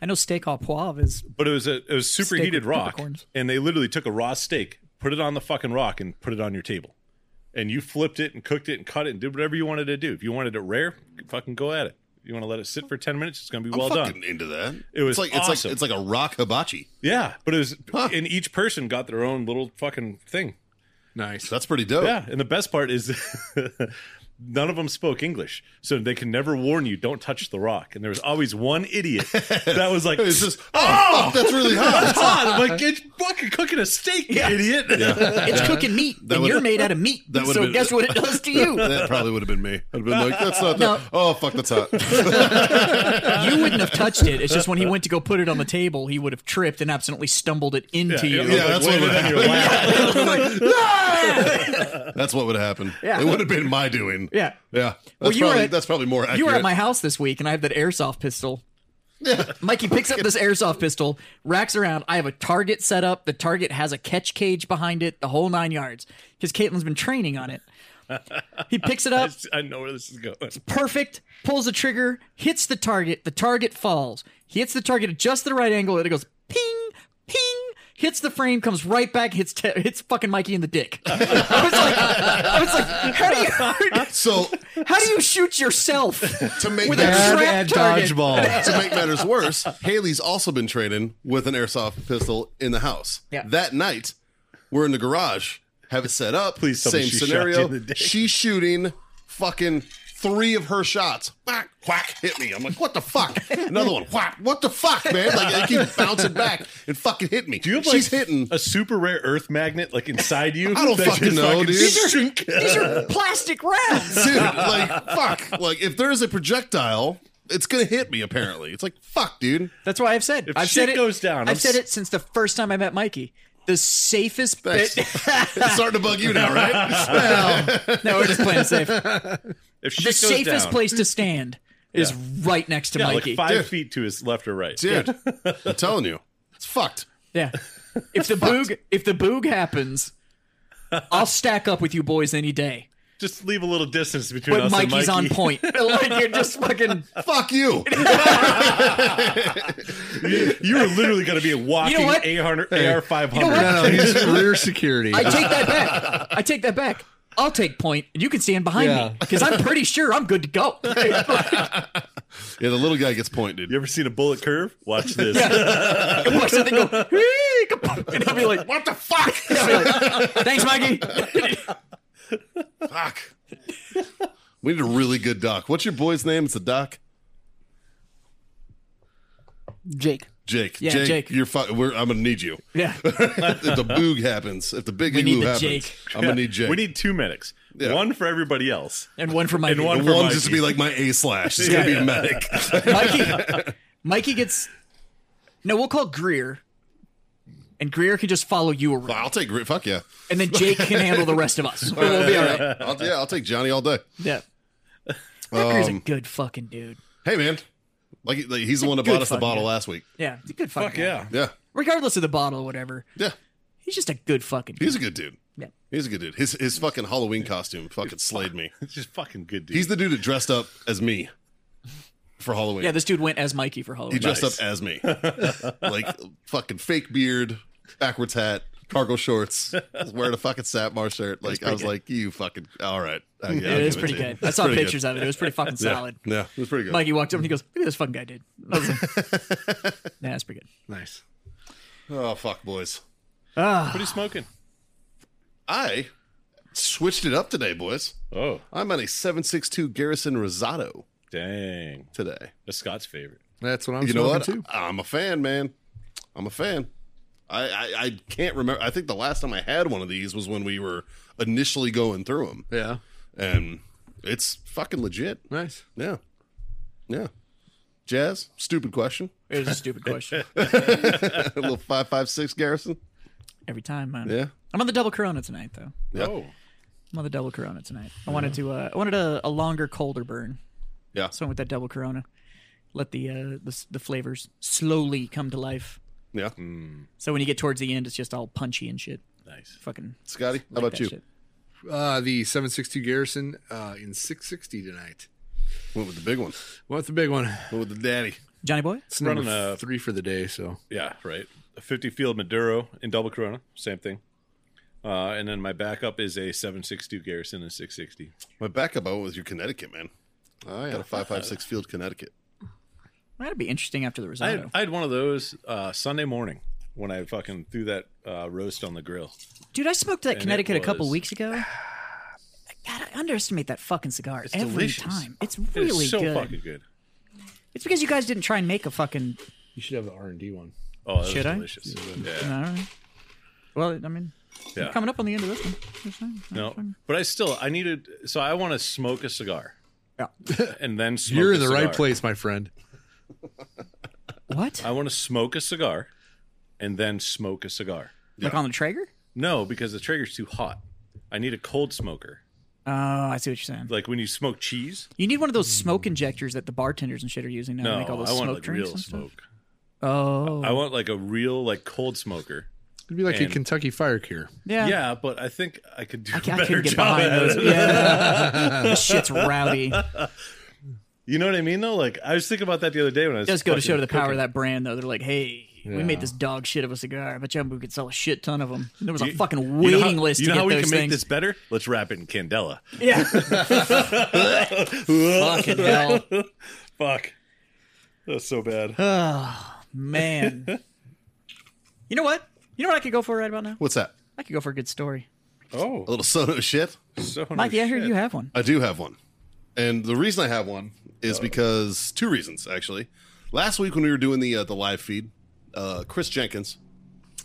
[SPEAKER 2] I know steak au poivre is
[SPEAKER 3] But it was a it was
[SPEAKER 2] with
[SPEAKER 3] superheated rock,
[SPEAKER 2] peppercorns.
[SPEAKER 3] and they literally took a raw steak, put it on the fucking rock, and put it on your table, and you flipped it and cooked it and cut it and did whatever you wanted to do. If you wanted it rare, fucking go at it. You want to let it sit for ten minutes? It's gonna be
[SPEAKER 1] I'm
[SPEAKER 3] well
[SPEAKER 1] fucking
[SPEAKER 3] done.
[SPEAKER 1] into that.
[SPEAKER 3] It
[SPEAKER 1] it's
[SPEAKER 3] was
[SPEAKER 1] like
[SPEAKER 3] awesome.
[SPEAKER 1] it's like it's like a rock hibachi.
[SPEAKER 3] Yeah, but it was,
[SPEAKER 1] Huh.
[SPEAKER 3] and each person got their own little fucking thing.
[SPEAKER 4] Nice.
[SPEAKER 1] That's pretty dope.
[SPEAKER 3] Yeah, and the best part is none of them spoke English, so they can never warn you. Don't touch the rock. And there was always one idiot that was like,
[SPEAKER 1] It's just, oh, fuck, that's really hot.
[SPEAKER 3] "That's hot." I'm like, "It's fucking cooking a steak, you
[SPEAKER 2] Yeah.
[SPEAKER 3] idiot."
[SPEAKER 2] It's cooking meat,
[SPEAKER 1] That
[SPEAKER 2] and
[SPEAKER 1] would-
[SPEAKER 2] you're made out of meat.
[SPEAKER 1] that would've
[SPEAKER 2] so
[SPEAKER 1] been-
[SPEAKER 2] guess what it does to you?
[SPEAKER 1] That probably would have been me. I'd have been like, that's not that. Oh, fuck, that's hot.
[SPEAKER 2] you wouldn't have touched it. It's just when he went to go put it on the table, he would have tripped and accidentally stumbled it into
[SPEAKER 3] Yeah,
[SPEAKER 2] you.
[SPEAKER 1] Yeah, that's what
[SPEAKER 3] wait
[SPEAKER 1] would
[SPEAKER 3] a minute, you're
[SPEAKER 1] happen.
[SPEAKER 2] Like,
[SPEAKER 1] That's what would happen.
[SPEAKER 2] Yeah.
[SPEAKER 1] It would have been my doing.
[SPEAKER 2] yeah.
[SPEAKER 1] Yeah. That's,
[SPEAKER 2] Well, you were
[SPEAKER 1] probably,
[SPEAKER 2] at-
[SPEAKER 1] that's probably more accurate.
[SPEAKER 2] You were at my house this week, and I have that airsoft pistol. Mikey picks up this airsoft pistol, racks around. I have a target set up. The target has a catch cage behind it, the whole nine yards, because Caitlin's been training on it. He picks it up,
[SPEAKER 3] I know where this is going.
[SPEAKER 2] perfect, pulls the trigger, hits the target. The target falls. He hits the target at just the right angle, and it goes ping, ping. Hits the frame, comes right back, hits te- hits fucking Mikey in the dick. I was like, I was like, how do you
[SPEAKER 1] So,
[SPEAKER 2] how do you shoot yourself
[SPEAKER 1] to make
[SPEAKER 2] with
[SPEAKER 1] matters,
[SPEAKER 2] a trap
[SPEAKER 4] Bad
[SPEAKER 2] target?
[SPEAKER 4] dodgeball.
[SPEAKER 3] Oh.
[SPEAKER 1] to make matters worse, Haley's also been training with an airsoft pistol in the house.
[SPEAKER 2] Yeah.
[SPEAKER 1] That night, we're in the garage, have it set up.
[SPEAKER 3] Please tell me
[SPEAKER 1] same
[SPEAKER 3] she shot you
[SPEAKER 1] scenario.
[SPEAKER 3] in the dick.
[SPEAKER 1] She's shooting fucking three of her shots. Whack, whack, hit me. I'm like, what the fuck? Another one. Whack, what the fuck, man? Like, it keeps bouncing back and fucking hit me.
[SPEAKER 3] Do you have like
[SPEAKER 1] She's hitting.
[SPEAKER 3] a super rare earth magnet like inside you?
[SPEAKER 1] I don't
[SPEAKER 3] that
[SPEAKER 1] fucking
[SPEAKER 3] just
[SPEAKER 1] know, dude.
[SPEAKER 3] shink?
[SPEAKER 2] These are plastic rounds.
[SPEAKER 1] Dude, like fuck. Like if there is a projectile, it's gonna hit me. Apparently, it's like fuck, dude.
[SPEAKER 2] That's what I've said.
[SPEAKER 3] If
[SPEAKER 2] I've
[SPEAKER 3] shit
[SPEAKER 2] said it
[SPEAKER 3] goes down,
[SPEAKER 2] I've
[SPEAKER 3] I'm
[SPEAKER 2] said
[SPEAKER 3] s-
[SPEAKER 2] it since the first time I met Mikey. The safest
[SPEAKER 1] Thanks.
[SPEAKER 2] bit.
[SPEAKER 1] It's starting to bug you now, right?
[SPEAKER 2] no, we're just playing it safe. The
[SPEAKER 3] If shit goes
[SPEAKER 2] safest
[SPEAKER 3] down,
[SPEAKER 2] place to stand is right next to
[SPEAKER 3] yeah,
[SPEAKER 2] Mikey.
[SPEAKER 3] like five
[SPEAKER 1] Dude.
[SPEAKER 3] feet to his left or right.
[SPEAKER 1] Dude, I'm telling you, it's fucked.
[SPEAKER 2] yeah. If the boog if the boog happens, I'll stack up with you boys any day.
[SPEAKER 3] Just leave a little distance between
[SPEAKER 2] But
[SPEAKER 3] us
[SPEAKER 2] Mikey's
[SPEAKER 3] and
[SPEAKER 2] on
[SPEAKER 3] Mikey.
[SPEAKER 2] point. like you're just fucking
[SPEAKER 1] Fuck you.
[SPEAKER 3] You were literally going to be a walking
[SPEAKER 2] what?
[SPEAKER 3] AR-500.
[SPEAKER 2] You know
[SPEAKER 4] No, no, he's rear security.
[SPEAKER 2] I take that back. I take that back. I'll take point, and you can stand behind
[SPEAKER 4] Yeah.
[SPEAKER 2] me because I'm pretty sure I'm good to go.
[SPEAKER 1] Yeah, the little guy gets pointed.
[SPEAKER 3] You ever seen a bullet curve? Watch this.
[SPEAKER 2] and watch that thing go, "Hey, kapow," and I'll be like, "What the fuck?" And I'll be like, Thanks, Mikey.
[SPEAKER 1] Fuck. We need a really good doc. What's your boy's name? It's a doc.
[SPEAKER 6] Jake.
[SPEAKER 1] Jake.
[SPEAKER 2] Yeah,
[SPEAKER 1] Jake,
[SPEAKER 2] Jake.
[SPEAKER 1] You're fu- we're, I'm gonna need you.
[SPEAKER 2] yeah,
[SPEAKER 1] if the boog happens, if the big
[SPEAKER 2] need
[SPEAKER 1] igloo
[SPEAKER 2] the
[SPEAKER 1] happens,
[SPEAKER 2] Jake.
[SPEAKER 1] I'm gonna need Jake.
[SPEAKER 3] We need two medics.
[SPEAKER 1] Yeah.
[SPEAKER 3] One for everybody else.
[SPEAKER 2] and one for Mikey.
[SPEAKER 3] And one-
[SPEAKER 1] one just to be like my A slash. It's gonna be a medic.
[SPEAKER 2] Mikey, Mikey gets. No, we'll call Greer, and Greer can just follow you around,
[SPEAKER 1] I'll take Gri- fuck yeah.
[SPEAKER 2] and then Jake can handle the rest of us. We'll be all right.
[SPEAKER 1] I'll, yeah, I'll take Johnny all day.
[SPEAKER 2] Yeah. That Greer's a good fucking dude.
[SPEAKER 1] Hey man, like, like, he's the one that
[SPEAKER 2] Good
[SPEAKER 1] bought us the
[SPEAKER 2] fucking
[SPEAKER 1] bottle
[SPEAKER 2] guy.
[SPEAKER 1] last week.
[SPEAKER 2] Yeah, he's a good fucking
[SPEAKER 3] Fuck
[SPEAKER 2] guy.
[SPEAKER 3] yeah.
[SPEAKER 1] Yeah,
[SPEAKER 2] Regardless of the bottle or whatever,
[SPEAKER 1] yeah,
[SPEAKER 2] he's just a good fucking dude.
[SPEAKER 1] he's a good dude.
[SPEAKER 2] Yeah.
[SPEAKER 1] He's a good dude. His his fucking Halloween costume fucking slayed me.
[SPEAKER 3] It's just fucking good, dude.
[SPEAKER 1] He's the dude that dressed up as me for Halloween.
[SPEAKER 2] Yeah, this dude went as Mikey for Halloween.
[SPEAKER 1] he dressed
[SPEAKER 3] nice.
[SPEAKER 1] up as me, like fucking fake beard, backwards hat, cargo shorts, was wearing a fucking Satmar shirt. Like I was like, you fucking all right. Uh, yeah, I'll
[SPEAKER 2] Yeah, it was
[SPEAKER 1] give
[SPEAKER 2] pretty
[SPEAKER 1] to you.
[SPEAKER 2] good. I saw
[SPEAKER 1] Pretty
[SPEAKER 2] pictures of it. It was pretty fucking
[SPEAKER 1] Yeah.
[SPEAKER 2] solid.
[SPEAKER 1] Yeah, it was pretty good.
[SPEAKER 2] Mikey walked up and he goes, "Look at this fucking guy, dude." I was like, nah, that's pretty good.
[SPEAKER 4] nice.
[SPEAKER 1] oh fuck, boys.
[SPEAKER 3] what are you smoking?
[SPEAKER 1] I switched it up today, boys.
[SPEAKER 3] Oh,
[SPEAKER 1] I'm on a 762 Garrison Rosado
[SPEAKER 3] dang.
[SPEAKER 1] today.
[SPEAKER 3] That's Scott's favorite.
[SPEAKER 4] That's what I'm
[SPEAKER 1] you know what?
[SPEAKER 4] smoking, too.
[SPEAKER 1] I'm a fan, man. I'm a fan. I, I I can't remember. I think the last time I had one of these was when we were initially going through them,
[SPEAKER 4] Yeah.
[SPEAKER 1] and it's fucking legit.
[SPEAKER 4] Nice.
[SPEAKER 1] Yeah, yeah. Jazz, stupid question.
[SPEAKER 2] It was a stupid question.
[SPEAKER 1] a little five five six Garrison.
[SPEAKER 2] Every time, man.
[SPEAKER 1] Yeah.
[SPEAKER 2] I'm on the double Corona tonight, though.
[SPEAKER 1] Yeah.
[SPEAKER 3] Oh,
[SPEAKER 2] I'm on the double Corona tonight. I wanted to. Uh, I wanted a, a longer, colder burn.
[SPEAKER 1] Yeah.
[SPEAKER 2] So I went with that double Corona. Let the uh, the, s- the flavors slowly come to life.
[SPEAKER 1] Yeah.
[SPEAKER 2] So when you get towards the end, it's just all punchy and shit.
[SPEAKER 3] nice.
[SPEAKER 2] Fucking.
[SPEAKER 1] Scotty, how
[SPEAKER 2] like
[SPEAKER 1] about
[SPEAKER 2] that
[SPEAKER 1] you?
[SPEAKER 2] shit.
[SPEAKER 4] Uh, the 762 Garrison uh, in 660 tonight.
[SPEAKER 1] Went with the big one.
[SPEAKER 4] What's the big one?
[SPEAKER 1] Went with the daddy.
[SPEAKER 2] Johnny Boy?
[SPEAKER 4] It's running
[SPEAKER 3] Running a-
[SPEAKER 4] three for the day, so
[SPEAKER 3] Yeah, right. A 50 field Maduro in double Corona, same thing. Uh, and then my backup is a 762 Garrison and 660.
[SPEAKER 1] My backup, I went with your Connecticut man. I got a five five six Field Connecticut.
[SPEAKER 2] That'd be interesting after the
[SPEAKER 3] I
[SPEAKER 2] risotto.
[SPEAKER 3] had, I had one of those uh, Sunday morning when I fucking threw that uh, roast on the grill.
[SPEAKER 2] Dude, I smoked that
[SPEAKER 3] it
[SPEAKER 2] Connecticut a couple
[SPEAKER 3] was-
[SPEAKER 2] weeks ago. I God, I underestimate that fucking cigar
[SPEAKER 3] It's
[SPEAKER 2] every
[SPEAKER 3] delicious.
[SPEAKER 2] time. It's
[SPEAKER 3] It is
[SPEAKER 2] really
[SPEAKER 3] so
[SPEAKER 2] good.
[SPEAKER 3] fucking good.
[SPEAKER 2] It's because you guys didn't try and make a fucking.
[SPEAKER 4] You should have the R and D one.
[SPEAKER 3] Oh, that was
[SPEAKER 2] Should I?
[SPEAKER 3] delicious. Yeah.
[SPEAKER 2] All right. Well, I mean,
[SPEAKER 3] Yeah.
[SPEAKER 2] coming up on the end of this one. Just saying.
[SPEAKER 3] No, but I still I needed. So I want to smoke a cigar.
[SPEAKER 2] Yeah.
[SPEAKER 3] and then smoke
[SPEAKER 4] You're
[SPEAKER 3] a
[SPEAKER 4] in the
[SPEAKER 3] cigar.
[SPEAKER 4] right place, my friend.
[SPEAKER 2] What?
[SPEAKER 3] I want to smoke a cigar, and then smoke a cigar.
[SPEAKER 2] Like on the Traeger?
[SPEAKER 3] No, because the Traeger's too hot. I need a cold smoker,
[SPEAKER 2] Oh, I see what you're saying.
[SPEAKER 3] like when you smoke cheese.
[SPEAKER 2] You need one of those smoke injectors that the bartenders and shit are using now
[SPEAKER 3] No,
[SPEAKER 2] to make all those
[SPEAKER 3] I want
[SPEAKER 2] smoke
[SPEAKER 3] like
[SPEAKER 2] drinks
[SPEAKER 3] real
[SPEAKER 2] and stuff.
[SPEAKER 3] smoke.
[SPEAKER 2] Oh,
[SPEAKER 3] I want like a real like cold smoker.
[SPEAKER 4] It'd be like a
[SPEAKER 3] And-
[SPEAKER 4] Kentucky fire cure.
[SPEAKER 2] yeah.
[SPEAKER 3] Yeah, but I think I could do a
[SPEAKER 2] I, ca- I
[SPEAKER 3] better
[SPEAKER 2] couldn't get
[SPEAKER 3] job.
[SPEAKER 2] behind
[SPEAKER 3] at
[SPEAKER 2] those.
[SPEAKER 3] it.
[SPEAKER 2] Yeah. this shit's rowdy.
[SPEAKER 3] You know what I mean? Though, like I was thinking about that the other day when I was
[SPEAKER 2] Just go to
[SPEAKER 3] fucking
[SPEAKER 2] show to the power
[SPEAKER 3] cooking.
[SPEAKER 2] of that brand, though. They're like, hey, we
[SPEAKER 4] Yeah.
[SPEAKER 2] made this dog shit of a cigar, but Jumbo could sell a shit ton of them. There was a
[SPEAKER 3] You-
[SPEAKER 2] fucking
[SPEAKER 3] you know
[SPEAKER 2] waiting
[SPEAKER 3] how-
[SPEAKER 2] list
[SPEAKER 3] You
[SPEAKER 2] to
[SPEAKER 3] know
[SPEAKER 2] get
[SPEAKER 3] how we
[SPEAKER 2] those
[SPEAKER 3] can make
[SPEAKER 2] things.
[SPEAKER 3] this better? Let's wrap it in Candela.
[SPEAKER 2] Yeah. Fucking hell.
[SPEAKER 3] Fuck. That's so bad.
[SPEAKER 2] Uh, Man. You know what? You know what I could go for right about now?
[SPEAKER 1] What's that?
[SPEAKER 2] I could go for a good story.
[SPEAKER 3] Oh,
[SPEAKER 1] A little Sono shit?
[SPEAKER 3] so no
[SPEAKER 2] Mike, yeah, I heard
[SPEAKER 3] Oh, shit.
[SPEAKER 2] you have one.
[SPEAKER 1] I do have one. And the reason I have one is because two reasons actually. Last week when we were doing the uh, the live feed, uh, Chris Jenkins,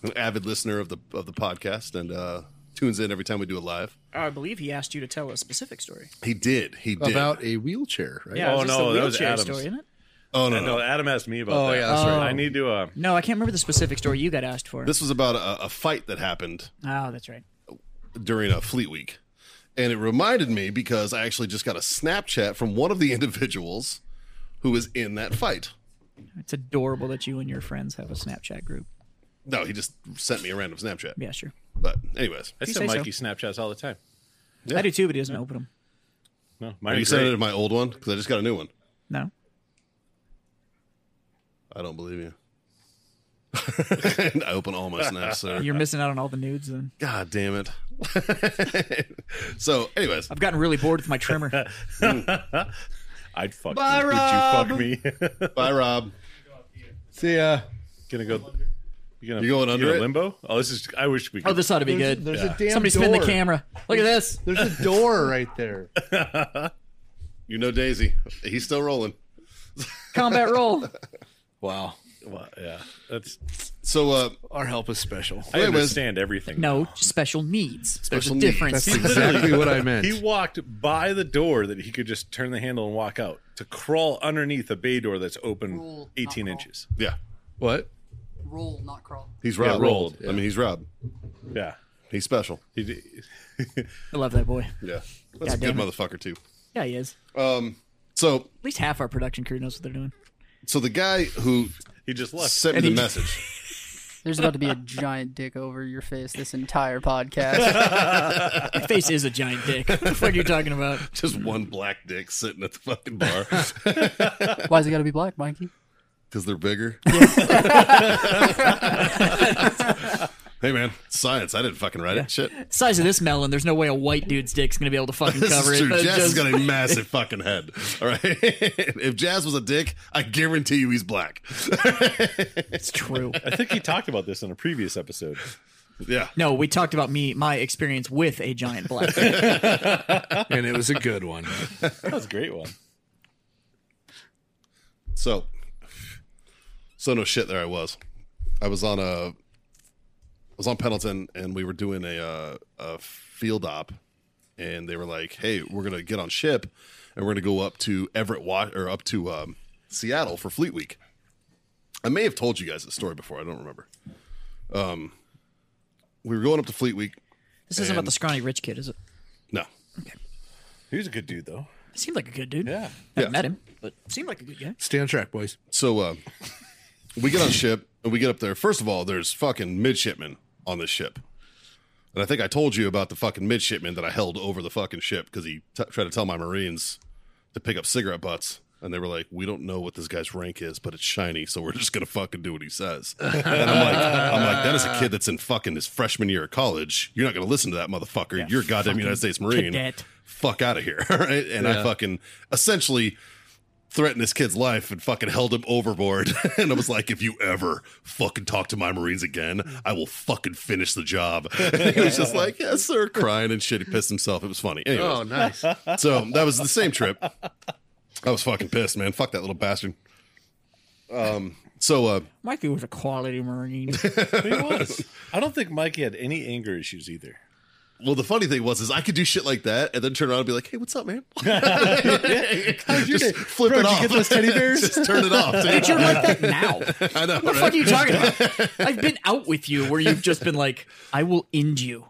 [SPEAKER 1] an avid listener of the of the podcast and uh, tunes in every time we do it live.
[SPEAKER 2] I believe he asked you to tell a specific story.
[SPEAKER 1] He did. He did.
[SPEAKER 4] About a wheelchair, right?
[SPEAKER 2] Yeah, it
[SPEAKER 3] Oh,
[SPEAKER 2] was just
[SPEAKER 3] no,
[SPEAKER 2] the
[SPEAKER 3] that was
[SPEAKER 2] wheelchair
[SPEAKER 3] Adam's.
[SPEAKER 2] story, isn't it?
[SPEAKER 1] oh no, no.
[SPEAKER 3] No, Adam asked me about
[SPEAKER 4] Oh,
[SPEAKER 3] that.
[SPEAKER 4] yeah, that's right.
[SPEAKER 3] I need to. Uh,
[SPEAKER 2] No, I can't remember the specific story you got asked for.
[SPEAKER 1] This was about a, a fight that happened
[SPEAKER 2] oh, that's right.
[SPEAKER 1] during a Fleet Week. And it reminded me because I actually just got a Snapchat from one of the individuals who was in that fight.
[SPEAKER 2] It's adorable that you and your friends have a Snapchat group.
[SPEAKER 1] No, he just sent me a random Snapchat.
[SPEAKER 2] Yeah, sure.
[SPEAKER 1] But anyways,
[SPEAKER 3] I
[SPEAKER 2] you
[SPEAKER 3] send
[SPEAKER 2] say so.
[SPEAKER 3] Mikey Snapchats all the time.
[SPEAKER 2] I do too, but he doesn't open them.
[SPEAKER 3] No,
[SPEAKER 1] are
[SPEAKER 3] mine
[SPEAKER 1] you
[SPEAKER 3] are
[SPEAKER 1] sending it
[SPEAKER 3] great.
[SPEAKER 1] to my old one? Because I just got a new one.
[SPEAKER 2] No.
[SPEAKER 1] I don't believe you. and I open all my snaps there.
[SPEAKER 2] You're missing out on all the nudes then.
[SPEAKER 1] God damn it. so, anyways,
[SPEAKER 2] I've gotten really bored with my trimmer.
[SPEAKER 3] I'd fuck
[SPEAKER 2] Bye,
[SPEAKER 3] you.
[SPEAKER 2] Rob.
[SPEAKER 3] Would you fuck me?
[SPEAKER 1] bye, Rob.
[SPEAKER 4] See, uh,
[SPEAKER 3] gonna go. You gonna,
[SPEAKER 1] You going
[SPEAKER 3] you
[SPEAKER 1] under
[SPEAKER 3] gonna
[SPEAKER 1] it?
[SPEAKER 3] limbo? Oh, this is. I wish we could.
[SPEAKER 2] Oh, this ought to be good.
[SPEAKER 4] there's
[SPEAKER 3] Yeah.
[SPEAKER 4] a damn
[SPEAKER 2] Somebody
[SPEAKER 4] door.
[SPEAKER 2] spin the camera. Look at this.
[SPEAKER 4] There's a door right there.
[SPEAKER 1] You know Daisy. He's still rolling.
[SPEAKER 2] Combat roll.
[SPEAKER 4] Wow,
[SPEAKER 3] Well, yeah, that's.
[SPEAKER 1] So, uh,
[SPEAKER 4] our help is special.
[SPEAKER 3] I
[SPEAKER 1] Wait, was-
[SPEAKER 3] understand everything.
[SPEAKER 2] No, special needs.
[SPEAKER 1] Special
[SPEAKER 2] There's a
[SPEAKER 1] needs.
[SPEAKER 2] difference.
[SPEAKER 4] That's exactly what I meant.
[SPEAKER 3] He walked by the door that he could just turn the handle and walk out to crawl underneath a bay door that's open
[SPEAKER 6] Roll, not
[SPEAKER 3] 18
[SPEAKER 6] crawl.
[SPEAKER 3] inches.
[SPEAKER 1] yeah,
[SPEAKER 4] What?
[SPEAKER 6] Roll, not crawl.
[SPEAKER 1] he's Rob.
[SPEAKER 3] rolled,
[SPEAKER 1] I mean, he's Rob.
[SPEAKER 3] Yeah.
[SPEAKER 1] He's special.
[SPEAKER 3] He d-
[SPEAKER 2] I love that boy.
[SPEAKER 1] Yeah. That's a
[SPEAKER 2] God
[SPEAKER 1] good
[SPEAKER 2] damn it.
[SPEAKER 1] motherfucker, too.
[SPEAKER 2] Yeah, he is.
[SPEAKER 1] So,
[SPEAKER 2] At least half our production crew knows what they're doing.
[SPEAKER 1] so the guy who
[SPEAKER 3] he just left.
[SPEAKER 1] sent me
[SPEAKER 2] And
[SPEAKER 1] the
[SPEAKER 2] he-
[SPEAKER 1] message,
[SPEAKER 6] There's about to be a giant dick over your face this entire podcast.
[SPEAKER 2] My face is a giant dick. What the fuck are you talking about?
[SPEAKER 1] just one black dick sitting at the fucking bar
[SPEAKER 6] Why's it got to be black, Mikey?
[SPEAKER 1] because they're bigger. hey, man, science. I didn't fucking write it. Shit.
[SPEAKER 2] Size of this melon, there's no way a white dude's dick's gonna be able to fucking
[SPEAKER 1] This
[SPEAKER 2] cover
[SPEAKER 1] is
[SPEAKER 2] it.
[SPEAKER 1] true.
[SPEAKER 2] That's
[SPEAKER 1] Jazz has
[SPEAKER 2] just-
[SPEAKER 1] got a massive fucking head. All right. if Jazz was a dick, I guarantee you he's black.
[SPEAKER 2] It's true.
[SPEAKER 3] I think he talked about this in a previous episode.
[SPEAKER 1] yeah.
[SPEAKER 2] No, we talked about me my experience with a giant black. dick.
[SPEAKER 4] And it was a good one.
[SPEAKER 3] That was a great one.
[SPEAKER 1] So, so no shit. There I was. I was on a, I was on Pendleton, and we were doing a uh, a field op, and they were like, "Hey, we're gonna get on ship, and we're gonna go up to Everett, Wa- or up to um, Seattle for Fleet Week." I may have told you guys this story before. I don't remember. Um, we were going up to Fleet Week.
[SPEAKER 2] This isn't about
[SPEAKER 1] And-
[SPEAKER 2] the scrawny rich kid, is it?
[SPEAKER 1] No,
[SPEAKER 3] He was a good dude, though.
[SPEAKER 2] He seemed like a good dude.
[SPEAKER 3] Yeah.
[SPEAKER 2] I
[SPEAKER 1] Yeah.
[SPEAKER 2] met him, but seemed like a good guy.
[SPEAKER 4] Stay on track, boys.
[SPEAKER 1] So uh, we get on ship and we get up there. First of all, there's fucking midshipmen on this ship. And I think I told you about the fucking midshipman that I held over the fucking ship because he t- tried to tell my Marines to pick up cigarette butts. And they were like, we don't know what this guy's rank is, but it's shiny, so we're just gonna fucking do what he says. And I'm like, I'm like, that is a kid that's in fucking his freshman year of college. You're not gonna listen to that motherfucker. You're a goddamn United States Marine.
[SPEAKER 2] cadet.
[SPEAKER 1] Fuck out of here. All right. And I fucking essentially threatened this kid's life and fucking held him overboard. and I was like, if you ever fucking talk to my Marines again, I will fucking finish the job. And he was just like, yes, sir, crying and shit. He pissed himself. It was funny. Anyways,
[SPEAKER 7] Oh, nice.
[SPEAKER 1] so that was the same trip. I was fucking pissed, man. Fuck that little bastard. Um, so uh,
[SPEAKER 2] Mikey was a quality Marine.
[SPEAKER 3] He was. I don't think Mikey had any anger issues either.
[SPEAKER 1] well, the funny thing was, is I could do shit like that and then turn around and be like, "Hey, what's up, man?" just flip
[SPEAKER 3] Bro,
[SPEAKER 1] it
[SPEAKER 3] did you
[SPEAKER 1] off.
[SPEAKER 3] get those teddy bears?
[SPEAKER 1] just turn it off. Dude.
[SPEAKER 2] You're like that now.
[SPEAKER 1] I know.
[SPEAKER 2] What the fuck are you talking about? I've been out with you where you've just been like, I will end you.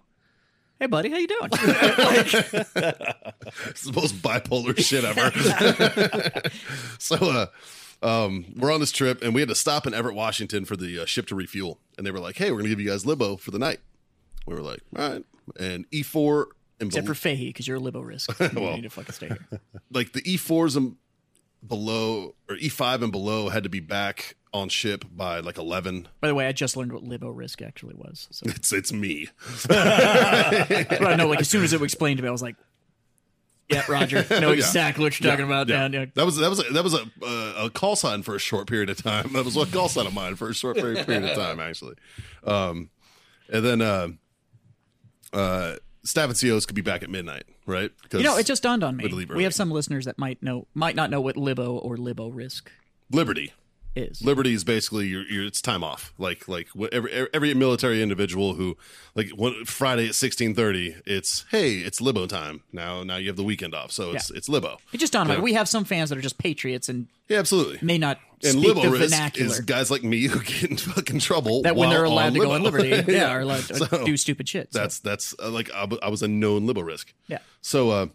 [SPEAKER 2] Hey, buddy, how you doing? Like,
[SPEAKER 1] It's the most bipolar shit ever. so, uh, um, we're on this trip and we had to stop in Everett, Washington for the uh, ship to refuel. And they were like, hey, we're going to give you guys Libo for the night. We were like, all right. And E4, and
[SPEAKER 2] except
[SPEAKER 1] bel-
[SPEAKER 2] for Fahey, because you're a libo risk. You
[SPEAKER 1] Well.
[SPEAKER 2] need to fucking stay here.
[SPEAKER 1] like the E4s and below, or E5 and below had to be back on ship by like 11.
[SPEAKER 2] By the way, I just learned what libo risk actually was. So,
[SPEAKER 1] It's, it's me.
[SPEAKER 2] but I know, like, as soon as it was explained to me, I was like, yeah, Roger, know exactly what you're talking about. Yeah, yeah.
[SPEAKER 1] That was that was a, that was a uh, a call sign for a short period of time. That was a call sign of mine for a short period, period of time, actually. Um, and then uh, uh, staff and COs could be back at midnight, right? Because
[SPEAKER 2] You know, it just dawned on me.
[SPEAKER 1] Would leave
[SPEAKER 2] We
[SPEAKER 1] early.
[SPEAKER 2] have some listeners that might know, might not know what libo or libo risk
[SPEAKER 1] liberty.
[SPEAKER 2] is.
[SPEAKER 1] Liberty is basically your, your it's time off. Like like wh- every every military individual who like one, Friday at sixteen thirty, it's hey, it's libo time now. Now you have the weekend off, so it's it's libo.
[SPEAKER 2] It just dawned on
[SPEAKER 1] Yeah.
[SPEAKER 2] me. We have some fans that are just patriots and
[SPEAKER 1] Yeah, absolutely.
[SPEAKER 2] may not
[SPEAKER 1] and
[SPEAKER 2] speak
[SPEAKER 1] libo
[SPEAKER 2] the
[SPEAKER 1] risk
[SPEAKER 2] vernacular.
[SPEAKER 1] is guys like me who get in fucking trouble
[SPEAKER 2] that
[SPEAKER 1] while
[SPEAKER 2] when they're
[SPEAKER 1] on
[SPEAKER 2] allowed to go
[SPEAKER 1] libo.
[SPEAKER 2] on liberty, yeah, are allowed to
[SPEAKER 1] So,
[SPEAKER 2] do stupid shit. So,
[SPEAKER 1] That's that's uh, like I, w- I was a known libo risk.
[SPEAKER 2] yeah.
[SPEAKER 1] So uh,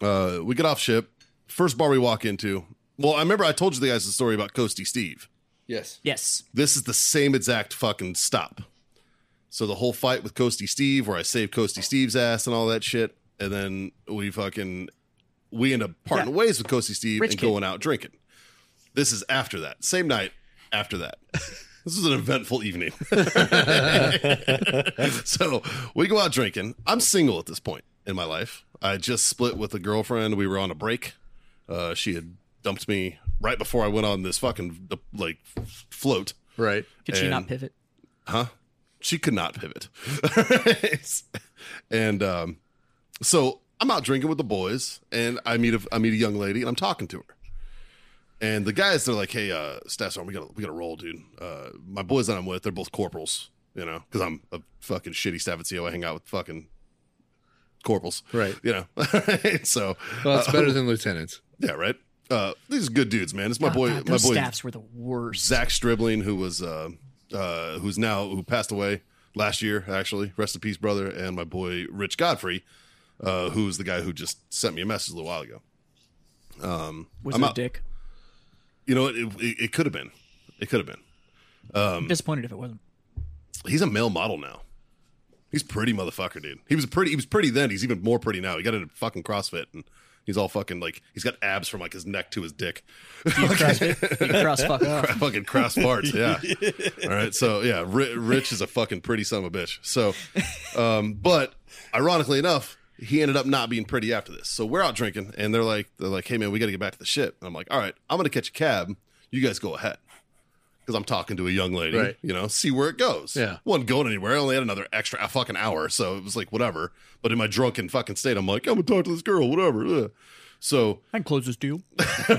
[SPEAKER 1] uh, we get off ship. First bar we walk into. Well, I remember I told you the guys the story about Coasty Steve.
[SPEAKER 7] Yes.
[SPEAKER 2] Yes.
[SPEAKER 1] This is the same exact fucking stop. So the whole fight with Coasty Steve, where I saved Coasty Steve's ass and all that shit, and then we fucking we end up parting ways with Coasty Steve
[SPEAKER 2] Rich
[SPEAKER 1] and
[SPEAKER 2] kid.
[SPEAKER 1] going out drinking. This is after that. Same night after that. this was an eventful evening. so we go out drinking. I'm single at this point in my life. I just split with a girlfriend. We were on a break. Uh, she had dumped me right before I went on this fucking like float.
[SPEAKER 7] Right.
[SPEAKER 2] Could she not
[SPEAKER 1] And-
[SPEAKER 2] pivot?
[SPEAKER 1] She could not pivot. and um, so I'm out drinking with the boys, and I meet a I meet a young lady, and I'm talking to her. And the guys, they're like, "Hey, uh, Staff Sergeant, we gotta we gotta roll, dude. Uh, my boys that I'm with, they're both corporals, you know, because I'm a fucking shitty staff at CO. I hang out with fucking corporals,
[SPEAKER 4] Right.
[SPEAKER 1] You know, so
[SPEAKER 4] Well, it's better than lieutenants.
[SPEAKER 1] yeah, right. Uh, these are good dudes, man. It's my
[SPEAKER 2] Oh,
[SPEAKER 1] boy,
[SPEAKER 2] God,
[SPEAKER 1] my
[SPEAKER 2] those
[SPEAKER 1] boy
[SPEAKER 2] staffs were the worst.
[SPEAKER 1] Zach Stribling, who was uh, uh, who's now who passed away last year, actually. Rest in peace, brother. And my boy Rich Godfrey, uh, who's the guy who just sent me a message a little while ago.
[SPEAKER 2] was
[SPEAKER 1] I'm
[SPEAKER 2] a
[SPEAKER 1] out.
[SPEAKER 2] dick.
[SPEAKER 1] You know, what? it, it, it could have been, it could have been. Um,
[SPEAKER 2] I'm disappointed if it wasn't.
[SPEAKER 1] He's a male model now. He's pretty motherfucker, dude. He was pretty. He was pretty then. He's even more pretty now. He got into fucking CrossFit, and he's all fucking like he's got abs from like his neck to his dick.
[SPEAKER 2] You cross fuck off.
[SPEAKER 1] fucking cross parts. Yeah. All right. So yeah, Ri Rich is a fucking pretty son of a bitch. So, um, but ironically enough, he ended up not being pretty after this. So we're out drinking, and they're like, they're like, hey man, we got to get back to the ship. And I'm like, all right, I'm gonna catch a cab. You guys go ahead. Because I'm talking to a young lady,
[SPEAKER 4] Right.
[SPEAKER 1] you know, see where it goes.
[SPEAKER 4] Yeah.
[SPEAKER 1] wasn't going anywhere. I only had another extra fucking hour, so it was like whatever. But in my drunken fucking state, I'm like, I'm gonna talk to this girl, whatever. Ugh. So,
[SPEAKER 2] I can close this deal.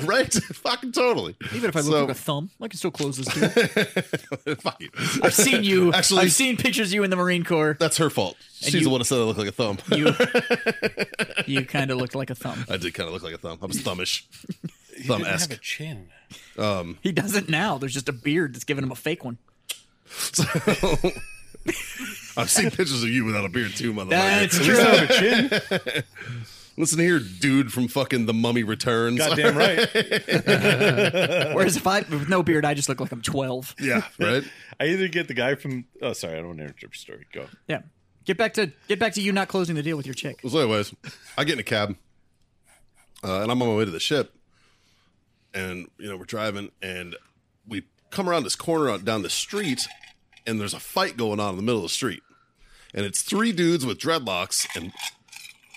[SPEAKER 1] right, fucking totally.
[SPEAKER 2] Even if I look
[SPEAKER 1] So-
[SPEAKER 2] like a thumb, I can still close this deal.
[SPEAKER 1] fuck you.
[SPEAKER 2] I've seen you.
[SPEAKER 1] Actually-
[SPEAKER 2] I've seen pictures of you in the Marine Corps.
[SPEAKER 1] That's her fault. She's
[SPEAKER 2] you-
[SPEAKER 1] the one that said I look like a thumb.
[SPEAKER 2] You, you kind of looked like a thumb.
[SPEAKER 1] I did kind of look like a thumb. I was thumbish,
[SPEAKER 3] He
[SPEAKER 1] thumb
[SPEAKER 3] didn't have
[SPEAKER 1] esque.
[SPEAKER 3] a chin.
[SPEAKER 2] He doesn't now. There's just a beard that's giving him a fake one.
[SPEAKER 1] I've seen pictures of you without a beard too, motherfucker.
[SPEAKER 2] That's true.
[SPEAKER 1] Listen here, dude from fucking The Mummy Returns.
[SPEAKER 3] Goddamn right.
[SPEAKER 2] Whereas if I with no beard, I just look like I'm 12.
[SPEAKER 1] yeah, right.
[SPEAKER 3] I either get the guy from. Oh, sorry, I don't want to interrupt your story. Go.
[SPEAKER 2] Yeah. Get back to get back to you not closing the deal with your chick.
[SPEAKER 1] So, anyways, I get in a cab, uh, and I'm on my way to the ship, and you know we're driving, and we come around this corner out down the street, and there's a fight going on in the middle of the street, and it's three dudes with dreadlocks, and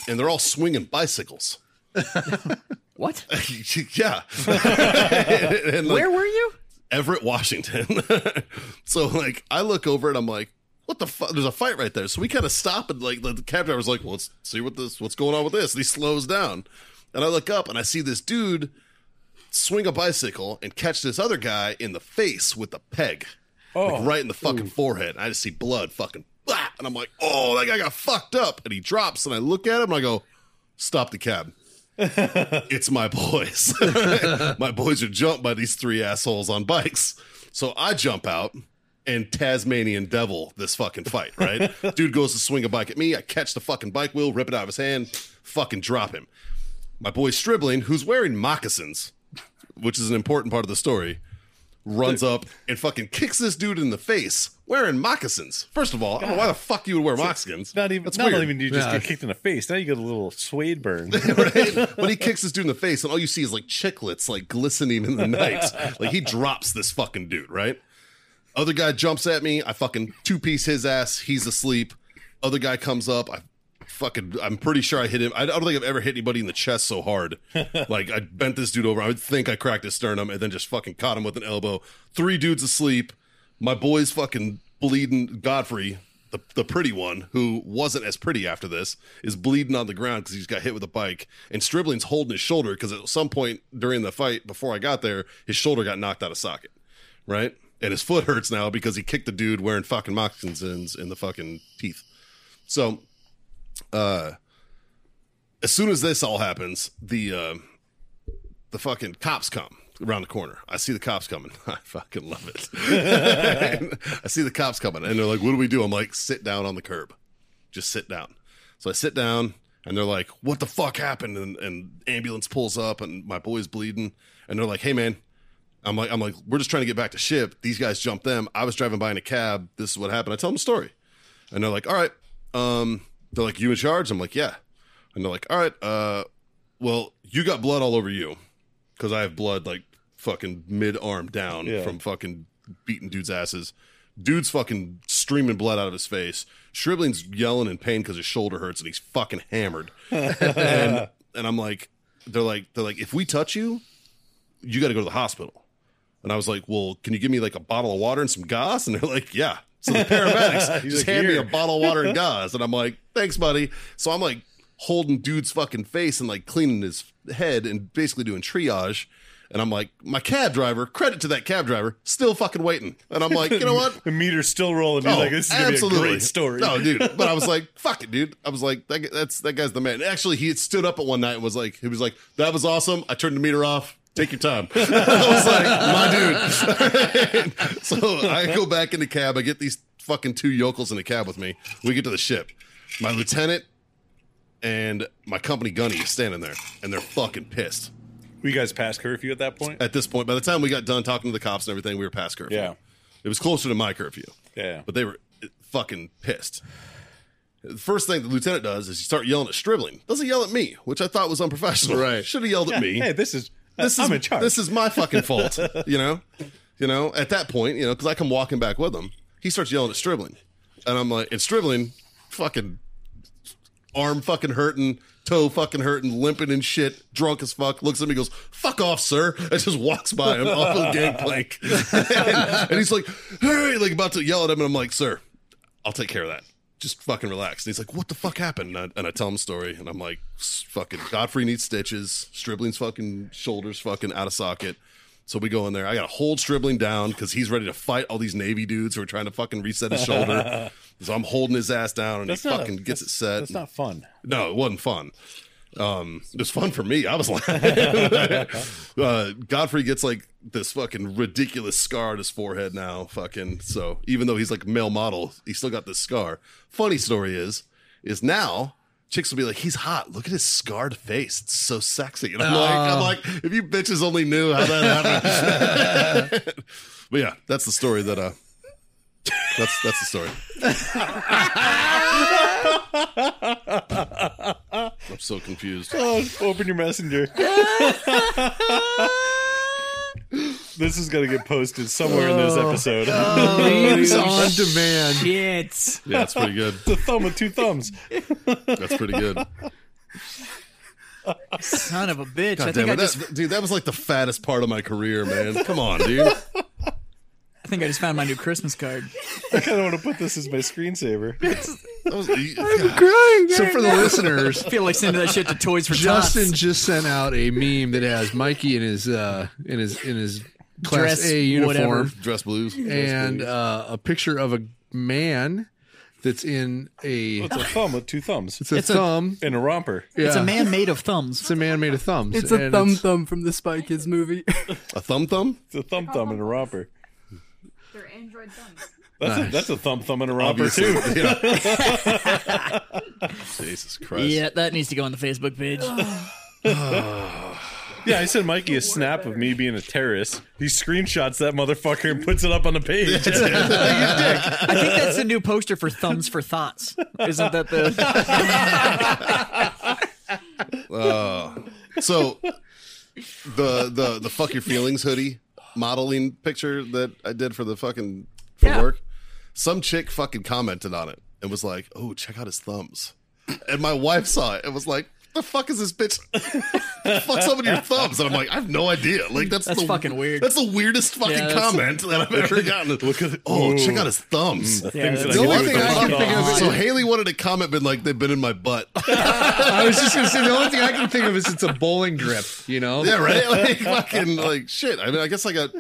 [SPEAKER 1] and they're all swinging bicycles.
[SPEAKER 2] What?
[SPEAKER 1] yeah. And- and, like,
[SPEAKER 2] Where were you?
[SPEAKER 1] Everett, Washington. so like I look over and I'm like, what the fuck? There's a fight right there. So we kind of stop and like the cab driver's like, well, let's see what this what's going on with this. And he slows down. And I look up and I see this dude swing a bicycle and catch this other guy in the face with a peg.
[SPEAKER 2] Oh.
[SPEAKER 1] Like right in the fucking forehead. And I just see blood fucking blah, and I'm like, oh, that guy got fucked up. And he drops and I look at him and I go, stop the cab it's my boys. my boys are jumped by these three assholes on bikes. So I jump out and Tasmanian devil this fucking fight, right? Dude goes to swing a bike at me. I catch the fucking bike wheel, rip it out of his hand, fucking drop him. My boy Stribling, who's wearing moccasins, which is an important part of the story, runs up and fucking kicks this dude in the face wearing moccasins. First of all, I don't know why the fuck you would wear moccasins.
[SPEAKER 3] It's not even.
[SPEAKER 1] That's
[SPEAKER 3] not
[SPEAKER 1] weird.
[SPEAKER 3] even you just
[SPEAKER 4] Yeah.
[SPEAKER 3] get kicked in the face. Now you get a little suede burn.
[SPEAKER 1] right? But he kicks this dude in the face, and all you see is like chiclets like glistening in the night. Like he drops this fucking dude, right? Other guy jumps at me. I fucking two piece his ass. He's asleep. Other guy comes up. I fucking, I'm pretty sure I hit him. I don't think I've ever hit anybody in the chest so hard. Like I bent this dude over. I would think I cracked his sternum and then just fucking caught him with an elbow. Three dudes asleep. My boy's fucking bleeding. Godfrey, the, the pretty one, who wasn't as pretty after this, is bleeding on the ground because he's got hit with a bike. And Stribling's holding his shoulder because at some point during the fight, before I got there, his shoulder got knocked out of socket right? And his foot hurts now because he kicked the dude wearing fucking moccasins in the fucking teeth. So, uh, as soon as this all happens, the uh, the fucking cops come around the corner. I see the cops coming. I fucking love it. I see the cops coming, and they're like, "What do we do?" I'm like, "Sit down on the curb. Just sit down." So I sit down, and they're like, "What the fuck happened?" And, and ambulance pulls up, and my boy's bleeding, and they're like, "Hey, man." I'm like, I'm like, we're just trying to get back to ship. These guys jumped them. I was driving by in a cab. This is what happened. I tell them the story. And they're like, all right. Um, they're like, you in charge? I'm like, yeah. And they're like, all right. Uh, well, you got blood all over you because I have blood like fucking mid arm down
[SPEAKER 3] Yeah.
[SPEAKER 1] from fucking beating dudes' asses. Dude's fucking streaming blood out of his face. Shribling's yelling in pain because his shoulder hurts and he's fucking hammered. and, and I'm like, they're like, they're like, if we touch you, you got to go to the hospital. And I was like, well, can you give me like a bottle of water and some gauze? And they're like, yeah. So the paramedics
[SPEAKER 3] He's
[SPEAKER 1] just
[SPEAKER 3] like,
[SPEAKER 1] hand me
[SPEAKER 3] "Here."
[SPEAKER 1] a bottle of water and gauze. And I'm like, thanks, buddy. So I'm like holding dude's fucking face and like cleaning his head and basically doing triage. And I'm like, my cab driver, credit to that cab driver, still fucking waiting. And I'm like, you know what?
[SPEAKER 3] the meter's still rolling. He's
[SPEAKER 1] Oh,
[SPEAKER 3] like, this is gonna be a great story.
[SPEAKER 1] No, dude. But I was like, fuck it, dude. I was like, that, that's that guy's the man. Actually, he had stood up at one night and was like, he was like, that was awesome. I turned the meter off. Take your time. I was like, my dude. so I go back in the cab. I get these fucking two yokels in the cab with me. We get to the ship. My lieutenant and my company gunny is standing there, and they're fucking pissed.
[SPEAKER 3] we guys passed curfew at that point.
[SPEAKER 1] At this point, by the time we got done talking to the cops and everything, we were past curfew.
[SPEAKER 3] Yeah.
[SPEAKER 1] It was closer to my curfew
[SPEAKER 3] Yeah.
[SPEAKER 1] but they were fucking pissed. The first thing the lieutenant does is he start yelling at Stribling. Doesn't yell at me, which I thought was unprofessional. Right? Should have yelled at me.
[SPEAKER 3] Hey, this is
[SPEAKER 1] this
[SPEAKER 3] I'm
[SPEAKER 1] is
[SPEAKER 3] in charge.
[SPEAKER 1] This is my fucking fault. you know, you know. At that point, you know, because I come walking back with him, he starts yelling at Stribling, and I'm like, and Stribling, fucking arm fucking hurting, toe fucking hurting, limping and shit, drunk as fuck, looks at me, goes, fuck off, sir. And just walks by him off of the gangplank. and, and he's like, hey, like about to yell at him. And I'm like, sir, I'll take care of that. Just fucking relax. And he's like, what the fuck happened? And I, and I tell him the story. And I'm like, "S- fucking Godfrey needs stitches. Stribling's fucking shoulders fucking out of socket. So we go in there. I got to hold Stribling down because he's ready to fight all these Navy dudes who are trying to fucking reset his shoulder. so I'm holding his ass down and he fucking gets it set.
[SPEAKER 3] That's not fun.
[SPEAKER 1] No, it wasn't fun. Um, it was fun for me. I was laughing. uh, Godfrey gets like this fucking ridiculous scar on his forehead now. Fucking so, even though he's like male model, he's still got this scar. Funny story is, is now chicks will be like, he's hot. Look at his scarred face. It's so sexy. And I'm like, I'm like, if you bitches only knew how that happened. but yeah, that's the story that uh, that's that's the story. I'm so confused.
[SPEAKER 3] Oh, open your messenger. this is gonna get posted somewhere in
[SPEAKER 1] Oh.
[SPEAKER 3] this episode.
[SPEAKER 4] on demand.
[SPEAKER 2] Shit.
[SPEAKER 1] Yeah, that's pretty good.
[SPEAKER 3] the thumb with two thumbs.
[SPEAKER 1] That's pretty good.
[SPEAKER 2] Son of a bitch. I
[SPEAKER 1] God
[SPEAKER 2] think
[SPEAKER 1] damn
[SPEAKER 2] I
[SPEAKER 1] it,
[SPEAKER 2] just
[SPEAKER 1] that, dude! That was like the fattest part of my career, man. Come on, dude.
[SPEAKER 2] I think I just found my new Christmas card.
[SPEAKER 3] I kind of want to put this as my screensaver.
[SPEAKER 1] That was, I'm crying so for the listeners,
[SPEAKER 2] I feel like sending that shit to Toys for
[SPEAKER 4] Justin
[SPEAKER 2] Tots.
[SPEAKER 4] just sent out a meme that has Mikey in his uh in his in his class
[SPEAKER 2] Dress,
[SPEAKER 4] A uniform
[SPEAKER 2] whatever.
[SPEAKER 1] dress blues, dress
[SPEAKER 4] and
[SPEAKER 1] blues.
[SPEAKER 4] uh, a picture of a man that's in a
[SPEAKER 3] It's a thumb with two thumbs
[SPEAKER 4] it's a
[SPEAKER 2] it's a-
[SPEAKER 4] thumb.
[SPEAKER 3] and a romper.
[SPEAKER 4] yeah.
[SPEAKER 2] It's a man made of
[SPEAKER 4] It's
[SPEAKER 2] thumbs.
[SPEAKER 4] a man made of thumbs.
[SPEAKER 6] It's a
[SPEAKER 4] and
[SPEAKER 6] thumb thumb from the Spy Kids movie.
[SPEAKER 1] a thumb thumb.
[SPEAKER 3] It's a thumb thumb and a romper.
[SPEAKER 7] They're Android thumbs.
[SPEAKER 3] That's, a, that's a thumb thumb and a romper
[SPEAKER 1] Obviously,
[SPEAKER 3] too.
[SPEAKER 1] yeah. Jesus Christ!
[SPEAKER 2] Yeah, that needs to go on the Facebook page.
[SPEAKER 3] Yeah, I sent Mikey a snap of me being a terrorist. He screenshots that motherfucker and puts it up on the page.
[SPEAKER 2] I think that's the new poster for Thumbs for Thoughts. Isn't that the
[SPEAKER 1] Uh, So the the the fuck your feelings hoodie modeling picture that I did for the fucking for
[SPEAKER 2] Yeah.
[SPEAKER 1] work. Some chick fucking commented on it and was like, "Oh, check out his thumbs." And my wife saw it and was like, "The fuck is this bitch? the fuck's up with your thumbs?" And I'm like, "I have no idea. Like that's
[SPEAKER 2] That's
[SPEAKER 1] the,
[SPEAKER 2] fucking weird.
[SPEAKER 1] That's the weirdest fucking
[SPEAKER 2] Yeah, that's-
[SPEAKER 1] comment that I've ever gotten. Look at oh, check out his thumbs."
[SPEAKER 2] Yeah,
[SPEAKER 3] that
[SPEAKER 2] that's-
[SPEAKER 3] I
[SPEAKER 1] The
[SPEAKER 3] do
[SPEAKER 1] only
[SPEAKER 3] with
[SPEAKER 1] thing
[SPEAKER 3] the
[SPEAKER 1] I can
[SPEAKER 3] thumb.
[SPEAKER 1] think of is so Haley wanted to comment, been like, "They've been in my butt."
[SPEAKER 4] I was just gonna say the only thing I can think of is it's a bowling grip. You know,
[SPEAKER 1] Yeah, right. Like fucking like shit. I mean, I guess I got.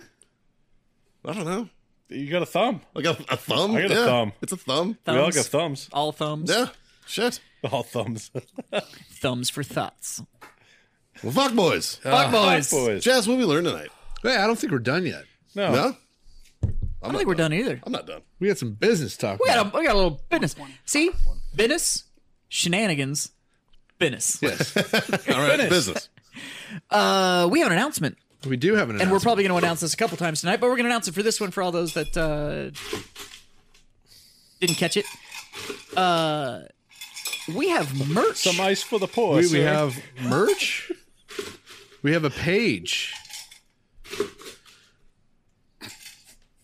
[SPEAKER 1] I don't know.
[SPEAKER 3] You got a thumb.
[SPEAKER 1] I got a thumb.
[SPEAKER 3] I got a
[SPEAKER 1] Yeah.
[SPEAKER 3] thumb.
[SPEAKER 1] It's a thumb.
[SPEAKER 3] We all
[SPEAKER 2] Thumbs.
[SPEAKER 3] got thumbs.
[SPEAKER 2] all thumbs?
[SPEAKER 1] Yeah. Shit.
[SPEAKER 3] All thumbs.
[SPEAKER 2] Thumbs for Thoughts.
[SPEAKER 1] Well, fuck boys.
[SPEAKER 2] Fuck boys.
[SPEAKER 3] Boys.
[SPEAKER 1] Jazz, what we learn tonight?
[SPEAKER 4] Hey, I don't think we're done yet.
[SPEAKER 3] No.
[SPEAKER 1] No,
[SPEAKER 2] I don't think we're done either.
[SPEAKER 1] I'm not done.
[SPEAKER 4] We got some business talk.
[SPEAKER 2] We got a, we got a little business. See? Business, shenanigans, business.
[SPEAKER 1] All right, business.
[SPEAKER 2] Uh, we have an announcement.
[SPEAKER 4] We do have
[SPEAKER 2] and we're
[SPEAKER 4] an announcement.
[SPEAKER 2] probably going to announce this a couple times tonight, but we're going to announce it for this one for all those that uh, didn't catch it. Uh, we have merch.
[SPEAKER 3] Some ice for the poor.
[SPEAKER 4] we, we
[SPEAKER 3] sir.
[SPEAKER 4] have merch. We have a page.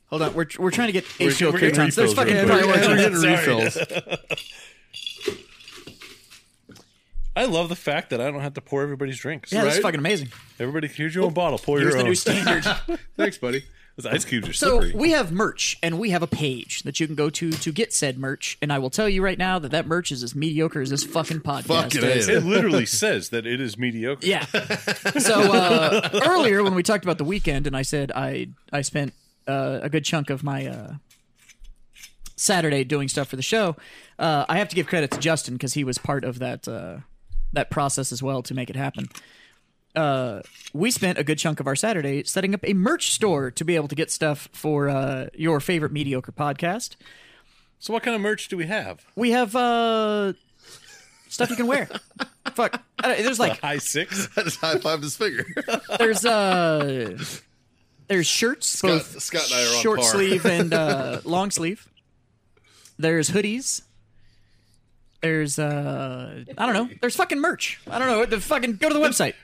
[SPEAKER 2] Hold on, we're, we're trying to get H2O
[SPEAKER 3] we're getting
[SPEAKER 2] croutons. There's
[SPEAKER 3] refills
[SPEAKER 2] fucking
[SPEAKER 3] real
[SPEAKER 4] We're
[SPEAKER 2] fireworks.
[SPEAKER 4] getting
[SPEAKER 3] Sorry.
[SPEAKER 4] refills.
[SPEAKER 3] I love the fact that I don't have to pour everybody's drinks.
[SPEAKER 2] Yeah, that's
[SPEAKER 4] right?
[SPEAKER 2] fucking amazing.
[SPEAKER 3] Everybody, here's your own bottle. Pour
[SPEAKER 2] Oh, Here's
[SPEAKER 3] your
[SPEAKER 2] the
[SPEAKER 3] own.
[SPEAKER 2] new standard.
[SPEAKER 4] Thanks, buddy.
[SPEAKER 3] Those ice cubes are
[SPEAKER 2] So
[SPEAKER 3] slippery.
[SPEAKER 2] we have merch, and we have a page that you can go to to get said merch. And I will tell you right now that that merch is as mediocre as this fucking podcast.
[SPEAKER 1] Fucking
[SPEAKER 2] is.
[SPEAKER 1] A.
[SPEAKER 3] it literally says that it is mediocre.
[SPEAKER 2] Yeah. So uh, earlier when we talked about the weekend, and I said I I spent uh, a good chunk of my uh, Saturday doing stuff for the show. Uh, I have to give credit to Justin because he was part of that uh, that process as well to make it happen. Uh, we spent a good chunk of our Saturday setting up a merch store to be able to get stuff for uh, your favorite mediocre podcast.
[SPEAKER 3] So what kind of merch do we have?
[SPEAKER 2] We have uh, stuff you can wear. Fuck, I don't- there's like
[SPEAKER 3] High
[SPEAKER 2] Uh,
[SPEAKER 3] six.
[SPEAKER 1] I just high fived his finger.
[SPEAKER 2] there's uh there's shirts both
[SPEAKER 1] Scott and I are on
[SPEAKER 2] short
[SPEAKER 1] par.
[SPEAKER 2] sleeve and uh long sleeve there's hoodies there's uh i don't know there's fucking merch i don't know what the fucking go to the website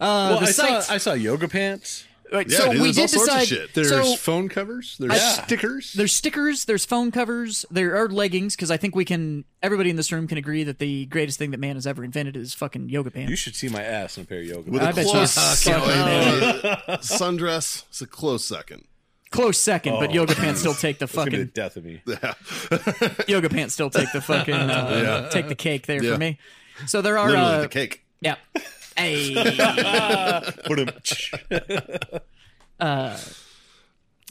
[SPEAKER 2] uh
[SPEAKER 3] Well,
[SPEAKER 2] the
[SPEAKER 3] I
[SPEAKER 2] site
[SPEAKER 3] saw, I saw yoga pants.
[SPEAKER 2] Right,
[SPEAKER 1] Yeah,
[SPEAKER 2] so
[SPEAKER 1] dude,
[SPEAKER 2] we
[SPEAKER 1] there's all
[SPEAKER 2] did
[SPEAKER 1] sorts of
[SPEAKER 2] decide
[SPEAKER 1] shit.
[SPEAKER 4] There's
[SPEAKER 2] so
[SPEAKER 4] phone covers. There's
[SPEAKER 3] Yeah.
[SPEAKER 4] stickers.
[SPEAKER 2] there's stickers there's phone covers there are leggings because i think we can everybody in this room can agree that the greatest thing that man has ever invented is fucking yoga pants
[SPEAKER 3] You should see my ass in a pair of yoga
[SPEAKER 1] With
[SPEAKER 3] pants.
[SPEAKER 1] a
[SPEAKER 2] I bet you
[SPEAKER 1] close
[SPEAKER 2] suck
[SPEAKER 1] second.
[SPEAKER 2] at
[SPEAKER 1] sundress. It's a close second.
[SPEAKER 2] close second
[SPEAKER 1] Oh.
[SPEAKER 2] but yoga pants still take the
[SPEAKER 3] It's gonna be
[SPEAKER 2] fucking
[SPEAKER 3] the death of me.
[SPEAKER 2] yoga pants still take the fucking uh,
[SPEAKER 1] Yeah.
[SPEAKER 2] take the cake there
[SPEAKER 1] Yeah.
[SPEAKER 2] for me. So there are
[SPEAKER 1] Literally
[SPEAKER 2] uh,
[SPEAKER 1] the cake.
[SPEAKER 2] yeah. Hey,
[SPEAKER 3] Put 'em-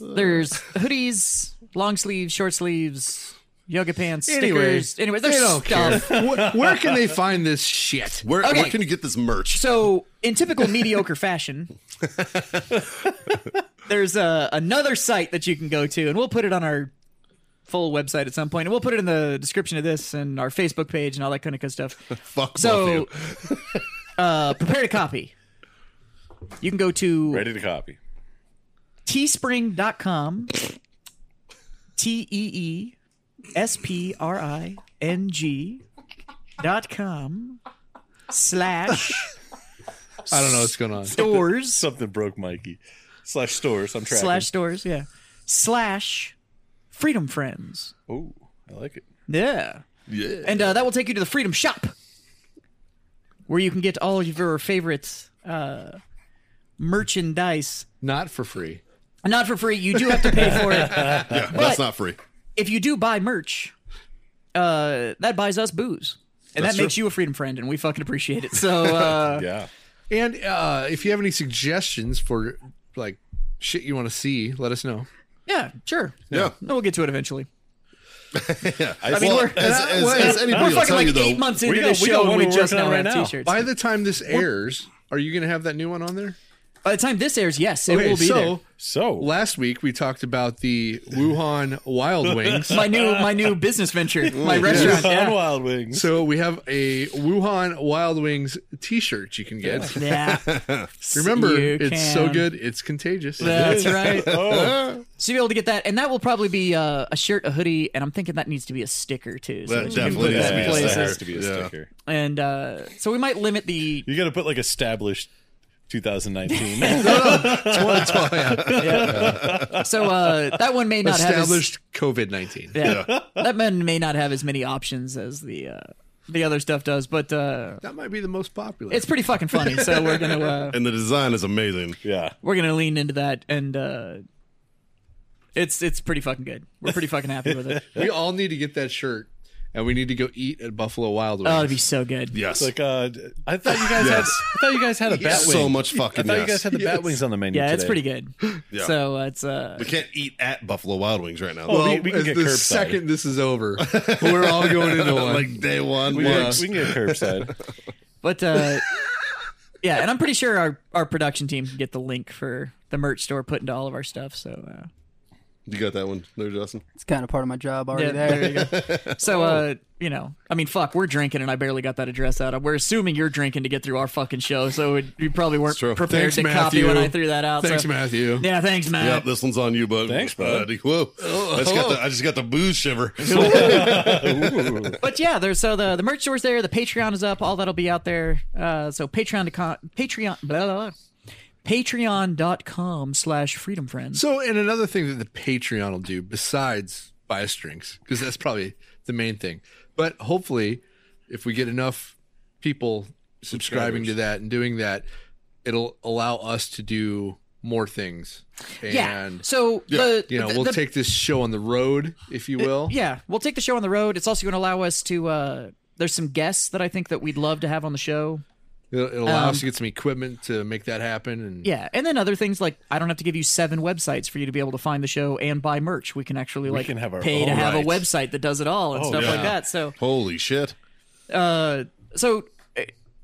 [SPEAKER 2] there's hoodies, long sleeves, short sleeves, yoga pants,
[SPEAKER 4] Anyway,
[SPEAKER 2] stickers. Anyway, there's
[SPEAKER 4] they don't
[SPEAKER 2] stuff.
[SPEAKER 4] Wh- where can they find this shit?
[SPEAKER 1] Where,
[SPEAKER 2] Okay.
[SPEAKER 1] where can you get this merch?
[SPEAKER 2] So in typical mediocre fashion, there's uh, another site that you can go to, and we'll put it on our full website at some point, and we'll put it in the description of this and our Facebook page and all that kind of good stuff.
[SPEAKER 1] Fuck both of
[SPEAKER 2] So,
[SPEAKER 1] you.
[SPEAKER 2] uh, prepare to copy. You can go to
[SPEAKER 3] Ready to copy.
[SPEAKER 2] teespring.com. T E E S P R I N G dot com slash
[SPEAKER 4] I don't know what's going on.
[SPEAKER 2] stores
[SPEAKER 3] Something broke Mikey. Slash stores. I'm tracking.
[SPEAKER 2] slash stores, yeah. Slash Freedom Friends.
[SPEAKER 3] Oh, I like it.
[SPEAKER 2] Yeah.
[SPEAKER 1] Yeah.
[SPEAKER 2] And uh, that will take you to the Freedom Shop. where you can get all of your favorite uh, merchandise.
[SPEAKER 4] Not for free.
[SPEAKER 2] Not for free. You do have to pay for it.
[SPEAKER 1] Yeah, that's not free.
[SPEAKER 2] If you do buy merch, uh, that buys us booze. And
[SPEAKER 1] That's
[SPEAKER 2] that makes you a freedom friend, and we fucking appreciate it. So, uh,
[SPEAKER 3] Yeah.
[SPEAKER 4] And uh, if you have any suggestions for like shit you want to see, let us know.
[SPEAKER 2] yeah, sure.
[SPEAKER 1] Yeah.
[SPEAKER 2] No, We'll get to it eventually.
[SPEAKER 1] I
[SPEAKER 2] mean, we're-
[SPEAKER 1] as, as, as anybody
[SPEAKER 2] We're
[SPEAKER 1] will
[SPEAKER 2] fucking
[SPEAKER 1] tell
[SPEAKER 2] like
[SPEAKER 1] you, though,
[SPEAKER 2] eight months into
[SPEAKER 3] we got-
[SPEAKER 2] this
[SPEAKER 3] we got
[SPEAKER 2] show,
[SPEAKER 3] one
[SPEAKER 2] and we
[SPEAKER 3] we're
[SPEAKER 2] just
[SPEAKER 3] working
[SPEAKER 2] now
[SPEAKER 3] on
[SPEAKER 2] have
[SPEAKER 3] right now.
[SPEAKER 2] t-shirts.
[SPEAKER 4] By the time this airs, are you gonna have that new one on there?
[SPEAKER 2] By the time this airs, yes, it will be
[SPEAKER 4] so
[SPEAKER 2] there.
[SPEAKER 3] So
[SPEAKER 4] last week we talked about the Wuhan Wild Wings.
[SPEAKER 2] My new my new business venture, my restaurant.
[SPEAKER 3] on
[SPEAKER 2] Yeah.
[SPEAKER 3] Wild Wings.
[SPEAKER 4] So we have a Wuhan Wild Wings T-shirt you can get.
[SPEAKER 2] yeah,
[SPEAKER 4] Remember,
[SPEAKER 2] You
[SPEAKER 4] it's so
[SPEAKER 2] can.
[SPEAKER 4] good, it's contagious.
[SPEAKER 2] that's right.
[SPEAKER 3] Oh,
[SPEAKER 2] So you'll be able to get that, and that will probably be uh, a shirt, a hoodie, and I'm thinking that needs to be a sticker too. So
[SPEAKER 1] That
[SPEAKER 2] that you can
[SPEAKER 1] definitely
[SPEAKER 2] put
[SPEAKER 1] needs to be a
[SPEAKER 2] that places.
[SPEAKER 1] sticker.
[SPEAKER 3] has to be a
[SPEAKER 1] Yeah.
[SPEAKER 3] sticker.
[SPEAKER 2] And uh, so we might limit the
[SPEAKER 3] You got to put like established 2019.
[SPEAKER 4] That's why I
[SPEAKER 2] so uh, that one may not have as,
[SPEAKER 4] established COVID nineteen.
[SPEAKER 2] yeah, that one may not have as many options as the uh, the other stuff does, but uh,
[SPEAKER 4] That might be the most popular.
[SPEAKER 2] it's pretty fucking funny. So we're gonna uh,
[SPEAKER 1] and the design is amazing.
[SPEAKER 3] yeah.
[SPEAKER 2] we're gonna lean into that, and uh, it's it's pretty fucking good. We're pretty fucking happy with it.
[SPEAKER 4] we all need to get that shirt, and we need to go eat at Buffalo Wild Wings.
[SPEAKER 2] Oh, it'd be so good.
[SPEAKER 1] Yes.
[SPEAKER 3] Like uh, I thought you guys had.
[SPEAKER 1] Yes.
[SPEAKER 3] I thought you guys had a bat wing.
[SPEAKER 1] so much
[SPEAKER 3] I
[SPEAKER 1] fucking
[SPEAKER 3] thought you
[SPEAKER 1] yes.
[SPEAKER 3] guys had the bat wings on the menu.
[SPEAKER 2] Yeah, it's pretty
[SPEAKER 3] today.
[SPEAKER 2] good. So uh, it's uh,
[SPEAKER 1] we can't eat at Buffalo Wild Wings right now.
[SPEAKER 3] Well,
[SPEAKER 4] well,
[SPEAKER 3] we- we can
[SPEAKER 4] as
[SPEAKER 3] get
[SPEAKER 4] the
[SPEAKER 3] curbside.
[SPEAKER 4] second this is over, we're all going into one.
[SPEAKER 1] like day one
[SPEAKER 3] We,
[SPEAKER 1] was.
[SPEAKER 3] can get, we can get curbside.
[SPEAKER 2] but uh, yeah, and I'm pretty sure our our production team can get the link for the merch store put into all of our stuff. So uh,
[SPEAKER 1] You got that one there, Justin?
[SPEAKER 6] It's kind of part of my job already
[SPEAKER 2] yeah,
[SPEAKER 6] there.
[SPEAKER 2] there you go. So uh, you know, I mean, fuck, we're drinking, and I barely got that address out. We're assuming you're drinking to get through our fucking show, so it, you probably weren't
[SPEAKER 1] true.
[SPEAKER 2] prepared
[SPEAKER 4] Thanks,
[SPEAKER 2] to copy
[SPEAKER 4] Matthew.
[SPEAKER 2] when I threw that out.
[SPEAKER 4] Thanks,
[SPEAKER 2] so-
[SPEAKER 4] Matthew.
[SPEAKER 2] Yeah, thanks, Matt.
[SPEAKER 1] yep, this one's on you, bud.
[SPEAKER 3] Thanks, bud.
[SPEAKER 1] buddy. Whoa. I, just got the, I just got the booze shiver.
[SPEAKER 2] but yeah, there's so the the merch store's there, the Patreon is up, all that'll be out there. Uh, so Patreon to con- Patreon blah, blah, blah. Patreon.com slash freedom friends.
[SPEAKER 4] So, and another thing that the Patreon will do besides buy us drinks, because that's probably the main thing. But hopefully, if we get enough people subscribing to that and doing that, it'll allow us to do more things. And,
[SPEAKER 2] yeah. So the
[SPEAKER 4] you know,
[SPEAKER 2] the-
[SPEAKER 4] we'll
[SPEAKER 2] the-
[SPEAKER 4] take this show on the road, if you will.
[SPEAKER 2] yeah, we'll take the show on the road. It's also going to allow us to. Uh, there's some guests that I think that we'd love to have on the show.
[SPEAKER 4] It'll, it'll allow
[SPEAKER 2] Um,
[SPEAKER 4] us to get some equipment to make that happen. And
[SPEAKER 2] Yeah, and then other things like I don't have to give you seven websites for you to be able to find the show and buy merch. We can actually like
[SPEAKER 3] can have our
[SPEAKER 2] pay to
[SPEAKER 3] own
[SPEAKER 2] have a
[SPEAKER 3] rights. Oh,
[SPEAKER 2] website that does it all and stuff like
[SPEAKER 1] yeah.
[SPEAKER 2] that. So
[SPEAKER 1] Holy shit.
[SPEAKER 2] uh, so uh,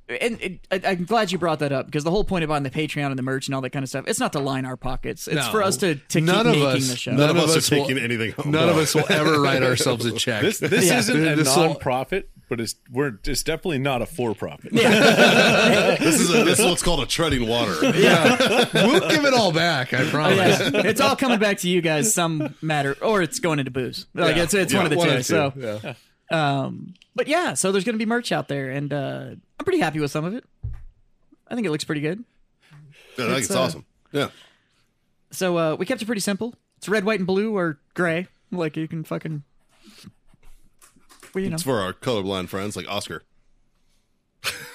[SPEAKER 2] and, and I- I'm glad you brought that up because the whole point about the Patreon and the merch and all that kind of stuff, it's not to line our pockets. It's
[SPEAKER 4] No.
[SPEAKER 2] for us to, to keep
[SPEAKER 4] None of
[SPEAKER 2] making
[SPEAKER 4] us-
[SPEAKER 2] the show.
[SPEAKER 4] none
[SPEAKER 1] None of
[SPEAKER 4] of
[SPEAKER 1] us
[SPEAKER 4] us
[SPEAKER 1] are
[SPEAKER 4] will-
[SPEAKER 1] taking anything home.
[SPEAKER 4] none of
[SPEAKER 1] No.
[SPEAKER 4] us will ever write ourselves a check.
[SPEAKER 3] This this
[SPEAKER 2] Yeah.
[SPEAKER 3] isn't a
[SPEAKER 4] This will-
[SPEAKER 3] non-profit, but it's we're it's definitely not a for-profit.
[SPEAKER 1] This is, a, this is what's called a treading water.
[SPEAKER 4] yeah. we'll give it all back, I promise.
[SPEAKER 2] Yeah. it's all coming back to you guys some matter or it's going into booze. Like it's it's one of the
[SPEAKER 4] One
[SPEAKER 2] two.
[SPEAKER 4] or two.
[SPEAKER 2] So
[SPEAKER 4] Yeah.
[SPEAKER 2] um but yeah, so there's gonna be merch out there and uh I'm pretty happy with some of it. I think it looks pretty good.
[SPEAKER 1] Yeah, I think it's,
[SPEAKER 2] uh,
[SPEAKER 1] awesome. Yeah.
[SPEAKER 2] So uh we kept it pretty simple. It's red, white, and blue or gray. Like you can fucking well, you know.
[SPEAKER 1] It's for our colorblind friends like Oscar.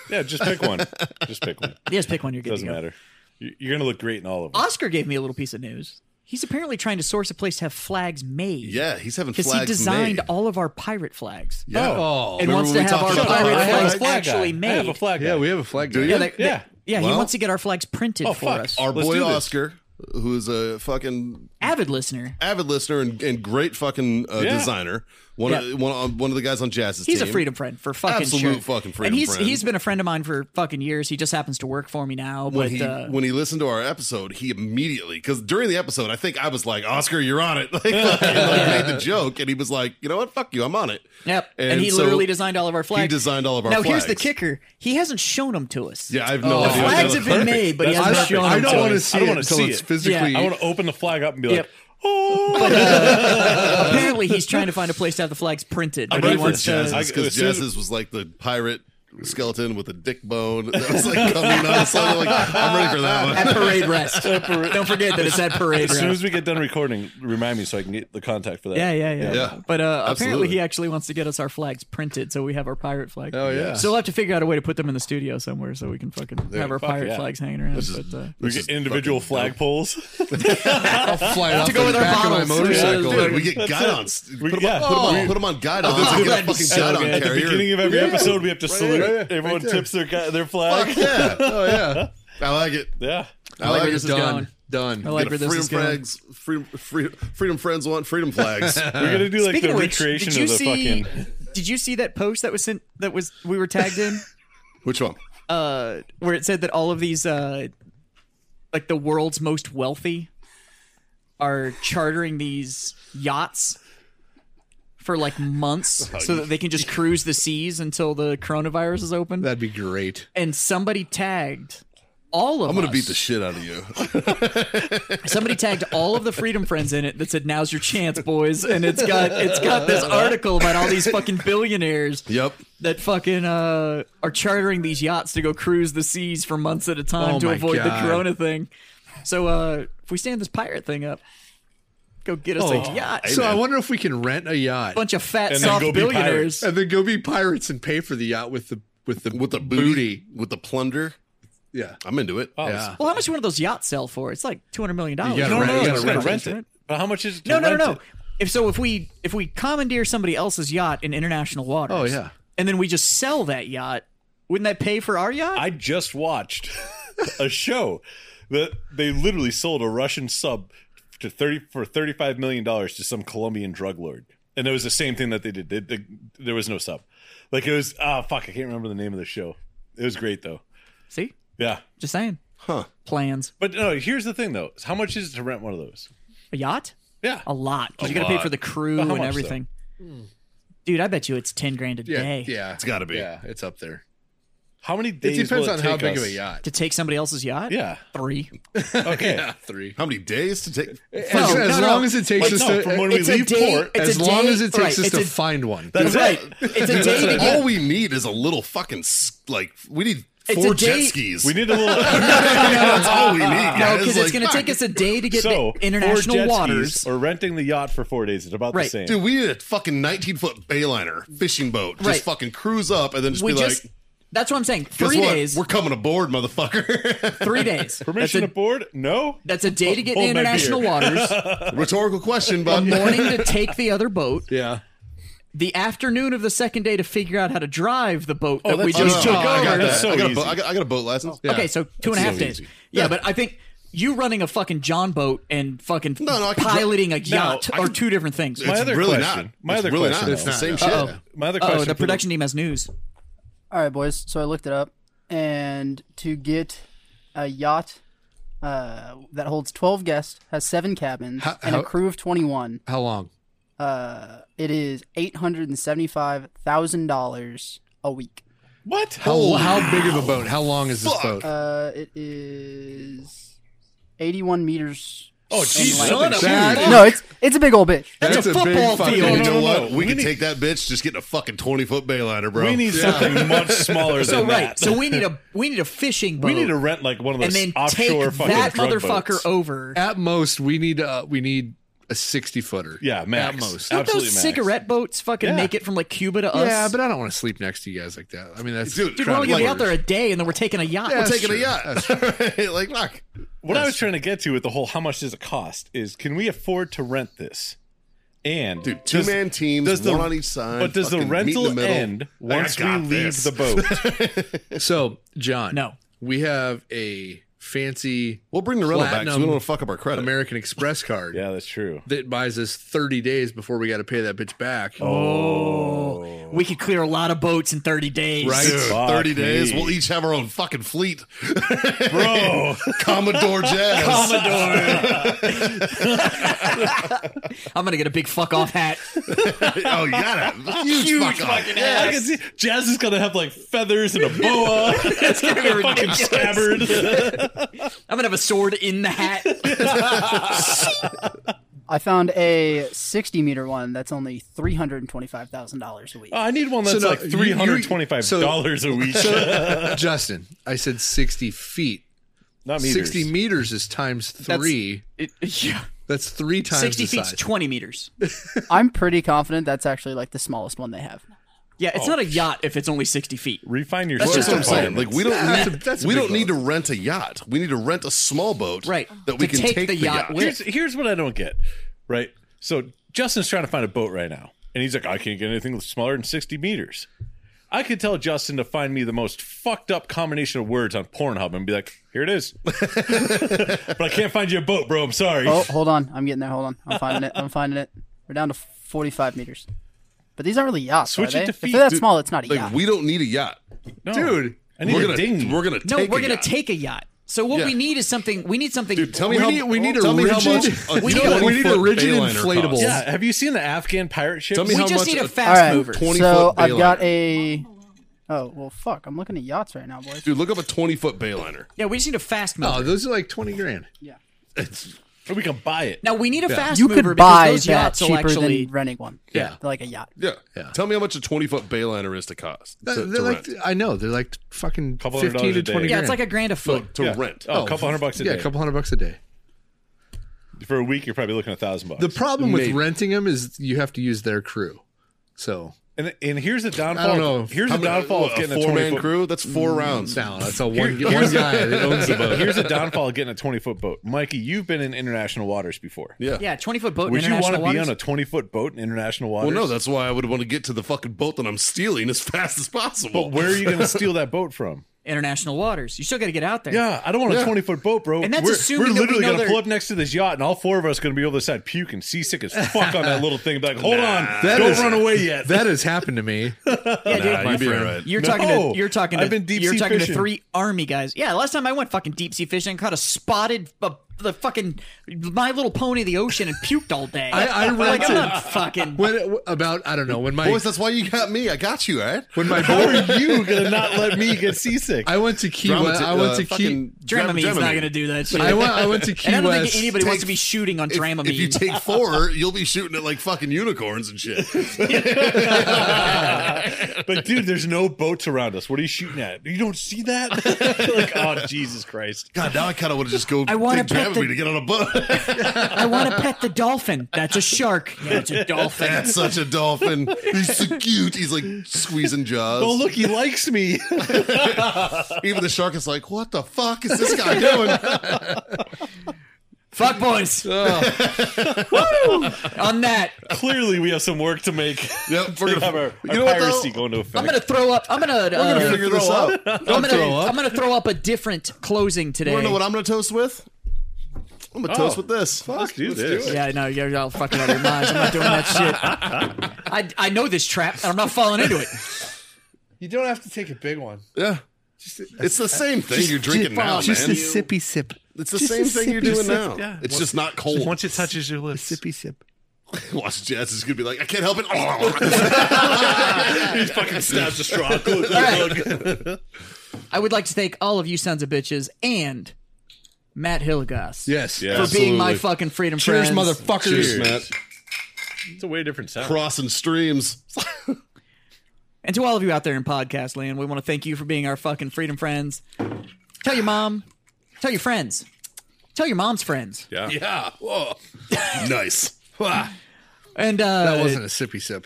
[SPEAKER 3] Yeah, just pick one. Just pick one.
[SPEAKER 2] Yes, pick one you're good to
[SPEAKER 3] Doesn't
[SPEAKER 2] go.
[SPEAKER 3] matter. You- You're gonna look great in all of them.
[SPEAKER 2] Oscar gave me a little piece of news. He's apparently trying to source a place to have flags made.
[SPEAKER 1] Yeah, he's having
[SPEAKER 2] Because
[SPEAKER 1] flags
[SPEAKER 2] he designed
[SPEAKER 1] made.
[SPEAKER 2] all of our pirate flags.
[SPEAKER 1] Yeah.
[SPEAKER 4] Oh.
[SPEAKER 2] And wants
[SPEAKER 1] when
[SPEAKER 2] to
[SPEAKER 1] we
[SPEAKER 2] have
[SPEAKER 1] talked
[SPEAKER 2] our
[SPEAKER 1] about
[SPEAKER 2] pirate
[SPEAKER 1] that? I have
[SPEAKER 2] flags
[SPEAKER 1] a
[SPEAKER 3] flag guy.
[SPEAKER 2] actually
[SPEAKER 3] I
[SPEAKER 2] made.
[SPEAKER 3] have a flag.
[SPEAKER 4] Yeah,
[SPEAKER 3] guy.
[SPEAKER 4] we have a flag.
[SPEAKER 1] Do
[SPEAKER 4] guy.
[SPEAKER 1] you?
[SPEAKER 2] Yeah, they- they-
[SPEAKER 3] Yeah.
[SPEAKER 2] yeah,
[SPEAKER 1] Well- Oh,
[SPEAKER 2] he wants to get our flags printed for
[SPEAKER 3] fuck.
[SPEAKER 2] us.
[SPEAKER 1] Our
[SPEAKER 3] Let's
[SPEAKER 1] boy
[SPEAKER 3] do this.
[SPEAKER 1] Oscar, who's a fucking
[SPEAKER 2] Avid listener.
[SPEAKER 1] avid listener and, and great fucking uh,
[SPEAKER 3] Yeah.
[SPEAKER 1] designer, one
[SPEAKER 2] Yeah.
[SPEAKER 1] of one of, one of the guys on Jazz's
[SPEAKER 2] He's
[SPEAKER 1] team.
[SPEAKER 2] a freedom friend for fucking
[SPEAKER 1] Absolute
[SPEAKER 2] sure.
[SPEAKER 1] fucking freedom
[SPEAKER 2] and he's
[SPEAKER 1] friend.
[SPEAKER 2] he's been a friend of mine for fucking years. He just happens to work for me now.
[SPEAKER 1] When
[SPEAKER 2] But
[SPEAKER 1] he
[SPEAKER 2] uh,
[SPEAKER 1] when he listened to our episode, he immediately because during the episode, I think I was like, "Oscar, you're on it." Like, like, like, made the joke, and he was like, "You know what? Fuck you, I'm on it."
[SPEAKER 2] yep, and, he
[SPEAKER 1] so
[SPEAKER 2] literally designed all of our flags.
[SPEAKER 1] He designed all of our.
[SPEAKER 2] now
[SPEAKER 1] flags.
[SPEAKER 2] here's the kicker: he hasn't shown them to us.
[SPEAKER 1] Yeah, I have no
[SPEAKER 4] Oh.
[SPEAKER 1] idea. what
[SPEAKER 2] flags
[SPEAKER 1] they
[SPEAKER 2] have
[SPEAKER 1] look
[SPEAKER 2] been
[SPEAKER 1] like.
[SPEAKER 2] made, but he
[SPEAKER 3] That's
[SPEAKER 2] hasn't
[SPEAKER 3] perfect.
[SPEAKER 2] shown
[SPEAKER 4] I
[SPEAKER 2] them
[SPEAKER 4] don't
[SPEAKER 2] to
[SPEAKER 4] want to
[SPEAKER 2] us.
[SPEAKER 4] see
[SPEAKER 3] I don't
[SPEAKER 4] it
[SPEAKER 3] wanna
[SPEAKER 4] until
[SPEAKER 3] see
[SPEAKER 4] it's
[SPEAKER 3] it.
[SPEAKER 4] physically.
[SPEAKER 2] Yeah.
[SPEAKER 3] I want to open the flag up and be like,
[SPEAKER 2] Yep.
[SPEAKER 3] oh.
[SPEAKER 2] Apparently, he's trying to find a place to have the flags printed.
[SPEAKER 1] I'm
[SPEAKER 2] but he
[SPEAKER 1] ready for
[SPEAKER 2] wants to-
[SPEAKER 1] Jazz's
[SPEAKER 3] I- as
[SPEAKER 1] because
[SPEAKER 3] soon-
[SPEAKER 1] Jazz's was like the pirate skeleton with a dick bone that was like coming out. So I'm like, I'm ready for that
[SPEAKER 2] At
[SPEAKER 1] one.
[SPEAKER 2] parade rest. Don't forget that it's at parade
[SPEAKER 3] As soon as
[SPEAKER 2] rest.
[SPEAKER 3] we get done recording, remind me so I can get the contact for that.
[SPEAKER 2] Yeah, yeah, yeah.
[SPEAKER 1] Yeah.
[SPEAKER 2] But uh, apparently,
[SPEAKER 1] Absolutely.
[SPEAKER 2] he actually wants to get us our flags printed, so we have our pirate flag.
[SPEAKER 4] Oh yeah.
[SPEAKER 2] So we'll have to figure out a way to put them in the studio somewhere, so we can fucking have our
[SPEAKER 3] fuck
[SPEAKER 2] pirate
[SPEAKER 3] yeah.
[SPEAKER 2] flags hanging around. But, uh,
[SPEAKER 3] We get individual flagpoles.
[SPEAKER 4] I'll fly it off
[SPEAKER 2] to go
[SPEAKER 4] the
[SPEAKER 2] with our
[SPEAKER 4] back of my
[SPEAKER 2] bottles.
[SPEAKER 4] motorcycle.
[SPEAKER 2] Yeah,
[SPEAKER 1] Dude, we get guidons.
[SPEAKER 3] We-
[SPEAKER 1] Put, them
[SPEAKER 3] yeah,
[SPEAKER 1] on, put, them on,
[SPEAKER 3] oh.
[SPEAKER 1] put them on guidons. and get a
[SPEAKER 2] that'd be
[SPEAKER 1] fucking
[SPEAKER 2] so
[SPEAKER 1] guidon
[SPEAKER 2] good. At
[SPEAKER 3] At the beginning
[SPEAKER 1] carrier.
[SPEAKER 3] of every episode, we have to salute.
[SPEAKER 4] yeah, yeah, right
[SPEAKER 3] Everyone
[SPEAKER 4] there.
[SPEAKER 3] tips their guy, their flag.
[SPEAKER 1] Fuck yeah.
[SPEAKER 4] Oh yeah.
[SPEAKER 1] I like it.
[SPEAKER 3] Yeah.
[SPEAKER 2] Uh,
[SPEAKER 1] I like it.
[SPEAKER 2] this is
[SPEAKER 4] Done.
[SPEAKER 2] going. I
[SPEAKER 4] Done.
[SPEAKER 2] like
[SPEAKER 1] Get a
[SPEAKER 2] where this
[SPEAKER 1] freedom
[SPEAKER 2] is going.
[SPEAKER 1] flags, freedom, freedom, freedom friends want freedom flags.
[SPEAKER 3] We're gonna do like
[SPEAKER 2] Speaking
[SPEAKER 3] the
[SPEAKER 2] of which,
[SPEAKER 3] recreation
[SPEAKER 2] did you
[SPEAKER 3] of the
[SPEAKER 2] see?
[SPEAKER 3] fucking.
[SPEAKER 2] Did you see that post that was sent? That was we were tagged in.
[SPEAKER 1] Which one?
[SPEAKER 2] uh, where it said that all of these, uh, like the world's most wealthy, are chartering these yachts for like months
[SPEAKER 1] Oh,
[SPEAKER 2] so that they can just cruise the seas until the coronavirus is open.
[SPEAKER 4] That'd be great.
[SPEAKER 2] and somebody tagged all of
[SPEAKER 1] I'm gonna
[SPEAKER 2] us.
[SPEAKER 1] beat the shit out of you.
[SPEAKER 2] somebody tagged all of the freedom friends in it that said now's your chance boys and it's got it's got this article about all these fucking billionaires
[SPEAKER 1] yep.
[SPEAKER 2] that fucking uh, are chartering these yachts to go cruise the seas for months at a time
[SPEAKER 4] Oh
[SPEAKER 2] to
[SPEAKER 4] my
[SPEAKER 2] avoid
[SPEAKER 4] God.
[SPEAKER 2] the corona thing. So uh, if we stand this pirate thing up, go get us a yacht.
[SPEAKER 4] So I
[SPEAKER 1] man.
[SPEAKER 4] wonder if we can rent a yacht
[SPEAKER 2] bunch of fat
[SPEAKER 3] And then
[SPEAKER 2] soft
[SPEAKER 3] go be
[SPEAKER 2] billionaires.
[SPEAKER 4] and then go be pirates and pay for the yacht with the with the
[SPEAKER 1] With the booty, with the plunder,
[SPEAKER 4] Yeah.
[SPEAKER 1] I'm into it.
[SPEAKER 4] yeah.
[SPEAKER 2] Well, how much do one of those yachts sell for? It's like two hundred million dollars.
[SPEAKER 4] gotta
[SPEAKER 3] No,
[SPEAKER 4] Right,
[SPEAKER 3] no,
[SPEAKER 4] you
[SPEAKER 3] you
[SPEAKER 4] gotta
[SPEAKER 3] just
[SPEAKER 4] rent
[SPEAKER 3] gotta
[SPEAKER 4] it.
[SPEAKER 3] rent it. But how much is it to
[SPEAKER 2] No, no, no,
[SPEAKER 3] rent
[SPEAKER 2] no.
[SPEAKER 3] it?
[SPEAKER 2] If so, if we if we commandeer somebody else's yacht in international waters,
[SPEAKER 4] Oh, yeah.
[SPEAKER 2] and then we just sell that yacht, wouldn't that pay for our yacht?
[SPEAKER 3] I just watched a show that they literally sold a Russian sub to thirty for thirty five million dollars to some Colombian drug lord, and it was the same thing that they did. They, they, there was no sub, like it was ah fuck, I can't remember the name of the show. It was great though.
[SPEAKER 2] See,
[SPEAKER 3] Yeah,
[SPEAKER 2] just saying.
[SPEAKER 1] Huh.
[SPEAKER 2] Plans
[SPEAKER 3] but no, here's the thing though: is how much is it to rent one of those?
[SPEAKER 2] a yacht.
[SPEAKER 3] Yeah,
[SPEAKER 2] A lot. Because you got to pay
[SPEAKER 1] lot.
[SPEAKER 2] for the crew
[SPEAKER 3] But how
[SPEAKER 2] and
[SPEAKER 3] much,
[SPEAKER 2] everything. Dude, I bet you it's 10 grand a
[SPEAKER 4] Yeah.
[SPEAKER 2] day
[SPEAKER 4] Yeah.
[SPEAKER 1] It's gotta be.
[SPEAKER 4] Yeah. It's up there.
[SPEAKER 3] how many
[SPEAKER 4] It
[SPEAKER 3] days?
[SPEAKER 4] depends
[SPEAKER 3] will
[SPEAKER 4] on how
[SPEAKER 3] take
[SPEAKER 4] big
[SPEAKER 3] us?
[SPEAKER 4] of a yacht.
[SPEAKER 2] to take somebody else's yacht.
[SPEAKER 3] Yeah.
[SPEAKER 2] Three.
[SPEAKER 3] Okay.
[SPEAKER 4] Yeah. Three.
[SPEAKER 1] How many days to take?
[SPEAKER 4] As,
[SPEAKER 2] No,
[SPEAKER 4] as
[SPEAKER 2] no,
[SPEAKER 4] long
[SPEAKER 2] no.
[SPEAKER 4] as it takes
[SPEAKER 3] Like,
[SPEAKER 4] us
[SPEAKER 3] no,
[SPEAKER 4] to
[SPEAKER 3] from when we
[SPEAKER 2] it's a
[SPEAKER 3] leave
[SPEAKER 2] day-
[SPEAKER 3] port,
[SPEAKER 2] it's a
[SPEAKER 4] as long
[SPEAKER 2] day-
[SPEAKER 4] as it takes
[SPEAKER 2] right,
[SPEAKER 4] us
[SPEAKER 2] it's
[SPEAKER 4] to
[SPEAKER 2] a-
[SPEAKER 4] find one.
[SPEAKER 3] that's
[SPEAKER 2] Right.
[SPEAKER 3] it.
[SPEAKER 2] It's a day to
[SPEAKER 1] All
[SPEAKER 2] get.
[SPEAKER 1] we need is a little fucking s- like we need
[SPEAKER 2] It's
[SPEAKER 1] four
[SPEAKER 2] a
[SPEAKER 1] jet
[SPEAKER 2] day-
[SPEAKER 1] skis.
[SPEAKER 3] We need a little.
[SPEAKER 1] that's all we need.
[SPEAKER 2] No,
[SPEAKER 1] guys.
[SPEAKER 2] because it's
[SPEAKER 1] Like,
[SPEAKER 2] going to
[SPEAKER 1] fuck.
[SPEAKER 2] take us a day to get
[SPEAKER 3] so
[SPEAKER 2] to
[SPEAKER 3] four
[SPEAKER 2] international
[SPEAKER 3] jet
[SPEAKER 2] waters.
[SPEAKER 3] skis or renting the yacht for four days. It's about
[SPEAKER 2] Right.
[SPEAKER 3] the same.
[SPEAKER 1] Dude, we need a fucking 19 foot bayliner fishing boat. Just
[SPEAKER 2] Right.
[SPEAKER 1] fucking cruise up and then just
[SPEAKER 2] we
[SPEAKER 1] be
[SPEAKER 2] just.
[SPEAKER 1] like,
[SPEAKER 2] that's what I'm saying.
[SPEAKER 1] guess
[SPEAKER 2] Three
[SPEAKER 1] what?
[SPEAKER 2] days.
[SPEAKER 1] We're coming aboard, motherfucker.
[SPEAKER 2] Three days. That's
[SPEAKER 3] Permission
[SPEAKER 2] a,
[SPEAKER 3] aboard? No. Oh,
[SPEAKER 2] that's a day to get to
[SPEAKER 3] Hold my beer.
[SPEAKER 2] international waters.
[SPEAKER 1] Rhetorical question,
[SPEAKER 2] A
[SPEAKER 1] but
[SPEAKER 2] morning to take the other boat.
[SPEAKER 4] Yeah.
[SPEAKER 2] The afternoon of the second day to figure out how to drive the boat that we
[SPEAKER 3] that's
[SPEAKER 2] just
[SPEAKER 3] easy.
[SPEAKER 2] took
[SPEAKER 3] Oh, I
[SPEAKER 2] over.
[SPEAKER 3] got that.
[SPEAKER 1] I
[SPEAKER 3] so
[SPEAKER 1] got a
[SPEAKER 3] easy.
[SPEAKER 1] boat- I got I got a boat license.
[SPEAKER 4] Yeah.
[SPEAKER 2] Okay, so two and a
[SPEAKER 3] That's
[SPEAKER 2] half
[SPEAKER 3] so
[SPEAKER 2] days.
[SPEAKER 3] easy.
[SPEAKER 2] Yeah, but I think you running a fucking John boat and fucking
[SPEAKER 1] No, no, I can dri-
[SPEAKER 2] piloting a yacht
[SPEAKER 1] I
[SPEAKER 2] are
[SPEAKER 1] can-
[SPEAKER 2] two different things.
[SPEAKER 1] It's
[SPEAKER 3] My other
[SPEAKER 1] really
[SPEAKER 3] question-
[SPEAKER 1] not.
[SPEAKER 3] my
[SPEAKER 1] It's
[SPEAKER 3] other
[SPEAKER 1] really
[SPEAKER 3] question
[SPEAKER 1] not. It's
[SPEAKER 3] though.
[SPEAKER 1] the same
[SPEAKER 2] Uh-oh.
[SPEAKER 1] shit.
[SPEAKER 3] My other question.
[SPEAKER 2] Oh, the
[SPEAKER 3] for
[SPEAKER 2] production team has news.
[SPEAKER 6] All right, boys. So I looked it up, and to get a yacht uh, that holds twelve guests, has seven cabins,
[SPEAKER 4] How-
[SPEAKER 6] and
[SPEAKER 4] how-
[SPEAKER 6] a crew of twenty-one,
[SPEAKER 4] How long?
[SPEAKER 6] it is eight hundred and seventy-five thousand dollars a week.
[SPEAKER 3] What?
[SPEAKER 4] How how big of a boat? How long is this boat?
[SPEAKER 6] Uh, it is eighty-one meters.
[SPEAKER 3] oh, Jesus.
[SPEAKER 2] Son of
[SPEAKER 4] That-
[SPEAKER 2] a-
[SPEAKER 6] No, it's it's a big old bitch.
[SPEAKER 2] That's a football
[SPEAKER 4] fucking-
[SPEAKER 2] field.
[SPEAKER 1] You
[SPEAKER 3] No, no,
[SPEAKER 1] know
[SPEAKER 3] no.
[SPEAKER 1] what? We
[SPEAKER 3] We
[SPEAKER 1] can
[SPEAKER 3] need-
[SPEAKER 1] take that bitch, just get in a fucking 20 foot bayliner, bro.
[SPEAKER 3] we need something much smaller
[SPEAKER 2] So
[SPEAKER 3] than
[SPEAKER 2] right,
[SPEAKER 3] that.
[SPEAKER 2] so we need a we need a fishing boat.
[SPEAKER 3] we need to rent like one of
[SPEAKER 2] and
[SPEAKER 3] those
[SPEAKER 2] then take
[SPEAKER 3] offshore fucking
[SPEAKER 2] that
[SPEAKER 3] drug
[SPEAKER 2] motherfucker
[SPEAKER 3] boats.
[SPEAKER 2] over.
[SPEAKER 4] At most, we need uh, we need a sixty footer.
[SPEAKER 3] Yeah, max.
[SPEAKER 4] At most.
[SPEAKER 2] Don't
[SPEAKER 3] Absolutely
[SPEAKER 2] those
[SPEAKER 3] max.
[SPEAKER 2] cigarette boats fucking
[SPEAKER 3] Yeah.
[SPEAKER 2] make it from like Cuba to us?
[SPEAKER 4] Yeah, but I don't want to sleep next to you guys like that. I mean, that's
[SPEAKER 1] Dude,
[SPEAKER 2] we're only gonna be
[SPEAKER 1] like-
[SPEAKER 2] out there a day and then we're taking a yacht.
[SPEAKER 4] Yeah,
[SPEAKER 2] We're
[SPEAKER 1] We're
[SPEAKER 4] that's
[SPEAKER 2] taking-
[SPEAKER 1] taking
[SPEAKER 4] true.
[SPEAKER 1] a yacht. Right? like, fuck.
[SPEAKER 3] What I was trying to get to with the whole how much does it cost is can we afford to rent this? And
[SPEAKER 1] Dude, two
[SPEAKER 3] does-
[SPEAKER 1] man teams,
[SPEAKER 3] does the-
[SPEAKER 1] one on each side.
[SPEAKER 3] But does the
[SPEAKER 1] fucking meet in
[SPEAKER 3] rental
[SPEAKER 1] middle.
[SPEAKER 3] end
[SPEAKER 1] Like, I
[SPEAKER 3] once we
[SPEAKER 1] got
[SPEAKER 3] leave
[SPEAKER 1] this.
[SPEAKER 3] the boat?
[SPEAKER 4] So, John,
[SPEAKER 2] No.
[SPEAKER 4] we have a fancy
[SPEAKER 1] We'll bring the rental back because we
[SPEAKER 4] Platinum
[SPEAKER 1] don't want to fuck up our credit.
[SPEAKER 4] American Express card
[SPEAKER 3] yeah, that's true.
[SPEAKER 4] that buys us thirty days before we got to pay that bitch back.
[SPEAKER 2] oh, we could clear a lot of boats in thirty days.
[SPEAKER 4] Right.
[SPEAKER 1] Dude,
[SPEAKER 3] Fuck
[SPEAKER 1] 30 days.
[SPEAKER 3] me.
[SPEAKER 1] We'll each have our own fucking fleet.
[SPEAKER 3] Bro,
[SPEAKER 1] Commodore Jazz.
[SPEAKER 2] I'm gonna get a big fuck off hat.
[SPEAKER 1] oh, you got it. Huge, fuck off.
[SPEAKER 3] I can see Jazz is gonna have like feathers and a boa.
[SPEAKER 2] It's gonna be
[SPEAKER 3] fucking
[SPEAKER 2] ridiculous.
[SPEAKER 3] scabbard.
[SPEAKER 2] I'm gonna have a sword in the hat.
[SPEAKER 6] I found a 60 meter one that's only $325,000 a week.
[SPEAKER 3] Oh, I need one that's
[SPEAKER 4] So, no,
[SPEAKER 3] like
[SPEAKER 4] you-
[SPEAKER 3] three hundred twenty-five dollars a week.
[SPEAKER 4] So, Justin, I said 60 feet.
[SPEAKER 3] Not meters.
[SPEAKER 4] 60 meters is times three.
[SPEAKER 2] It, yeah.
[SPEAKER 4] That's, three times
[SPEAKER 2] 60
[SPEAKER 4] the
[SPEAKER 2] feet's
[SPEAKER 4] size.
[SPEAKER 2] 20 meters.
[SPEAKER 6] I'm pretty confident that's actually like the smallest one they have.
[SPEAKER 2] Yeah, it's not a yacht if it's only 60 feet.
[SPEAKER 3] Refine your.
[SPEAKER 2] That's
[SPEAKER 1] That's
[SPEAKER 2] just
[SPEAKER 1] what I'm saying. Like
[SPEAKER 2] requirements.
[SPEAKER 1] we don't
[SPEAKER 4] That's
[SPEAKER 1] need,
[SPEAKER 4] a- that's a
[SPEAKER 1] we
[SPEAKER 4] big
[SPEAKER 1] don't need to
[SPEAKER 4] boat.
[SPEAKER 1] rent a yacht. We need to rent a small boat,
[SPEAKER 2] Right.
[SPEAKER 1] That we
[SPEAKER 2] To
[SPEAKER 1] can
[SPEAKER 2] take
[SPEAKER 1] take,
[SPEAKER 2] the yacht with.
[SPEAKER 3] Here's, here's what I don't get. Right. So Justin's trying to find a boat right now, and he's like, I can't get anything smaller than sixty meters. I could tell Justin to find me the most fucked up combination of words on Pornhub and be like, "Here it is," but I can't find you a boat, bro. I'm sorry.
[SPEAKER 6] Oh, hold on. I'm getting there. Hold on. I'm finding it. I'm finding it. We're down to 45 meters. But these aren't really yachts,
[SPEAKER 3] Switch
[SPEAKER 6] are
[SPEAKER 3] it
[SPEAKER 6] they?
[SPEAKER 3] to
[SPEAKER 6] if
[SPEAKER 3] feet,
[SPEAKER 6] they're that
[SPEAKER 3] dude.
[SPEAKER 6] small, it's not a
[SPEAKER 1] Like
[SPEAKER 6] yacht.
[SPEAKER 1] we don't need a yacht.
[SPEAKER 3] No.
[SPEAKER 4] Dude,
[SPEAKER 3] I need
[SPEAKER 1] Oh. we're
[SPEAKER 3] a
[SPEAKER 1] gonna
[SPEAKER 3] ding.
[SPEAKER 1] we're gonna
[SPEAKER 2] No,
[SPEAKER 1] take
[SPEAKER 2] we're
[SPEAKER 1] a
[SPEAKER 2] going to
[SPEAKER 1] yacht.
[SPEAKER 2] take a yacht. So what
[SPEAKER 1] Yeah.
[SPEAKER 2] we need is something. We need something.
[SPEAKER 1] Dude, tell me
[SPEAKER 4] We
[SPEAKER 1] how
[SPEAKER 4] need- we need a
[SPEAKER 1] tell me how
[SPEAKER 4] rigid-
[SPEAKER 1] much a
[SPEAKER 4] We need a- we need a
[SPEAKER 1] 20-foot
[SPEAKER 4] rigid
[SPEAKER 1] Bayliner
[SPEAKER 4] inflatable.
[SPEAKER 1] costs.
[SPEAKER 3] Yeah, have you seen the Afghan pirate ship?
[SPEAKER 1] Tell me
[SPEAKER 2] we
[SPEAKER 1] how much
[SPEAKER 2] just need
[SPEAKER 1] a-
[SPEAKER 2] a
[SPEAKER 6] All
[SPEAKER 2] fast
[SPEAKER 6] right.
[SPEAKER 2] mover.
[SPEAKER 1] 20
[SPEAKER 6] so
[SPEAKER 1] foot
[SPEAKER 6] I've got
[SPEAKER 1] Bayliner.
[SPEAKER 6] a. Oh, well, fuck. I'm looking at yachts right now, boys.
[SPEAKER 1] Dude, look up a 20 foot Bayliner.
[SPEAKER 2] Yeah, we just need a fast mover.
[SPEAKER 4] Oh, those are like 20 grand.
[SPEAKER 3] Or we can buy it.
[SPEAKER 2] now we need a fast
[SPEAKER 6] You
[SPEAKER 2] mover
[SPEAKER 6] could
[SPEAKER 2] because
[SPEAKER 6] buy
[SPEAKER 2] those
[SPEAKER 6] that
[SPEAKER 2] yachts will
[SPEAKER 6] cheaper
[SPEAKER 2] actually.
[SPEAKER 6] than renting one.
[SPEAKER 4] Yeah.
[SPEAKER 6] Like a yacht.
[SPEAKER 1] Yeah.
[SPEAKER 4] Yeah.
[SPEAKER 1] Tell me how much a 20 foot Bayliner is to cost. To,
[SPEAKER 4] They're
[SPEAKER 1] to
[SPEAKER 4] like,
[SPEAKER 1] rent.
[SPEAKER 4] I know. They're like fucking
[SPEAKER 3] Couple hundred
[SPEAKER 4] 15 to
[SPEAKER 3] dollars a
[SPEAKER 4] 20
[SPEAKER 3] day.
[SPEAKER 2] yeah,
[SPEAKER 4] grand.
[SPEAKER 2] it's like a grand a foot.
[SPEAKER 1] to
[SPEAKER 3] Yeah.
[SPEAKER 1] rent.
[SPEAKER 3] Oh, a couple hundred bucks a
[SPEAKER 4] yeah,
[SPEAKER 3] day.
[SPEAKER 4] a couple hundred bucks a day.
[SPEAKER 3] For a week, you're probably looking at a thousand bucks.
[SPEAKER 4] The problem with
[SPEAKER 1] Maybe.
[SPEAKER 4] renting them is you have to use their crew. So,
[SPEAKER 3] and, and here's the downfall.
[SPEAKER 4] I don't know.
[SPEAKER 3] Here's
[SPEAKER 1] How
[SPEAKER 3] the
[SPEAKER 1] many-
[SPEAKER 3] downfall of
[SPEAKER 1] what,
[SPEAKER 3] getting
[SPEAKER 1] a
[SPEAKER 3] a
[SPEAKER 1] four
[SPEAKER 3] twenty
[SPEAKER 1] man
[SPEAKER 3] foot
[SPEAKER 1] crew. That's four rounds.
[SPEAKER 4] no, that's a one, one guy that owns the boat.
[SPEAKER 3] Here's the downfall of getting a 20 foot boat. Mikey, you've been in international waters before.
[SPEAKER 1] Yeah.
[SPEAKER 2] Yeah, 20 foot boat. in
[SPEAKER 3] Would you want
[SPEAKER 2] international
[SPEAKER 3] to be
[SPEAKER 2] waters?
[SPEAKER 3] on a 20 foot boat in international
[SPEAKER 1] Well,
[SPEAKER 3] waters?
[SPEAKER 1] no, that's why I would want to get to the fucking boat that I'm stealing as fast as possible.
[SPEAKER 3] But where are you going to steal that boat from?
[SPEAKER 2] international waters? You still got to get out there.
[SPEAKER 3] Yeah, I don't want a
[SPEAKER 1] Yeah.
[SPEAKER 3] 20 foot boat, bro.
[SPEAKER 2] And that's
[SPEAKER 3] we're,
[SPEAKER 2] assuming
[SPEAKER 3] we're
[SPEAKER 2] that we
[SPEAKER 3] literally
[SPEAKER 2] know
[SPEAKER 3] gonna
[SPEAKER 2] they're-
[SPEAKER 3] pull up next to this yacht, and all four of us are going to be over the side puking, seasick as fuck on that little thing. and Be like, hold on,
[SPEAKER 4] That
[SPEAKER 3] don't
[SPEAKER 4] is-
[SPEAKER 3] run away yet.
[SPEAKER 4] That has happened to me.
[SPEAKER 2] Yeah, dude.
[SPEAKER 1] Nah, you'd be all right.
[SPEAKER 2] You're
[SPEAKER 3] No.
[SPEAKER 2] talking to you're talking to
[SPEAKER 3] I've been deep
[SPEAKER 2] you're
[SPEAKER 3] sea
[SPEAKER 2] talking to
[SPEAKER 3] fishing.
[SPEAKER 2] three army guys. Yeah, last time I went fucking deep sea fishing, caught a spotted uh, the fucking My Little Pony of the ocean and puked all day.
[SPEAKER 4] I-
[SPEAKER 2] like
[SPEAKER 4] I
[SPEAKER 2] I'm
[SPEAKER 4] rented-
[SPEAKER 2] not fucking.
[SPEAKER 4] When about I don't know when my
[SPEAKER 1] Boys, that's why you got me. I got you, all right?
[SPEAKER 4] when my
[SPEAKER 3] How
[SPEAKER 4] boat
[SPEAKER 3] are you going to not let me get seasick?
[SPEAKER 4] I went to Key
[SPEAKER 1] Drama-
[SPEAKER 4] West. I went
[SPEAKER 1] uh,
[SPEAKER 4] to Key.
[SPEAKER 1] fucking Dram-
[SPEAKER 2] Dramamine's not
[SPEAKER 1] Dramamine.
[SPEAKER 2] going to do that shit.
[SPEAKER 4] I went. I went to Key
[SPEAKER 2] and I don't
[SPEAKER 4] West.
[SPEAKER 2] think anybody wants to be shooting on
[SPEAKER 1] If-
[SPEAKER 2] Dramamine.
[SPEAKER 1] If you take four, you'll be shooting at like fucking unicorns and shit.
[SPEAKER 3] But dude, there's no boats around us. What are you shooting at? You don't see that? like, oh Jesus Christ!
[SPEAKER 1] God, now I kind of want to just go.
[SPEAKER 2] I wanna
[SPEAKER 1] take
[SPEAKER 2] pet
[SPEAKER 1] Dramamine
[SPEAKER 2] the-
[SPEAKER 1] to get on a boat.
[SPEAKER 2] I want to pet the dolphin. That's a shark. Yeah, it's a dolphin.
[SPEAKER 1] That's such a dolphin. He's so cute. He's like squeezing jaws.
[SPEAKER 3] Oh look, he likes me.
[SPEAKER 1] Even the shark is like, "What the fuck is this guy doing?"
[SPEAKER 2] Fuck boys. Woo! On that,
[SPEAKER 3] Clearly, we have some work to make.
[SPEAKER 1] yep, we're
[SPEAKER 3] We
[SPEAKER 1] gonna
[SPEAKER 3] have our,
[SPEAKER 1] you
[SPEAKER 3] our
[SPEAKER 1] know what, though?
[SPEAKER 3] piracy going to effect.
[SPEAKER 2] I'm gonna throw up. I'm gonna. Uh,
[SPEAKER 1] We're gonna figure this out.
[SPEAKER 2] I'm gonna. I'm gonna throw up a different closing today.
[SPEAKER 1] You want to know what I'm gonna toast with? I'm gonna
[SPEAKER 4] Oh,
[SPEAKER 1] toast with this.
[SPEAKER 3] Let's do this.
[SPEAKER 2] Yeah, no, you're all fucking out of your minds. I'm not doing that shit. I, I know this trap, and I'm not falling into it.
[SPEAKER 4] You don't have to take a big one.
[SPEAKER 1] Yeah. It's the same thing you're drinking now, man.
[SPEAKER 4] sippy sip.
[SPEAKER 1] It's the same thing you're doing now. It's just not cold. Watch
[SPEAKER 3] it touches your lips,
[SPEAKER 4] Sippy sip.
[SPEAKER 1] Jazz is gonna be like, I can't help it. Oh,
[SPEAKER 3] he fucking snaps the straw.
[SPEAKER 2] I would like to thank all of you sons of bitches and Matt Hilligoss
[SPEAKER 4] Yes.
[SPEAKER 3] Yeah.
[SPEAKER 2] for being my
[SPEAKER 1] absolutely.
[SPEAKER 2] fucking freedom
[SPEAKER 4] Cheers,
[SPEAKER 2] friends.
[SPEAKER 4] motherfuckers.
[SPEAKER 1] Cheers, Matt.
[SPEAKER 3] It's a way different sound.
[SPEAKER 1] Crossing streams.
[SPEAKER 2] And to all of you out there in podcast land, we want to thank you for being our fucking freedom friends. Tell your mom. Tell your friends. Tell your mom's friends.
[SPEAKER 3] yeah.
[SPEAKER 1] Yeah. Whoa. nice.
[SPEAKER 2] And uh,
[SPEAKER 4] That wasn't a sippy sip.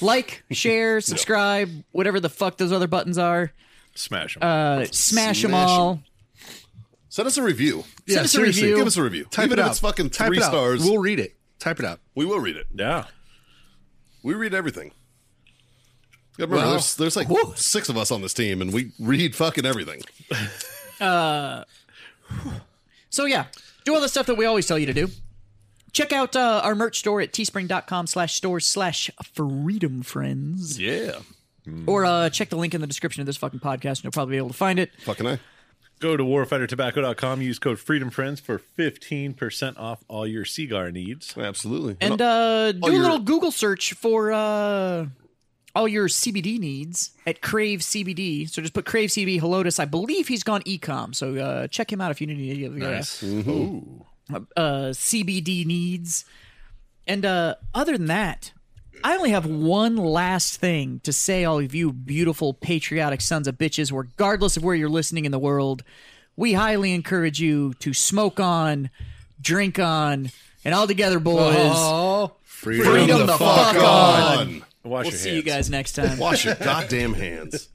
[SPEAKER 2] like, share, subscribe, whatever the fuck those other buttons are.
[SPEAKER 3] smash him.
[SPEAKER 2] Uh, smash them
[SPEAKER 1] 'em.
[SPEAKER 2] all.
[SPEAKER 1] Send us a review.
[SPEAKER 4] Yeah,
[SPEAKER 2] us a
[SPEAKER 4] seriously.
[SPEAKER 2] review.
[SPEAKER 1] Give us a review.
[SPEAKER 4] Type
[SPEAKER 1] Even
[SPEAKER 4] it
[SPEAKER 1] if
[SPEAKER 4] out.
[SPEAKER 1] it's fucking
[SPEAKER 4] Type
[SPEAKER 1] three
[SPEAKER 4] it out.
[SPEAKER 1] stars.
[SPEAKER 4] We'll read it. Type it out.
[SPEAKER 1] We will read it.
[SPEAKER 3] yeah,
[SPEAKER 1] We read everything. Yeah, remember,
[SPEAKER 4] Wow.
[SPEAKER 1] there's there's like six of us on this team, and we read fucking everything.
[SPEAKER 2] So yeah, do all the stuff that we always tell you to do. Check out uh, our merch store at teespring.com slash stores slash freedom friends.
[SPEAKER 1] Yeah.
[SPEAKER 4] Mm.
[SPEAKER 2] Or uh, check the link in the description of this fucking podcast and you'll probably be able to find it.
[SPEAKER 1] Fucking I.
[SPEAKER 3] go to warfightertobacco.com. Use code Freedom Friends for fifteen percent off all your cigar needs.
[SPEAKER 1] Absolutely.
[SPEAKER 2] And uh, do a
[SPEAKER 1] your-
[SPEAKER 2] little Google search for uh, all your CBD needs at Crave CBD. So just put Crave CBD Helotus. I believe he's gone ecom. So Mm-hmm. uh, check him out if you need any of your uh, uh, CBD needs. And uh, other than that, I only have one last thing to say, all of you beautiful, patriotic sons of bitches, regardless of where you're listening in the world. We highly encourage you to smoke on, drink on, and all together, boys.
[SPEAKER 1] Freedom,
[SPEAKER 2] Freedom the fuck
[SPEAKER 1] on.
[SPEAKER 2] we'll
[SPEAKER 3] Wash your
[SPEAKER 2] see
[SPEAKER 3] hands.
[SPEAKER 2] you guys next time.
[SPEAKER 1] Wash your goddamn hands.